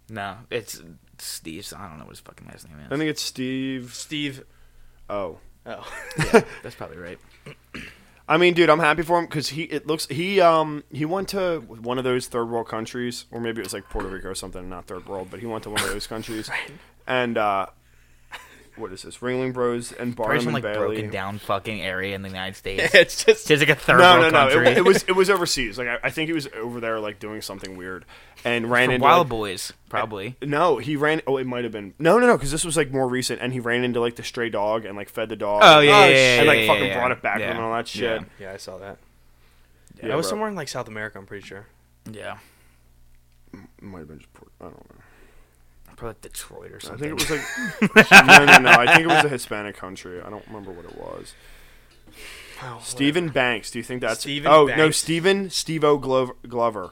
Speaker 2: No, it's Steve's. I don't know what his fucking last name is.
Speaker 1: I think it's Steve.
Speaker 4: Steve.
Speaker 1: Oh,
Speaker 4: Oh, <laughs>
Speaker 2: That's probably right.
Speaker 1: I mean, dude, I'm happy for him because he. It looks he um he went to one of those third world countries, or maybe it was like Puerto Rico or something, not third world, but he went to one of those
Speaker 2: <laughs>
Speaker 1: countries, and uh, what is this? Ringling Bros and
Speaker 2: Probably
Speaker 1: Barnum
Speaker 2: some
Speaker 1: and
Speaker 2: like
Speaker 1: Bailey.
Speaker 2: broken down fucking area in the United <laughs> States.
Speaker 4: it's just.
Speaker 2: It's like a third
Speaker 1: No, no,
Speaker 2: world
Speaker 1: no.
Speaker 2: country.
Speaker 1: It, it
Speaker 2: <laughs>
Speaker 1: was it was overseas. Like I, I think he was over there, like doing something weird, and ran
Speaker 2: For
Speaker 1: into
Speaker 2: Wild
Speaker 1: like,
Speaker 2: Boys, probably.
Speaker 1: No, he ran. Oh, it might have been. No, no, no, because this was like more recent, and he ran into like the stray dog and like fed the dog.
Speaker 2: Oh yeah, yeah,
Speaker 1: and,
Speaker 2: yeah,
Speaker 1: like
Speaker 2: yeah,
Speaker 1: fucking
Speaker 2: yeah,
Speaker 1: brought it back
Speaker 2: yeah.
Speaker 1: and all that shit.
Speaker 4: Yeah, I saw that.
Speaker 1: Yeah,
Speaker 4: that was
Speaker 1: bro.
Speaker 4: somewhere in like South America. I'm pretty sure.
Speaker 2: Yeah,
Speaker 1: It might have been just Port. I don't know.
Speaker 2: probably like Detroit or
Speaker 1: I
Speaker 2: something.
Speaker 1: think it was like. <laughs> no, no, no. I think it was a Hispanic country. I don't remember what it was.
Speaker 4: Oh,
Speaker 1: Stephen Banks. Do you think that's?
Speaker 4: Stephen
Speaker 1: oh no,
Speaker 4: Banks.
Speaker 1: Stephen Stevo Glover. Glover.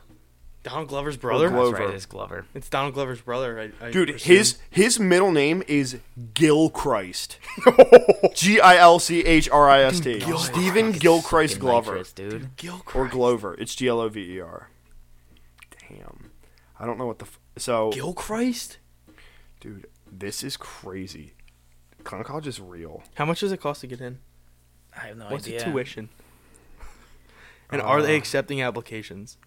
Speaker 4: Donald Glover's
Speaker 1: Or
Speaker 4: brother.
Speaker 1: Glover.
Speaker 2: That's right, it's Glover.
Speaker 4: It's Donald Glover's brother. I, I
Speaker 1: Dude,
Speaker 4: presume.
Speaker 1: his his middle name is Gilchrist. G i l c h r i s t. Stephen Gilchrist
Speaker 2: Fucking
Speaker 1: Glover.
Speaker 2: nitrous, dude.
Speaker 4: Gil
Speaker 1: or
Speaker 4: Christ.
Speaker 1: Glover. It's G L O V E R. Damn, I don't know what the f- so
Speaker 4: Gil Christ.
Speaker 1: dude. This is crazy. Clown college is real.
Speaker 4: How much does it cost to get in?
Speaker 2: I have no
Speaker 4: What's
Speaker 2: idea. Uh,
Speaker 4: the tuition? And are they accepting applications?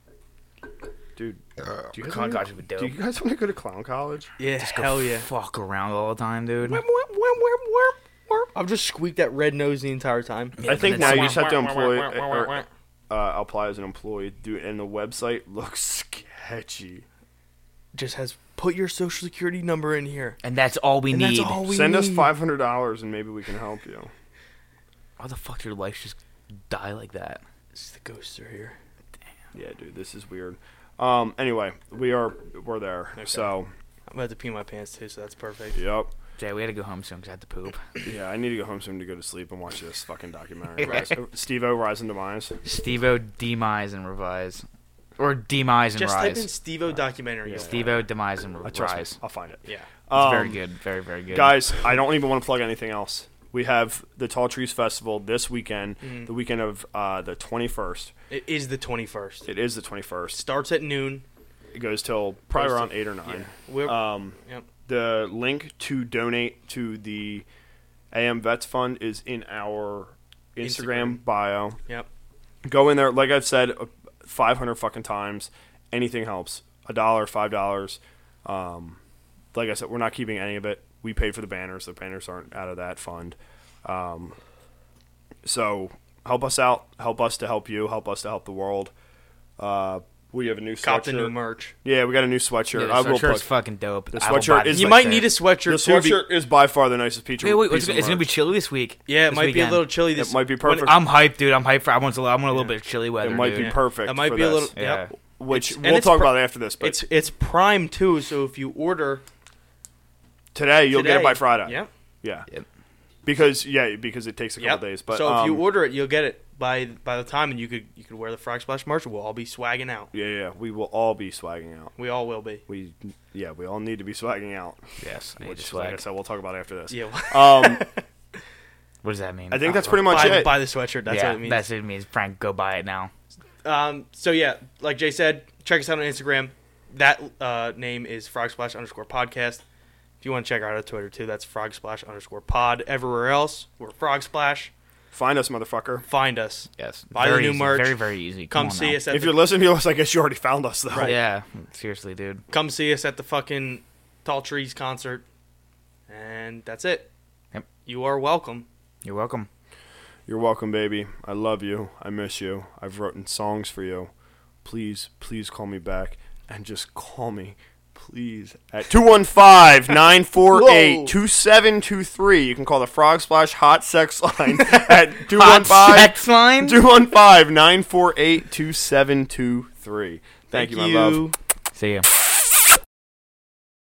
Speaker 1: dude. do you
Speaker 2: Clown
Speaker 1: wanna-
Speaker 2: college would be
Speaker 1: Do
Speaker 2: dope.
Speaker 1: you guys want to go to clown college?
Speaker 4: Yeah,
Speaker 2: Just go
Speaker 4: hell yeah.
Speaker 2: Fuck around all the time, dude.
Speaker 4: Whip, whip, whip, whip, whip, whip. I've just squeaked that red nose the entire time.
Speaker 2: Yeah,
Speaker 1: I
Speaker 2: but
Speaker 1: think
Speaker 2: it's-
Speaker 1: now you just have to employ or, uh, apply as an employee, dude. And the website looks <laughs> sketchy.
Speaker 4: Just has put your social security number in here.
Speaker 2: And that's all we
Speaker 4: And
Speaker 2: need.
Speaker 4: that's all we
Speaker 1: Send
Speaker 4: need.
Speaker 1: us five hundred dollars and maybe we can help you.
Speaker 2: How the fuck did your life just die like that?
Speaker 4: It's the ghosts are here.
Speaker 1: Yeah, dude, this is weird. Um, anyway, we are we're there. So,
Speaker 4: I'm about to pee my pants too, so that's perfect.
Speaker 1: yep.
Speaker 2: Jay, we had to go home soon because I had to poop.
Speaker 1: Yeah, I need to go home soon to go to sleep and watch this fucking <laughs> documentary. Steve O Rise and Demise.
Speaker 2: Stevo demise and revise, or demise and
Speaker 4: Just type in
Speaker 2: rise.
Speaker 4: Stevo documentary. you'll find
Speaker 2: Stevo demise and
Speaker 1: I
Speaker 2: rise.
Speaker 1: trust me.
Speaker 2: It's
Speaker 1: I'll find it.
Speaker 4: it. Yeah.
Speaker 1: Um,
Speaker 2: very good, very very good.
Speaker 1: Guys, I don't even want to plug anything else. We have the Tall Trees Festival this weekend, the weekend of uh, the 21st.
Speaker 4: It is the 21st. It
Speaker 1: It is the 21st.
Speaker 4: starts at noon.
Speaker 1: It goes till probably
Speaker 4: Goes
Speaker 1: around
Speaker 4: to-
Speaker 1: 8 or 9.
Speaker 4: We're,
Speaker 1: Um,
Speaker 4: yep.
Speaker 1: the link to donate to the AM Vets Fund is in our Instagram,
Speaker 4: Instagram.
Speaker 1: bio.
Speaker 4: Yep.
Speaker 1: Go in there. Like I've said uh, 500 fucking times, anything helps. A dollar, five dollars. Um, like I said, we're not keeping any of it. We paid for the banners. The banners aren't out of that fund. Um, so help us out. Help us to help you. Help us to help the world. Uh, we have a new
Speaker 4: Cop the
Speaker 1: sweatshirt.
Speaker 4: new merch.
Speaker 1: yeah, we got a new sweatshirt.
Speaker 2: Yeah, the
Speaker 1: I will
Speaker 2: sweatshirt's
Speaker 1: plug.
Speaker 2: fucking dope.
Speaker 1: The
Speaker 2: I will
Speaker 1: sweatshirt
Speaker 2: buy the
Speaker 1: is-
Speaker 4: You might need
Speaker 1: the
Speaker 4: a sweatshirt too. be-
Speaker 1: sweatshirt is by far the nicest feature.
Speaker 2: Wait, wait,
Speaker 1: piece
Speaker 2: it's,
Speaker 1: of
Speaker 2: gonna- it's gonna be
Speaker 1: merch.
Speaker 2: chilly this week.
Speaker 4: yeah, it
Speaker 2: this
Speaker 4: might be a
Speaker 2: weekend.
Speaker 4: little chilly this.
Speaker 1: It might be
Speaker 4: when-
Speaker 1: perfect.
Speaker 2: I'm hyped, dude. I'm hyped for. I want a little. I want a little bit of chilly weather.
Speaker 1: it might
Speaker 2: dude.
Speaker 1: be perfect.
Speaker 4: That might
Speaker 1: for
Speaker 4: be a
Speaker 1: this,
Speaker 4: little.
Speaker 2: Yeah.
Speaker 4: Yep.
Speaker 1: Which
Speaker 4: It's- and
Speaker 1: we'll
Speaker 4: it's
Speaker 1: talk
Speaker 4: pro-
Speaker 1: about it after this. But
Speaker 4: It's it's prime too. So if you order,
Speaker 1: today you'll get it by
Speaker 4: today-
Speaker 1: Friday.
Speaker 4: Yep.
Speaker 1: Yeah.
Speaker 2: Yep.
Speaker 1: Because yeah, because it takes a couple
Speaker 4: Yep.
Speaker 1: days. But
Speaker 4: so if you
Speaker 1: um,
Speaker 4: order it, you'll get it by by the time, and you could you could wear the Frog Splash merch. We'll all be swagging out.
Speaker 1: yeah, yeah, we will all be swagging out.
Speaker 4: We all will be.
Speaker 1: We yeah, we all need to be swagging out.
Speaker 2: Yes. I need to
Speaker 1: Which like I
Speaker 2: swag.
Speaker 1: said, we'll talk about after this.
Speaker 4: Yeah.
Speaker 1: Um,
Speaker 2: What does that mean? Oh,
Speaker 1: I think that's pretty much
Speaker 4: <laughs> buy,
Speaker 1: it.
Speaker 4: buy the sweatshirt. That's
Speaker 2: yeah,
Speaker 4: what it means.
Speaker 2: that's what it means. Frank, go buy it now.
Speaker 4: Um, so yeah, like Jay said, check us out on Instagram. That uh, name is Frog Splash underscore podcast. If you want to check out our Twitter too, that's Frog Splash underscore pod. Everywhere else, we're Frog Splash.
Speaker 1: Find us, motherfucker.
Speaker 4: Find us.
Speaker 2: Yes.
Speaker 4: Buy the
Speaker 2: very
Speaker 4: new
Speaker 2: easy,
Speaker 4: merch.
Speaker 2: Very very easy. Come,
Speaker 4: Come
Speaker 2: on
Speaker 4: see
Speaker 2: now.
Speaker 4: us at
Speaker 1: If
Speaker 4: the,
Speaker 1: you're listening to us, I guess you already found us though.
Speaker 2: Yeah. Seriously, dude.
Speaker 4: come see us at the fucking Tall Trees concert, and that's it.
Speaker 2: Yep.
Speaker 4: You are welcome.
Speaker 1: <laughs>
Speaker 2: You're welcome.
Speaker 1: You're welcome, baby. I love you. I miss you. I've written songs for you. Please, please call me back and just call me, please, at 215 948 2723. You can call the Frog Splash Hot Sex <laughs> Line at 215
Speaker 2: Sex line.
Speaker 1: 215 948 2723. Thank you, my love.
Speaker 2: See ya.